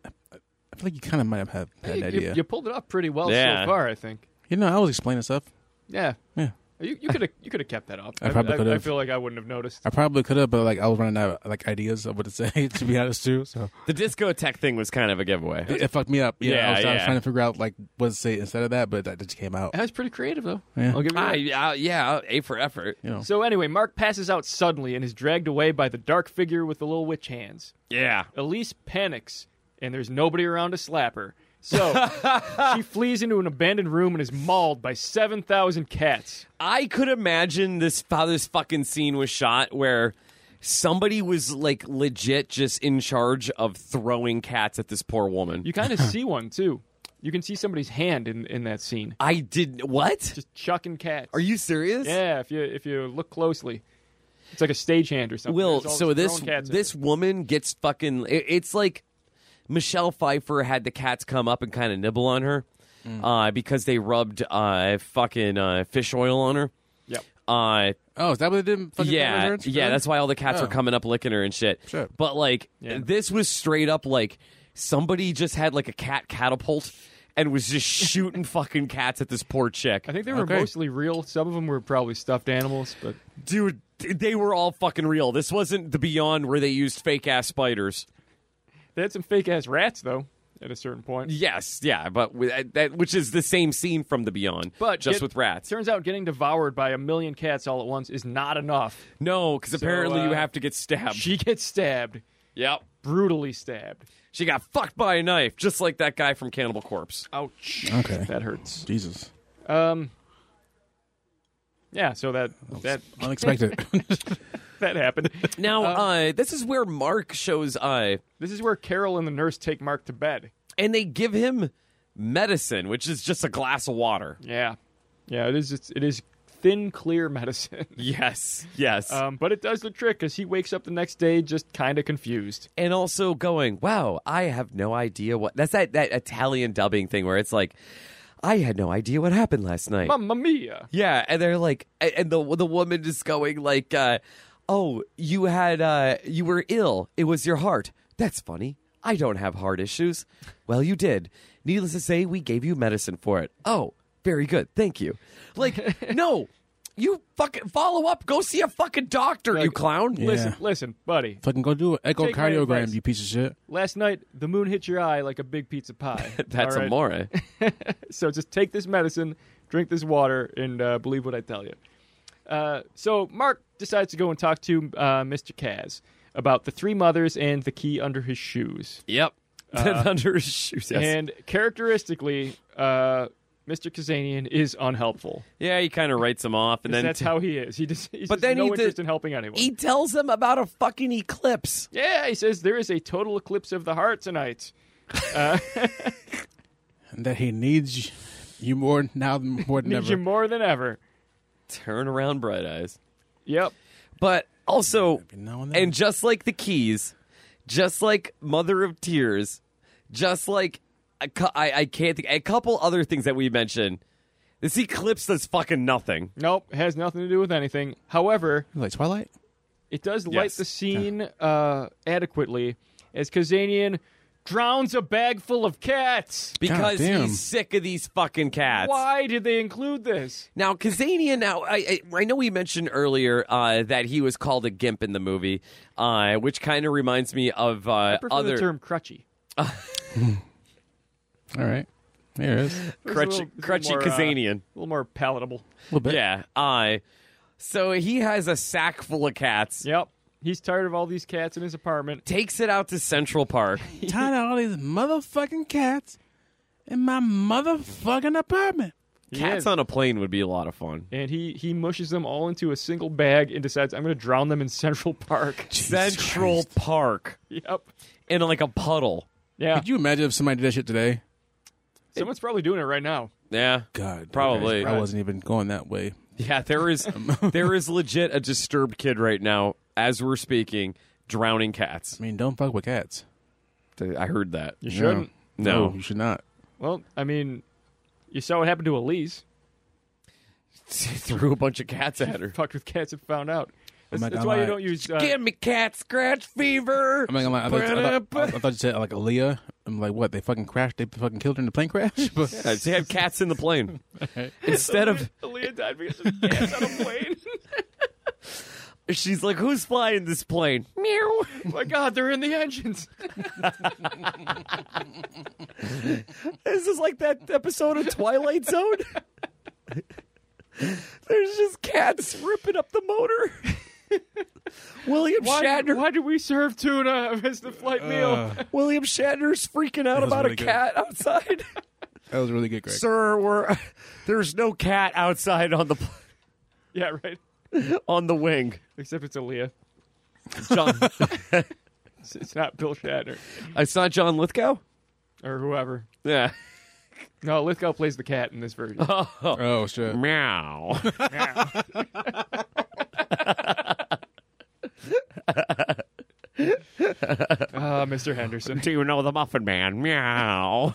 Speaker 2: feel like you kind of might have had had an
Speaker 3: You-
Speaker 2: idea.
Speaker 3: You, you pulled it up pretty well
Speaker 4: Yeah.
Speaker 3: so far, I think.
Speaker 2: You know, I was explaining stuff.
Speaker 3: Yeah.
Speaker 2: Yeah.
Speaker 3: You you could have you could have kept that up.
Speaker 2: I probably could've.
Speaker 3: I feel like I wouldn't have noticed.
Speaker 2: I probably could have, but like I was running out of like ideas of what to say. To be honest, too, so
Speaker 4: The discotheque thing was kind of a giveaway.
Speaker 2: it, it fucked me up. Yeah, I, was,
Speaker 4: Yeah,
Speaker 2: I was
Speaker 4: yeah.
Speaker 2: trying to figure out like what to say instead of that, but that just came out.
Speaker 3: That was pretty creative though.
Speaker 2: Yeah.
Speaker 3: I'll give you
Speaker 4: Ah,
Speaker 3: that.
Speaker 4: yeah, yeah, A for effort.
Speaker 2: You know,
Speaker 3: So anyway, Mark passes out suddenly and is dragged away by the dark figure with the little witch hands.
Speaker 4: Yeah.
Speaker 3: Elise panics, and there's nobody around to slap her. So she flees into an abandoned room and is mauled by 7,000 cats.
Speaker 4: I could imagine this how this fucking scene was shot where somebody was like legit just in charge of throwing cats at this poor woman.
Speaker 3: You kind of see one, too. You can see somebody's hand in, in that scene,
Speaker 4: I did what?
Speaker 3: just chucking cats.
Speaker 4: Are you serious?
Speaker 3: Yeah, if you if you look closely, it's like a stagehand or something.
Speaker 4: Will,
Speaker 3: There's all
Speaker 4: so this
Speaker 3: throwing cats at
Speaker 4: this
Speaker 3: her.
Speaker 4: woman gets fucking. It, it's like Michelle Pfeiffer had the cats come up and kind of nibble on her
Speaker 3: Mm.
Speaker 4: uh, because they rubbed uh, fucking uh, fish oil on her.
Speaker 3: Yep.
Speaker 4: Uh,
Speaker 2: oh, is that what they did? Fucking
Speaker 4: yeah,
Speaker 2: Thunderbirds?
Speaker 4: yeah. That's why all the cats were
Speaker 2: Oh.
Speaker 4: coming up licking her and shit.
Speaker 2: Sure.
Speaker 4: But like,
Speaker 3: Yeah.
Speaker 4: this was straight up like somebody just had like a cat catapult and was just shooting fucking cats at this poor chick.
Speaker 3: I think they were
Speaker 2: Okay.
Speaker 3: mostly real. Some of them were probably stuffed animals, but
Speaker 4: Dude, they were all fucking real. This wasn't the Beyond where they used fake ass spiders.
Speaker 3: they had some fake ass rats though. At a certain point,
Speaker 4: Yes, yeah, but with, uh, that which is the same scene from The Beyond,
Speaker 3: But
Speaker 4: just
Speaker 3: get-
Speaker 4: with rats.
Speaker 3: Turns out getting devoured by a million cats all at once is not enough.
Speaker 4: No, because apparently you
Speaker 3: uh,
Speaker 4: have to get stabbed.
Speaker 3: She gets stabbed,
Speaker 4: yep,
Speaker 3: brutally stabbed.
Speaker 4: she got fucked by a knife, just like that guy from Cannibal Corpse.
Speaker 3: Ouch.
Speaker 2: Okay.
Speaker 3: That hurts.
Speaker 2: Jesus,
Speaker 3: Um. Yeah, so that that
Speaker 2: unexpected.
Speaker 3: that happened.
Speaker 4: Now,
Speaker 3: Um,
Speaker 4: uh, this is where Mark shows, uh,
Speaker 3: This is where Carol and the nurse take Mark to bed.
Speaker 4: and they give him medicine, which is just a glass of water.
Speaker 3: Yeah, yeah, it is. It's, it is thin, clear medicine.
Speaker 4: Yes, yes,
Speaker 3: Um, but it does the trick because he wakes up the next day just kind of confused.
Speaker 4: and also going, wow, I have no idea what. That's that that Italian dubbing thing where it's like, I had no idea what happened last night.
Speaker 3: Mamma mia!
Speaker 4: Yeah, and they're like, a- and the the woman is going like, uh, "Oh, you had uh, you were ill. It was your heart. That's funny. I don't have heart issues. Well, you did. Needless to say, we gave you medicine for it. Oh, very good. Thank you. Like, no, you fucking follow up. Go see a fucking doctor, you
Speaker 3: Like,
Speaker 4: clown.
Speaker 2: Yeah.
Speaker 3: Listen, listen, buddy.
Speaker 2: Fucking go do an
Speaker 3: Take my
Speaker 2: echocardiogram,
Speaker 3: advice.
Speaker 2: you piece of shit.
Speaker 3: Last night the moon hit your eye like a big pizza pie.
Speaker 4: That's
Speaker 3: All
Speaker 4: a
Speaker 3: right?
Speaker 4: more.
Speaker 3: So just take this medicine, drink this water, and uh, believe what I tell you. Uh, so Mark decides to go and talk to uh, Mr. Kaz about the three mothers and the key under his shoes.
Speaker 4: Yep. Under his shoes. yes.
Speaker 3: Uh, And characteristically, uh, Mr. Kazanian is unhelpful.
Speaker 4: yeah, he kind of writes him off, and then
Speaker 3: That's how he is. He just he's
Speaker 4: But
Speaker 3: just
Speaker 4: then
Speaker 3: no
Speaker 4: he did-
Speaker 3: interest in helping anyone.
Speaker 4: he tells them about a fucking eclipse.
Speaker 3: Yeah, he says there is a total eclipse of the heart tonight.
Speaker 2: And that he needs you more now than more than
Speaker 3: Needs you
Speaker 2: ever.
Speaker 3: more than ever.
Speaker 4: Turn around, bright eyes.
Speaker 3: Yep.
Speaker 4: But also,
Speaker 2: now and then.
Speaker 4: and just like the keys, just like Mother of Tears, just like a cou- I, I can't think a couple other things that we mentioned. This eclipse does fucking nothing.
Speaker 3: Nope. Has nothing to do with anything. However,
Speaker 2: like Twilight.
Speaker 3: it does light
Speaker 4: Yes.
Speaker 3: the scene uh, adequately as Kazanian drowns a bag full of cats.
Speaker 4: Because
Speaker 2: damn.
Speaker 4: he's sick of these fucking cats.
Speaker 3: Why did they include this?
Speaker 4: Now, Kazanian, now, I, I, I know we mentioned earlier uh, that he was called a gimp in the movie, uh, which kind of reminds me of uh,
Speaker 3: I prefer
Speaker 4: other.
Speaker 3: the term crutchy.
Speaker 2: All right, there it is.
Speaker 3: It's a
Speaker 4: Crutchy-
Speaker 3: little- it's
Speaker 4: crutchy
Speaker 3: a little more, uh,
Speaker 4: Kazanian.
Speaker 3: a little more palatable.
Speaker 2: A little bit.
Speaker 4: Yeah. Uh, so he has a sack full of cats,
Speaker 3: Yep. He's tired of all these cats in his apartment.
Speaker 4: takes it out to Central Park.
Speaker 2: Tired of all these motherfucking cats in my motherfucking apartment.
Speaker 3: He
Speaker 4: Cats
Speaker 3: is.
Speaker 4: on a plane would be a lot of fun.
Speaker 3: and he, he mushes them all into a single bag and decides, I'm going to drown them in Central Park.
Speaker 4: Central Park
Speaker 3: yep.
Speaker 4: in like a puddle.
Speaker 3: Yeah.
Speaker 2: Could you imagine if somebody did that shit today?
Speaker 3: Someone's probably doing it right now.
Speaker 4: Yeah.
Speaker 2: God,
Speaker 4: Probably.
Speaker 2: I wasn't even going that way.
Speaker 4: Yeah, there is there is legit a disturbed kid right now as we're speaking drowning cats.
Speaker 2: I mean, don't fuck with cats.
Speaker 4: I heard that.
Speaker 3: You shouldn't.
Speaker 4: No.
Speaker 2: you should not.
Speaker 3: Well, I mean, you saw what happened to Elise.
Speaker 4: Threw a bunch of cats at her. Oh
Speaker 3: Fucked with cats and found out.
Speaker 2: I'm like,
Speaker 3: That's
Speaker 2: I'm
Speaker 3: why you
Speaker 2: like-
Speaker 3: don't use. Uh,
Speaker 4: Give me cat scratch fever.
Speaker 2: I'm like, I'm like, I, thought, I, thought, I thought you said like Aaliyah. I'm like, what? They fucking crashed. They fucking killed her in the plane crash. But
Speaker 4: Yeah, they have cats in the plane instead of
Speaker 3: Aaliyah died because of gas on a plane.
Speaker 4: she's like, who's flying this plane? Meow.
Speaker 3: My God, they're in the engines.
Speaker 4: This is like that episode of Twilight Zone. There's just cats ripping up the motor. William
Speaker 3: Why,
Speaker 4: Shatner.
Speaker 3: why do we serve tuna as the flight meal?
Speaker 2: Uh,
Speaker 4: William Shatner's freaking out
Speaker 2: was
Speaker 4: about
Speaker 2: really
Speaker 4: a
Speaker 2: good.
Speaker 4: cat outside.
Speaker 2: that was really good, Greg.
Speaker 4: Sir, we're, there's no cat outside on the pl-
Speaker 3: Yeah, right.
Speaker 4: on the wing.
Speaker 3: Except it's Aaliyah.
Speaker 4: John,
Speaker 3: It's, it's not Bill Shatner
Speaker 4: it's not John Lithgow.
Speaker 3: or whoever.
Speaker 4: Yeah.
Speaker 3: No, Lithgow plays the cat in this version.
Speaker 4: Oh,
Speaker 2: Oh shit!
Speaker 4: meow.
Speaker 3: Ah, Mr. Henderson.
Speaker 4: Do you know the Muffin Man? Meow.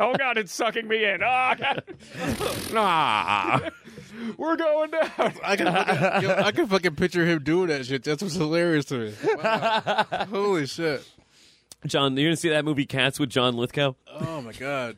Speaker 3: Oh God, it's sucking me in. Ah, God.
Speaker 4: Ah.
Speaker 3: we're going down.
Speaker 2: I can, fucking, yo, I can fucking picture him doing that shit. That's what's hilarious to me. Wow. Holy shit!
Speaker 4: John, you're gonna see that movie Cats with John Lithgow.
Speaker 2: Oh my god!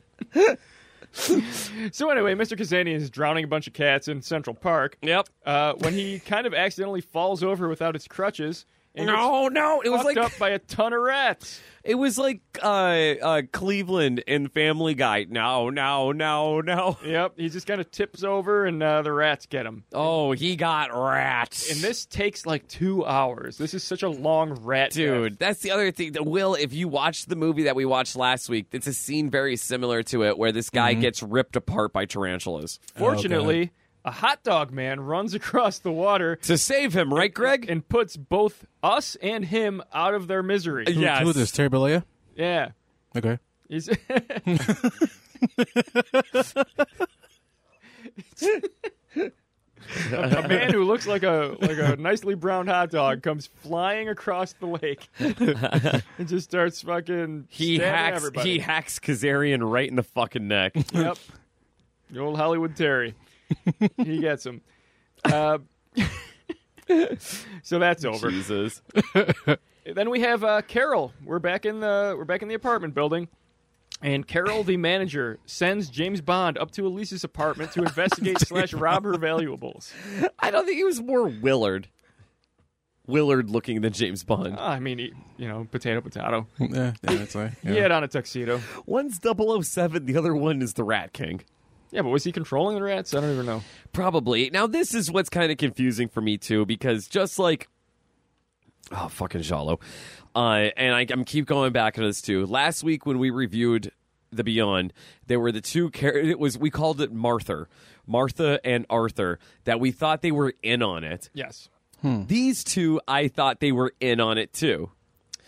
Speaker 3: So anyway, Mr. Kazanian is drowning a bunch of cats in Central Park.
Speaker 4: Yep.
Speaker 3: Uh, when he kind of accidentally falls over without his crutches and gets
Speaker 4: No, no, it was
Speaker 3: fucked
Speaker 4: like
Speaker 3: up by a ton of rats.
Speaker 4: it was like uh, uh, Cleveland in Family Guy. No, no, no, no.
Speaker 3: Yep, he just kind of tips over and uh, the rats get him.
Speaker 4: Oh, he got rats.
Speaker 3: And this takes like two hours. This is such a long rat.
Speaker 4: Dude,
Speaker 3: death.
Speaker 4: that's the other thing. That Will, if you watched the movie that we watched last week, it's a scene very similar to it where this guy gets ripped apart by tarantulas.
Speaker 3: Fortunately, a hot dog man runs across the water
Speaker 4: To save him, right, Greg?
Speaker 3: and puts both us and him out of their misery.
Speaker 4: Yes.
Speaker 2: Who is this? Terry Bollea?
Speaker 3: Yeah.
Speaker 2: Okay.
Speaker 3: He's a man who looks like a like a nicely browned hot dog comes flying across the lake and just starts fucking
Speaker 4: he
Speaker 3: stabbing
Speaker 4: hacks
Speaker 3: everybody.
Speaker 4: he hacks Kazarian right in the fucking neck.
Speaker 3: yep. The old Hollywood Terry. he gets him. Uh, so that's over.
Speaker 4: Jesus.
Speaker 3: Then we have uh, Carol. We're back in the we're back in the apartment building, and Carol, the manager, sends James Bond up to Elisa's apartment to investigate slash rob her valuables.
Speaker 4: I don't think he was more Willard. Willard looking than James Bond.
Speaker 3: Ah, I mean, he, you know, potato potato.
Speaker 2: Yeah, yeah, that's right.
Speaker 3: He had on a tuxedo.
Speaker 4: One's 007, the other one is the Rat King.
Speaker 3: Yeah, but was he controlling the rats? I don't even know.
Speaker 4: Probably. Now, this is what's kind of confusing for me, too, because just like. Oh, fucking Jalo. Uh, and I, I'm keep going back to this, too. Last week when we reviewed The Beyond, there were the two char- It was We called it Martha. Martha and Arthur, that we thought they were in on it.
Speaker 3: Yes,
Speaker 4: These two, I thought they were in on it, too.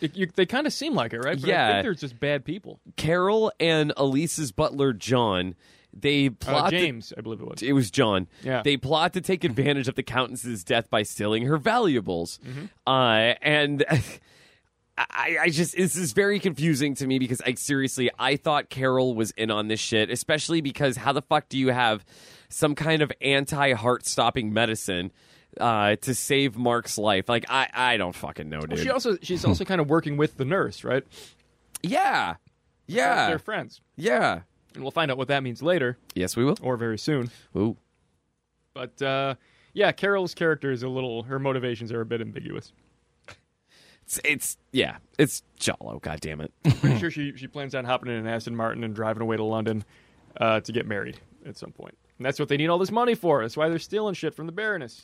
Speaker 3: It- you- they kind of seem like it, right? But I
Speaker 4: Yeah.
Speaker 3: think they're just bad people.
Speaker 4: Carol and Elise's butler, John, they
Speaker 3: Uh,
Speaker 4: plot.
Speaker 3: James, I believe it was.
Speaker 4: it was John.
Speaker 3: Yeah.
Speaker 4: They plot to take advantage of the Countess's death by stealing her valuables.
Speaker 3: Mm-hmm.
Speaker 4: Uh, and I, I just, this is very confusing to me because I seriously, I thought Carol was in on this shit, especially because how the fuck do you have some kind of anti heart stopping medicine? Uh, to save Mark's life, like I, I don't fucking know, dude.
Speaker 3: Oh, She also she's also kind of working with the nurse, right?
Speaker 4: yeah, yeah,
Speaker 3: They're friends,
Speaker 4: yeah.
Speaker 3: and we'll find out what that means later
Speaker 4: Yes, we will.
Speaker 3: or very soon.
Speaker 4: Ooh.
Speaker 3: But uh, yeah, Carol's character is a little. Her motivations are a bit ambiguous.
Speaker 4: It's, it's yeah, it's Jalo. God damn it.
Speaker 3: Pretty sure she she plans on hopping in an Aston Martin and driving away to London uh, to get married at some point. And that's what they need all this money for. That's why they're stealing shit from the Baroness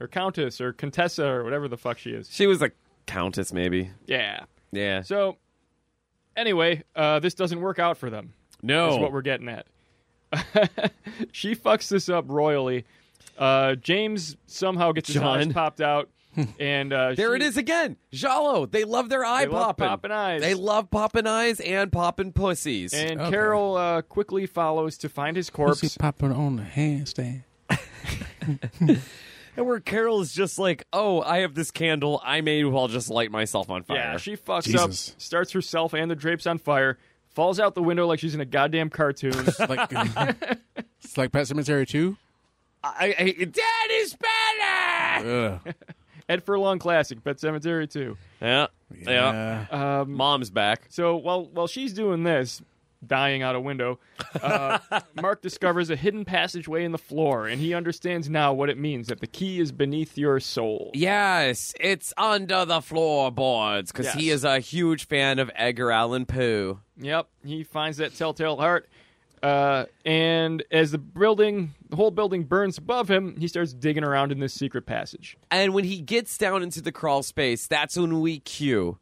Speaker 3: or Countess or Contessa or whatever the fuck she is.
Speaker 4: She was a countess, maybe.
Speaker 3: Yeah.
Speaker 4: Yeah.
Speaker 3: So anyway, uh, this doesn't work out for them.
Speaker 4: no.
Speaker 3: That's what we're getting at. she fucks this up royally. Uh, James somehow gets his
Speaker 4: John.
Speaker 3: eyes popped out, and uh,
Speaker 4: there
Speaker 3: she-
Speaker 4: it is again. Jalo. They love their eye
Speaker 3: They love
Speaker 4: popping.
Speaker 3: popping eyes.
Speaker 4: They love popping eyes and popping pussies.
Speaker 3: And
Speaker 2: Okay.
Speaker 3: Carol uh, quickly follows to find his
Speaker 2: Pussy
Speaker 3: corpse.
Speaker 2: popper on the handstand.
Speaker 4: And where Carol is just like, oh, I have this candle. I may well just light myself on fire.
Speaker 3: Yeah, she fucks
Speaker 2: Jesus.
Speaker 3: up, starts herself and the drapes on fire, falls out the window like she's in a goddamn cartoon.
Speaker 2: It's like, it's like Pet Cemetery 2.
Speaker 4: I, I, Dead is better.
Speaker 2: Ugh.
Speaker 3: Ed Furlong classic, Pet Cemetery too.
Speaker 4: Yeah, yeah. Uh,
Speaker 2: Yeah.
Speaker 3: Um,
Speaker 4: Mom's back.
Speaker 3: so while while she's doing this, dying out a window, uh, Mark discovers a hidden passageway in the floor, and he understands now what it means that the key is beneath your soul.
Speaker 4: Yes, it's under the floorboards because he
Speaker 3: Yes.
Speaker 4: is a huge fan of Edgar Allan Poe.
Speaker 3: Yep, he finds that telltale heart. Uh, and as the building, the whole building burns above him, he starts digging around in this secret passage.
Speaker 4: And when he gets down into the crawl space, that's when we cue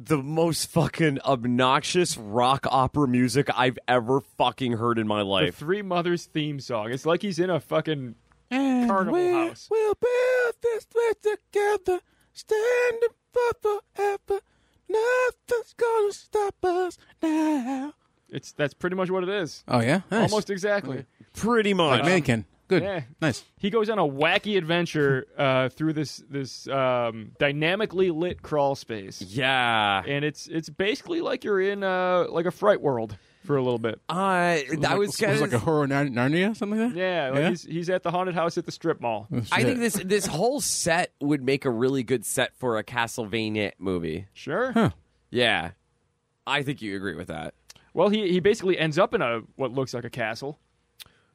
Speaker 4: the most fucking obnoxious rock opera music I've ever fucking heard in my
Speaker 3: The
Speaker 4: life.
Speaker 3: Three Mothers theme song. It's like he's in a fucking carnival house.
Speaker 2: We'll build this place together, standing for forever. Nothing's gonna stop us now.
Speaker 3: It's that's pretty much what it is.
Speaker 2: Oh yeah, nice.
Speaker 3: Almost exactly.
Speaker 4: Pretty much.
Speaker 2: like mannequin. Good,
Speaker 3: Yeah.
Speaker 2: nice.
Speaker 3: He goes on a wacky adventure uh, through this this um, dynamically lit crawl space,
Speaker 4: yeah.
Speaker 3: and it's it's basically like you're in uh, like a fright world for a little bit.
Speaker 4: Uh, that was
Speaker 2: it was
Speaker 4: kind
Speaker 2: like a
Speaker 4: of.
Speaker 2: horror Nar- Narnia, something like that.
Speaker 3: Yeah, Hmm. like
Speaker 2: Yeah? Oh,
Speaker 3: He's, he's at the haunted house at the strip mall.
Speaker 4: I think
Speaker 2: Shit.
Speaker 4: this this whole set would make a really good set for a Castlevania movie.
Speaker 3: Sure.
Speaker 4: Yeah, I think you agree with that.
Speaker 3: Well, he he basically ends up in a what looks like a castle.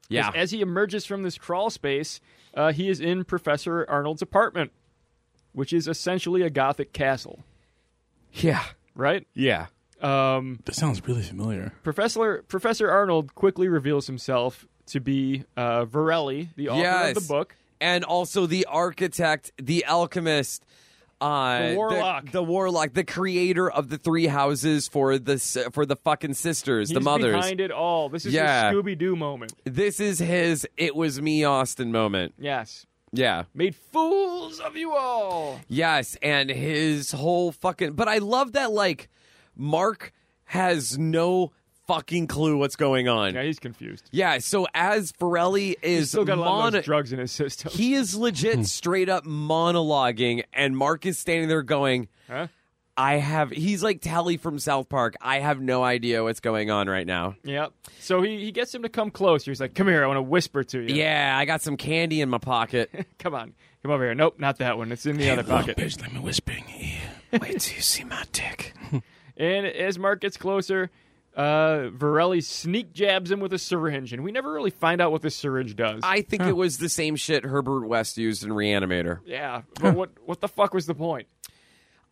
Speaker 3: 'Cause
Speaker 4: Yeah,
Speaker 3: As he emerges from this crawl space, uh, he is in Professor Arnold's apartment, which is essentially a Gothic castle,
Speaker 4: yeah,
Speaker 3: right?
Speaker 4: yeah.
Speaker 3: Um,
Speaker 2: That sounds really familiar.
Speaker 3: Professor Professor Arnold quickly reveals himself to be uh, Varelli, the author
Speaker 4: Yes.
Speaker 3: of the book.
Speaker 4: and also the architect, the alchemist, uh,
Speaker 3: The warlock.
Speaker 4: the, warlock, the creator of the three houses for the s- for the fucking sisters, the
Speaker 3: He's
Speaker 4: mothers.
Speaker 3: behind it all. This is
Speaker 4: Yeah.
Speaker 3: a Scooby Doo moment.
Speaker 4: This is his "It was me, Austin" moment.
Speaker 3: Yes,
Speaker 4: Yeah,
Speaker 3: made fools of you all.
Speaker 4: yes, and his whole fucking. But I love that like Mark has no fucking clue what's going on.
Speaker 3: Yeah, he's confused.
Speaker 4: Yeah, so as Ferrelli is
Speaker 3: Still got a lot of
Speaker 4: mono-
Speaker 3: those drugs in his system.
Speaker 4: he is legit straight up monologuing, and Mark is standing there going,
Speaker 3: Huh?
Speaker 4: I have. He's like Tally from South Park. I have no idea what's going on right now.
Speaker 3: Yep. So he, he gets him to come closer. He's like, "Come here, I want to whisper to you."
Speaker 4: Yeah, I got some candy in my pocket.
Speaker 3: Come on, come over here. Nope, not that one. It's in the other pocket.
Speaker 2: Oh, bitch, let me whisper in your ear.
Speaker 4: Wait till you see my dick.
Speaker 3: And as Mark gets closer, uh, Varelli sneak jabs him with a syringe, and we never really find out what this syringe does.
Speaker 4: I think it was the same shit Herbert West used in Reanimator.
Speaker 3: yeah, but what what the fuck was the point?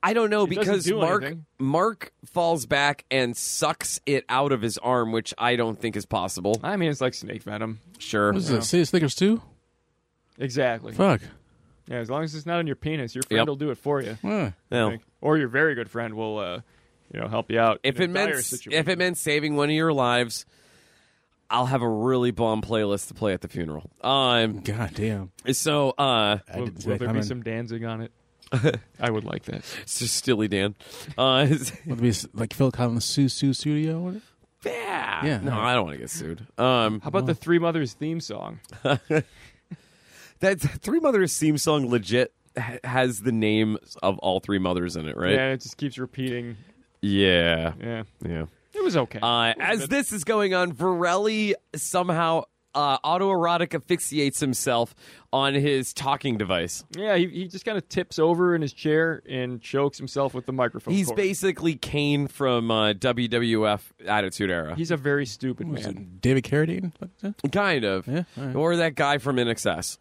Speaker 4: I don't know
Speaker 3: doesn't
Speaker 4: because
Speaker 3: do
Speaker 4: Mark
Speaker 3: anything.
Speaker 4: Mark falls back and sucks it out of his arm, which I don't think is possible.
Speaker 3: I mean, it's like snake venom.
Speaker 4: Sure.
Speaker 2: What is this? See Snickers too?
Speaker 3: Exactly.
Speaker 2: Fuck.
Speaker 3: Yeah, as long as it's not on your penis, your friend
Speaker 4: Yep. Oh.
Speaker 3: will do it for you.
Speaker 2: Huh.
Speaker 4: No.
Speaker 3: Or your very good friend will, uh, you know, help you out.
Speaker 4: If
Speaker 3: in a
Speaker 4: it meant
Speaker 3: dire
Speaker 4: if
Speaker 3: situation.
Speaker 4: it meant saving one of your lives, I'll have a really bomb playlist to play at the funeral. Um.
Speaker 2: God damn.
Speaker 4: So uh.
Speaker 2: I
Speaker 3: will,
Speaker 2: didn't see
Speaker 3: will there
Speaker 2: that
Speaker 3: be
Speaker 2: coming.
Speaker 3: some dancing on it? I would like that.
Speaker 4: It's just Stilly Dan. Uh, it's-
Speaker 2: Would it be s- like Phil Collins' Sue Sue Studio? Or whatever?
Speaker 4: yeah.
Speaker 2: Yeah.
Speaker 4: No, I don't want to get sued. Um,
Speaker 3: How about the Three Mothers theme song?
Speaker 4: that Three Mothers theme song legit ha- has the names of all three mothers in it, right?
Speaker 3: Yeah, it just keeps repeating.
Speaker 4: Yeah.
Speaker 3: Yeah,
Speaker 4: Yeah.
Speaker 3: it was okay.
Speaker 4: Uh, as this is going on, Varelli somehow uh, autoerotic asphyxiates himself on his talking device.
Speaker 3: yeah, he, he just kind of tips over in his chair and chokes himself with the microphone.
Speaker 4: He's
Speaker 3: cord.
Speaker 4: basically Kane from uh, WWF Attitude Era.
Speaker 3: He's a very stupid
Speaker 2: Was
Speaker 3: man.
Speaker 2: it David Carradine? Fuck yeah.
Speaker 4: kind of.
Speaker 2: Yeah, all right.
Speaker 4: Or that guy from NXS.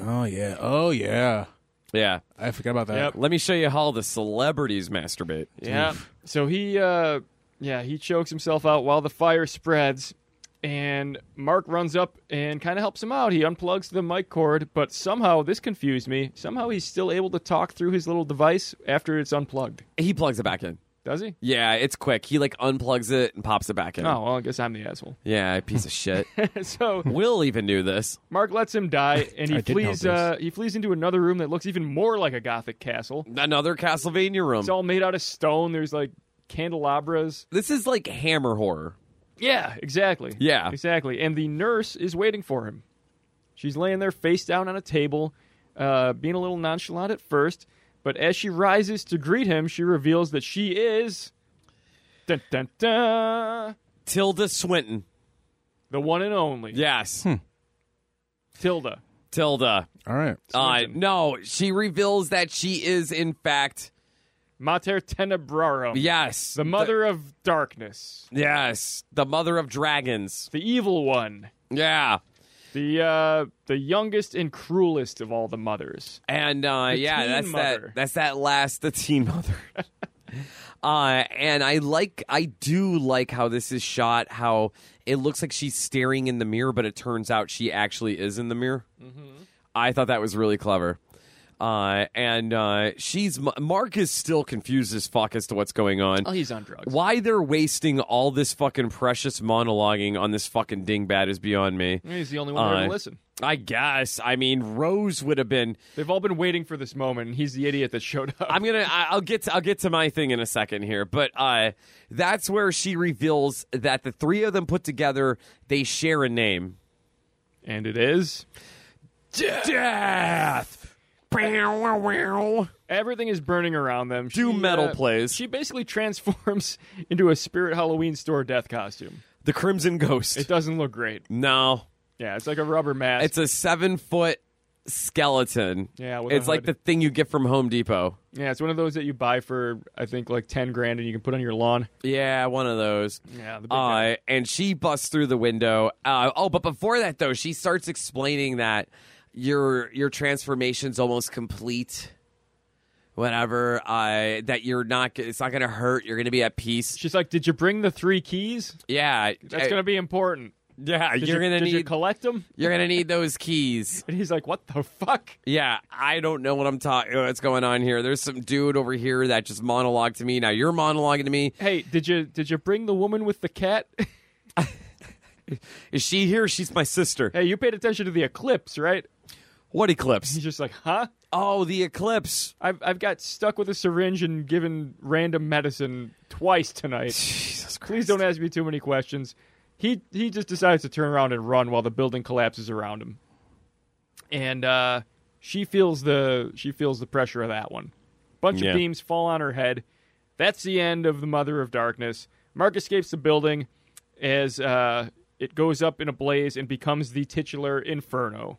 Speaker 2: Oh yeah. Oh yeah.
Speaker 4: Yeah.
Speaker 2: I forgot about that.
Speaker 3: Yep.
Speaker 4: Let me show you how the celebrities masturbate.
Speaker 3: Yeah. So he, uh, yeah, he chokes himself out while the fire spreads, and Mark runs up and kind of helps him out. He unplugs the mic cord, but somehow this confused me. Somehow he's still able to talk through his little device after it's unplugged.
Speaker 4: He plugs it back in.
Speaker 3: Does he?
Speaker 4: Yeah, it's quick. He like unplugs it and pops it back in.
Speaker 3: Oh well, I guess I'm the asshole.
Speaker 4: Yeah, piece of shit.
Speaker 3: so
Speaker 4: Will even do this.
Speaker 3: Mark lets him die, and
Speaker 2: I
Speaker 3: he
Speaker 2: did know
Speaker 3: flees.
Speaker 2: this.
Speaker 3: Uh, he flees into another room that looks even more like a gothic castle.
Speaker 4: Another Castlevania room.
Speaker 3: It's all made out of stone. There's like candelabras.
Speaker 4: this is like hammer horror.
Speaker 3: Yeah, exactly.
Speaker 4: Yeah.
Speaker 3: exactly. And the nurse is waiting for him. She's laying there face down on a table, uh, being a little nonchalant at first, but as she rises to greet him, she reveals that she is dun, dun, dun,
Speaker 4: Tilda Swinton.
Speaker 3: Hmm. the one and only.
Speaker 4: Yes.
Speaker 3: Tilda.
Speaker 4: Tilda.
Speaker 2: All right.
Speaker 4: Uh,
Speaker 3: Swinton.
Speaker 4: no, she reveals that she is, in fact,
Speaker 3: Mater Tenebrarum.
Speaker 4: yes,
Speaker 3: The mother of darkness.
Speaker 4: the- yes, the mother of dragons.
Speaker 3: The evil one.
Speaker 4: Yeah,
Speaker 3: The uh, the youngest and cruelest of all the mothers.
Speaker 4: and uh, yeah,
Speaker 3: teen
Speaker 4: that's
Speaker 3: mother.
Speaker 4: that. That's that last the teen mother. uh, and I like, I do like how this is shot. How it looks like she's staring in the mirror, but it turns out she actually is in the mirror.
Speaker 3: Mm-hmm.
Speaker 4: I thought that was really clever. Uh, and uh, she's M- Mark is still confused as fuck as to what's going on.
Speaker 3: Oh, he's on drugs.
Speaker 4: Why they're wasting all this fucking precious monologuing on this fucking dingbat is beyond me.
Speaker 3: He's the only one there
Speaker 4: Uh,
Speaker 3: to listen.
Speaker 4: I guess. I mean, Rose would have been.
Speaker 3: They've all been waiting for this moment, and he's the idiot that showed up.
Speaker 4: I'm gonna. I- I'll get. To, I'll get to my thing in a second here, but uh, that's where she reveals that the three of them put together they share a name.
Speaker 3: and it is.
Speaker 4: Death.
Speaker 3: Everything is burning around them.
Speaker 4: Doom
Speaker 3: She,
Speaker 4: metal
Speaker 3: uh,
Speaker 4: plays.
Speaker 3: She basically transforms into a spirit Halloween store death costume.
Speaker 4: The Crimson Ghost.
Speaker 3: It doesn't look great.
Speaker 4: no,
Speaker 3: Yeah, it's like a rubber mask.
Speaker 4: it's a seven foot skeleton.
Speaker 3: Yeah, with a
Speaker 4: it's like the
Speaker 3: hood.
Speaker 4: thing you get from Home Depot.
Speaker 3: yeah, it's one of those that you buy for I think like ten grand, and you can put on your lawn.
Speaker 4: Yeah, one of those.
Speaker 3: Yeah, the big guy.
Speaker 4: Uh, and she busts through the window. Uh, oh, but before that though, she starts explaining that your your transformation's almost complete. Whatever, uh, that you're not, it's not gonna hurt. You're gonna be at peace.
Speaker 3: She's like, "Did you bring the three keys?
Speaker 4: Yeah,
Speaker 3: That's
Speaker 4: uh,
Speaker 3: gonna be important.
Speaker 4: yeah.
Speaker 3: Did
Speaker 4: You're
Speaker 3: you,
Speaker 4: gonna
Speaker 3: did
Speaker 4: need,
Speaker 3: you collect them."
Speaker 4: you're gonna need those keys.
Speaker 3: And he's like, "What the fuck?"
Speaker 4: Yeah, I don't know what I'm talking. What's going on here? There's some dude over here that just monologued to me. Now you're monologuing to me.
Speaker 3: Hey, did you did you bring the woman with the cat?
Speaker 4: Is she here? She's my sister.
Speaker 3: hey, you paid attention to the eclipse, right?
Speaker 4: What eclipse?
Speaker 3: He's just like, "Huh."
Speaker 4: Oh, the eclipse.
Speaker 3: I've I've got stuck with a syringe and given random medicine twice tonight.
Speaker 4: Jesus Christ.
Speaker 3: Please don't ask me too many questions. He he just decides to turn around and run while the building collapses around him. And uh, she feels the she feels the pressure of that one. Bunch
Speaker 4: Yeah.
Speaker 3: of beams fall on her head. That's the end of the Mother of Darkness. Mark escapes the building as uh, it goes up in a blaze and becomes the titular Inferno.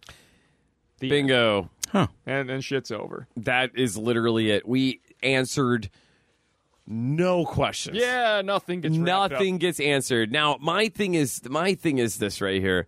Speaker 3: The
Speaker 4: Bingo.
Speaker 3: and then shit's over.
Speaker 4: That is literally it. We answered no questions.
Speaker 3: Yeah, nothing gets wrapped up.
Speaker 4: Nothing gets answered. Now, my thing is my thing is this right here.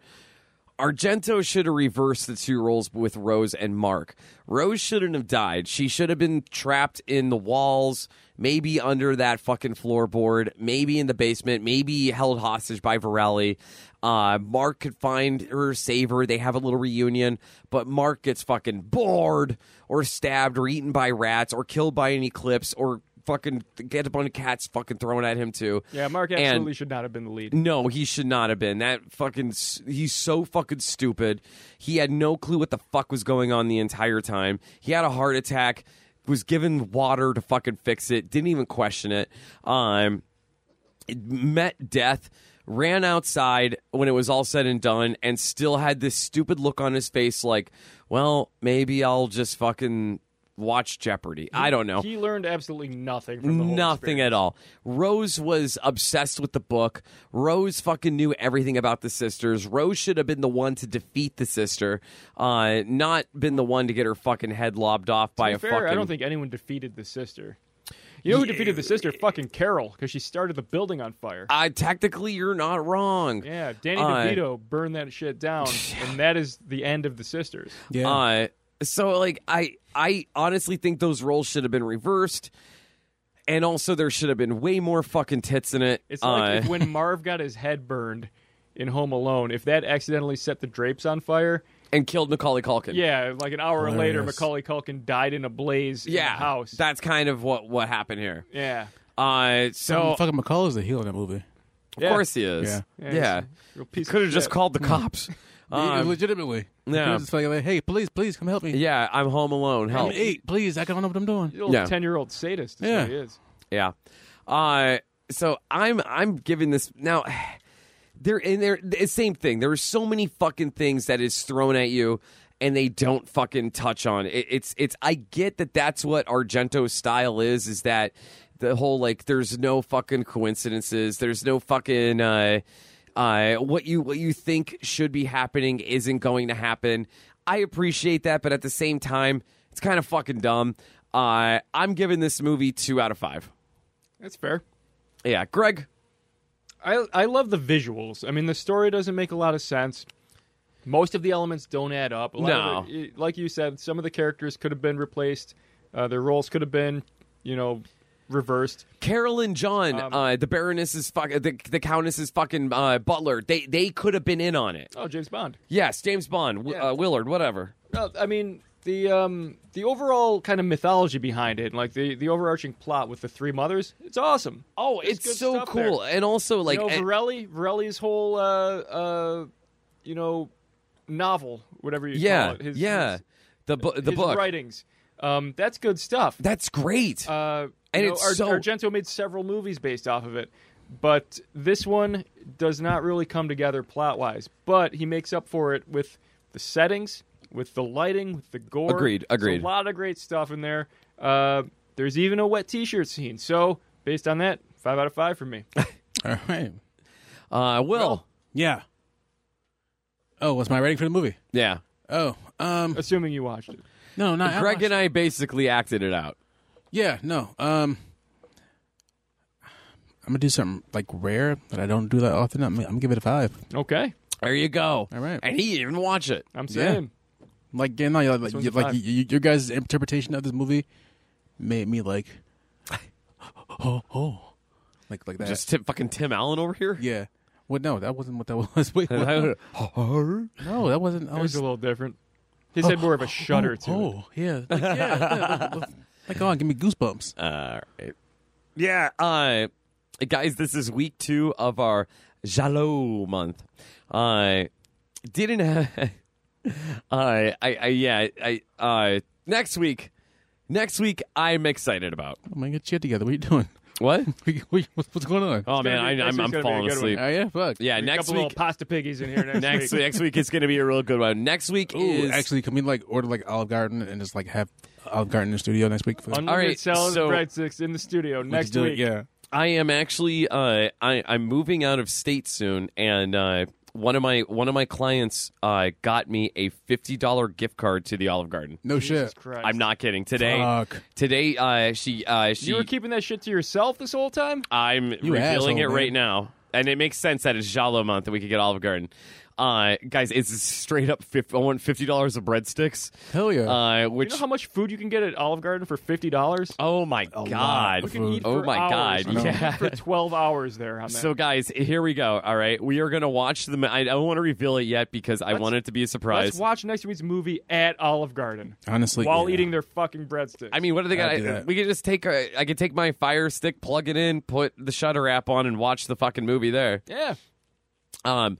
Speaker 4: Argento should have reversed the two roles with Rose and Mark. Rose shouldn't have died. She should have been trapped in the walls, maybe under that fucking floorboard, maybe in the basement, maybe held hostage by Varelli. Uh, Mark could find her, save her. They have a little reunion, but Mark gets fucking bored or stabbed or eaten by rats or killed by an eclipse or fucking get a bunch of cats fucking thrown at him too.
Speaker 3: Yeah, Mark
Speaker 4: And-
Speaker 3: absolutely should not have been the lead.
Speaker 4: no, he should not have been. That fucking s- he's so fucking stupid. He had no clue what the fuck was going on the entire time. He had a heart attack, was given water to fucking fix it, didn't even question it. Um met death, ran outside when it was all said and done, and still had this stupid look on his face like, well, maybe I'll just fucking watch Jeopardy. I don't know
Speaker 3: He learned absolutely nothing from the whole
Speaker 4: nothing at all. Rose was obsessed with the book. Rose fucking knew everything about the sisters. Rose should have been the one to defeat the sister, uh, not been the one to get her fucking head lobbed off by a
Speaker 3: fair,
Speaker 4: fucking.
Speaker 3: I don't think anyone defeated the sister. You know who defeated the sister? Fucking Carol, because she started the building on fire.
Speaker 4: Uh, technically, you're not wrong.
Speaker 3: yeah, Danny
Speaker 4: uh,
Speaker 3: DeVito burned that shit down, and that is the end of the sisters.
Speaker 2: Yeah.
Speaker 4: Uh, so like I I honestly think those roles should have been reversed. And also, there should have been way more fucking tits in it.
Speaker 3: It's like
Speaker 4: Uh,
Speaker 3: if when Marv got his head burned in Home Alone, if that accidentally set the drapes on fire,
Speaker 4: and killed Macaulay Culkin.
Speaker 3: yeah, like an hour later,
Speaker 2: Hilarious.
Speaker 3: Macaulay Culkin died in a blaze in
Speaker 4: yeah.
Speaker 3: the house.
Speaker 4: That's kind of what what happened here.
Speaker 3: yeah,
Speaker 4: Uh, so
Speaker 2: fucking McCall is the heel in that movie.
Speaker 4: Of
Speaker 3: Yeah.
Speaker 4: course he is.
Speaker 2: Yeah.
Speaker 4: Yeah.
Speaker 3: Real piece of
Speaker 4: Could have just
Speaker 3: shit.
Speaker 4: called the cops.
Speaker 2: Yeah,
Speaker 4: Um,
Speaker 2: legitimately.
Speaker 4: yeah.
Speaker 2: It's like, like, hey, please, please, come help me.
Speaker 4: yeah, I'm home alone.
Speaker 2: I'm
Speaker 4: Help.
Speaker 2: eight, please. I don't know what I'm doing.
Speaker 3: little
Speaker 4: Yeah.
Speaker 3: ten-year-old sadist. Is
Speaker 2: Yeah.
Speaker 3: what he is.
Speaker 4: Yeah. Uh, so I'm I'm giving this now. They're in there. The same thing. There are so many fucking things that is thrown at you, and they don't fucking touch on it. It's it's. I get that that's what Argento's style is. Is that the whole like? There's no fucking coincidences. There's no fucking. Uh, Uh, what you what you think should be happening isn't going to happen. I appreciate that, but at the same time, it's kind of fucking dumb. Uh, I'm giving this movie two out of five.
Speaker 3: That's fair.
Speaker 4: Yeah, Greg.
Speaker 3: I I love the visuals. I mean, the story doesn't make a lot of sense. Most of the elements don't add up. A lot
Speaker 4: No.
Speaker 3: of it- like you said, some of the characters could have been replaced. Uh, their roles could have been, you know, reversed.
Speaker 4: Carolyn John,
Speaker 3: Um,
Speaker 4: uh, the Baroness's fuck, the, the Countess's fucking uh, butler. They they could have been in on it.
Speaker 3: Oh, James Bond.
Speaker 4: Yes, James Bond, w-
Speaker 3: Yeah.
Speaker 4: uh, Willard, whatever.
Speaker 3: No, I mean the um the overall kind of mythology behind it, like the the overarching plot with the three mothers. It's awesome.
Speaker 4: Oh,
Speaker 3: There's good
Speaker 4: it's so
Speaker 3: stuff there.
Speaker 4: cool, and also like
Speaker 3: you know,
Speaker 4: and-
Speaker 3: Varelli, Varelli's whole, uh, uh, you know, novel, whatever you
Speaker 4: yeah,
Speaker 3: call it. His,
Speaker 4: yeah,
Speaker 3: his,
Speaker 4: the bu- the
Speaker 3: his
Speaker 4: book.
Speaker 3: writings. Um, that's good stuff.
Speaker 4: That's great.
Speaker 3: uh,
Speaker 4: and
Speaker 3: you know,
Speaker 4: it's
Speaker 3: Ar-
Speaker 4: so-
Speaker 3: Argento made several movies based off of it, but this one does not really come together plot wise. But he makes up for it with the settings, with the lighting, with the gore.
Speaker 4: Agreed,
Speaker 3: There's
Speaker 4: agreed.
Speaker 3: a lot of great stuff in there. Uh, there's even a wet T-shirt scene. So based on that, five out of five for me.
Speaker 2: All right.
Speaker 4: uh, Will,
Speaker 2: Yeah. Oh, what's my rating for the movie?
Speaker 4: yeah.
Speaker 2: Oh, um,
Speaker 3: Assuming you watched it.
Speaker 2: no, not
Speaker 4: Greg and I basically acted it out.
Speaker 2: Yeah, no. Um, I'm gonna do something like rare that I don't do that often. I'm, I'm gonna give it a five.
Speaker 3: Okay,
Speaker 4: There you go.
Speaker 2: All right.
Speaker 4: and he didn't even watch it.
Speaker 3: I'm
Speaker 2: Yeah.
Speaker 3: saying.
Speaker 2: Like, yeah, no, yeah, like,
Speaker 3: one's a
Speaker 2: you, like
Speaker 3: five.
Speaker 2: you, you- your guys' interpretation of this movie made me like, oh, oh, like like that.
Speaker 4: Just Tim, fucking Tim Allen over here.
Speaker 2: yeah. Well, no, that wasn't what that was. Wait, what? no, that wasn't. I
Speaker 3: It was
Speaker 2: was
Speaker 3: a little different. His had more of a shudder to it.
Speaker 2: oh, yeah, like, yeah, yeah. like, Like, oh, give me goosebumps.
Speaker 4: All right. Yeah. Uh, guys, this is week two of our Jalo month. I didn't have. I I, I, yeah. I, uh, next week, next week, I'm excited about.
Speaker 2: Oh man, get shit together. What are you doing?
Speaker 4: What?
Speaker 2: What's what's going on?
Speaker 4: Oh, man.
Speaker 3: be-
Speaker 4: I,
Speaker 3: next
Speaker 4: I'm,
Speaker 3: week's
Speaker 4: I'm
Speaker 3: gonna be a
Speaker 4: falling
Speaker 3: good one.
Speaker 4: asleep.
Speaker 2: Oh yeah, fuck.
Speaker 4: Yeah.
Speaker 3: A
Speaker 4: Next
Speaker 3: couple little
Speaker 4: week.
Speaker 3: pasta piggies in here next,
Speaker 4: Next
Speaker 3: week.
Speaker 4: week, next week, it's going to be a real good one. Next week
Speaker 2: Ooh,
Speaker 4: is.
Speaker 2: actually, can we like order like Olive Garden and just like have Olive Garden in the studio next week? For
Speaker 3: Unlimited
Speaker 4: All right,
Speaker 3: salad
Speaker 4: so-
Speaker 3: and breadsticks in the studio
Speaker 2: We
Speaker 3: next
Speaker 2: could do it,
Speaker 3: week.
Speaker 2: yeah.
Speaker 4: I am actually uh, I I'm moving out of state soon, and uh, one of my one of my clients uh, got me a fifty dollar gift card to the Olive Garden.
Speaker 2: No
Speaker 3: Jesus
Speaker 2: Oh, shit.
Speaker 3: Christ.
Speaker 4: I'm not kidding. Today,
Speaker 2: Fuck.
Speaker 4: today uh, she uh, she
Speaker 3: You were keeping that shit to yourself this whole time?
Speaker 4: I'm revealing
Speaker 2: asshole,
Speaker 4: it
Speaker 2: man.
Speaker 4: right now, and it makes sense that it's Jalo month and we could get Olive Garden. Uh, guys, it's straight up. 50, I want fifty dollars of breadsticks.
Speaker 2: Hell yeah.
Speaker 4: Uh,
Speaker 3: You
Speaker 4: which
Speaker 3: know how much food you can get at Olive Garden for fifty dollars?
Speaker 4: oh my god,
Speaker 3: You can eat
Speaker 4: oh
Speaker 3: for
Speaker 4: my
Speaker 3: hours.
Speaker 4: god,
Speaker 3: You can
Speaker 4: yeah.
Speaker 3: eat for twelve hours there on that.
Speaker 4: So, guys, here we go. All right, we are gonna watch the. I don't want to reveal it yet because I want it to be a surprise.
Speaker 3: Let's watch next week's movie at Olive Garden
Speaker 2: Honestly,
Speaker 3: while
Speaker 2: yeah.
Speaker 3: eating their fucking breadsticks.
Speaker 4: I mean, what do they got?
Speaker 2: I'll do that.
Speaker 4: We could just take. A, I could take my Fire Stick, plug it in, put the Shutter app on, and watch the fucking movie there.
Speaker 3: yeah,
Speaker 4: Um,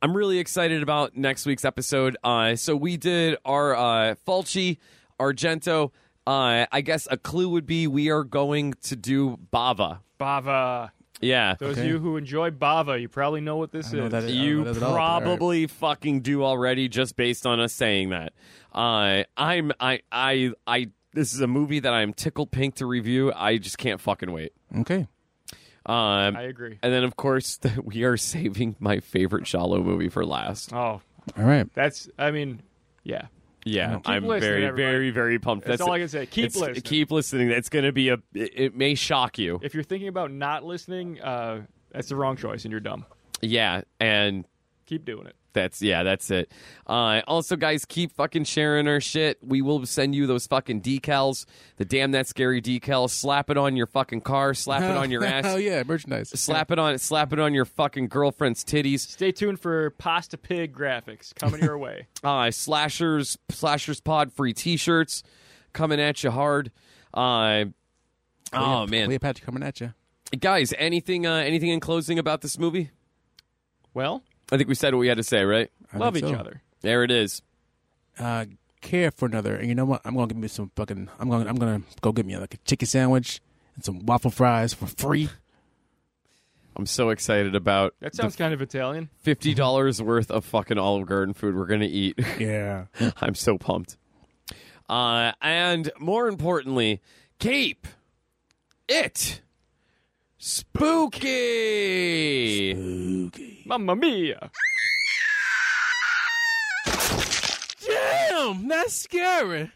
Speaker 4: I'm really excited about next week's episode. Uh, so we did our uh, Falchi, Argento. Uh, I guess a clue would be we are going to do Bava.
Speaker 3: Bava.
Speaker 4: Yeah,
Speaker 3: Those
Speaker 2: Okay.
Speaker 3: of you who enjoy Bava, you probably know what this
Speaker 2: I don't know
Speaker 3: is.
Speaker 2: that is- I don't know
Speaker 4: you
Speaker 2: that is at all, but all right.
Speaker 4: probably fucking do already just based on us saying that. Uh, I'm I I I. This is a movie that I'm tickled pink to review. I just can't fucking wait.
Speaker 2: Okay.
Speaker 4: Um,
Speaker 3: I agree.
Speaker 4: And then, of course, we are saving my favorite Shallow movie for last.
Speaker 3: Oh,
Speaker 2: All right.
Speaker 3: that's. I mean, yeah.
Speaker 4: Yeah, I'm
Speaker 3: listening,
Speaker 4: very,
Speaker 3: everybody.
Speaker 4: very, very pumped.
Speaker 3: That's, all I can say. Keep
Speaker 4: it's-
Speaker 3: listening.
Speaker 4: Keep listening. It's going to be a. It, it may shock you.
Speaker 3: if you're thinking about not listening, uh, that's the wrong choice, and you're dumb.
Speaker 4: Yeah, and
Speaker 3: Keep doing it.
Speaker 4: that's yeah, that's it. Uh, also, guys, keep fucking sharing our shit. We will send you those fucking decals. The damn that scary decals. Slap it on your fucking car. Slap it on your
Speaker 2: Hell
Speaker 4: ass.
Speaker 2: yeah, merchandise.
Speaker 4: Slap it on. Slap it on your fucking girlfriend's titties.
Speaker 3: Stay tuned for Pasta Pig graphics coming your way.
Speaker 4: uh, slashers slashers pod free t-shirts coming at you hard uh, oh
Speaker 2: Cleo-
Speaker 4: man
Speaker 2: Cleopatra coming at you.
Speaker 4: guys anything uh, anything in closing about this movie
Speaker 3: Well,
Speaker 4: i think we said what we had to say right
Speaker 3: love each other.
Speaker 4: there it is
Speaker 2: Uh, care for another, and you know what? I'm gonna give me some fucking. I'm gonna. I'm gonna go get me like a chicken sandwich and some waffle fries for free.
Speaker 4: i'm so excited about
Speaker 3: That sounds kind of Italian.
Speaker 4: $50 worth of fucking olive garden food we're gonna eat
Speaker 2: Yeah.
Speaker 4: i'm so pumped uh, and more importantly keep it spooky
Speaker 2: Okay.
Speaker 3: Mamma mia!
Speaker 4: Damn, that's scary.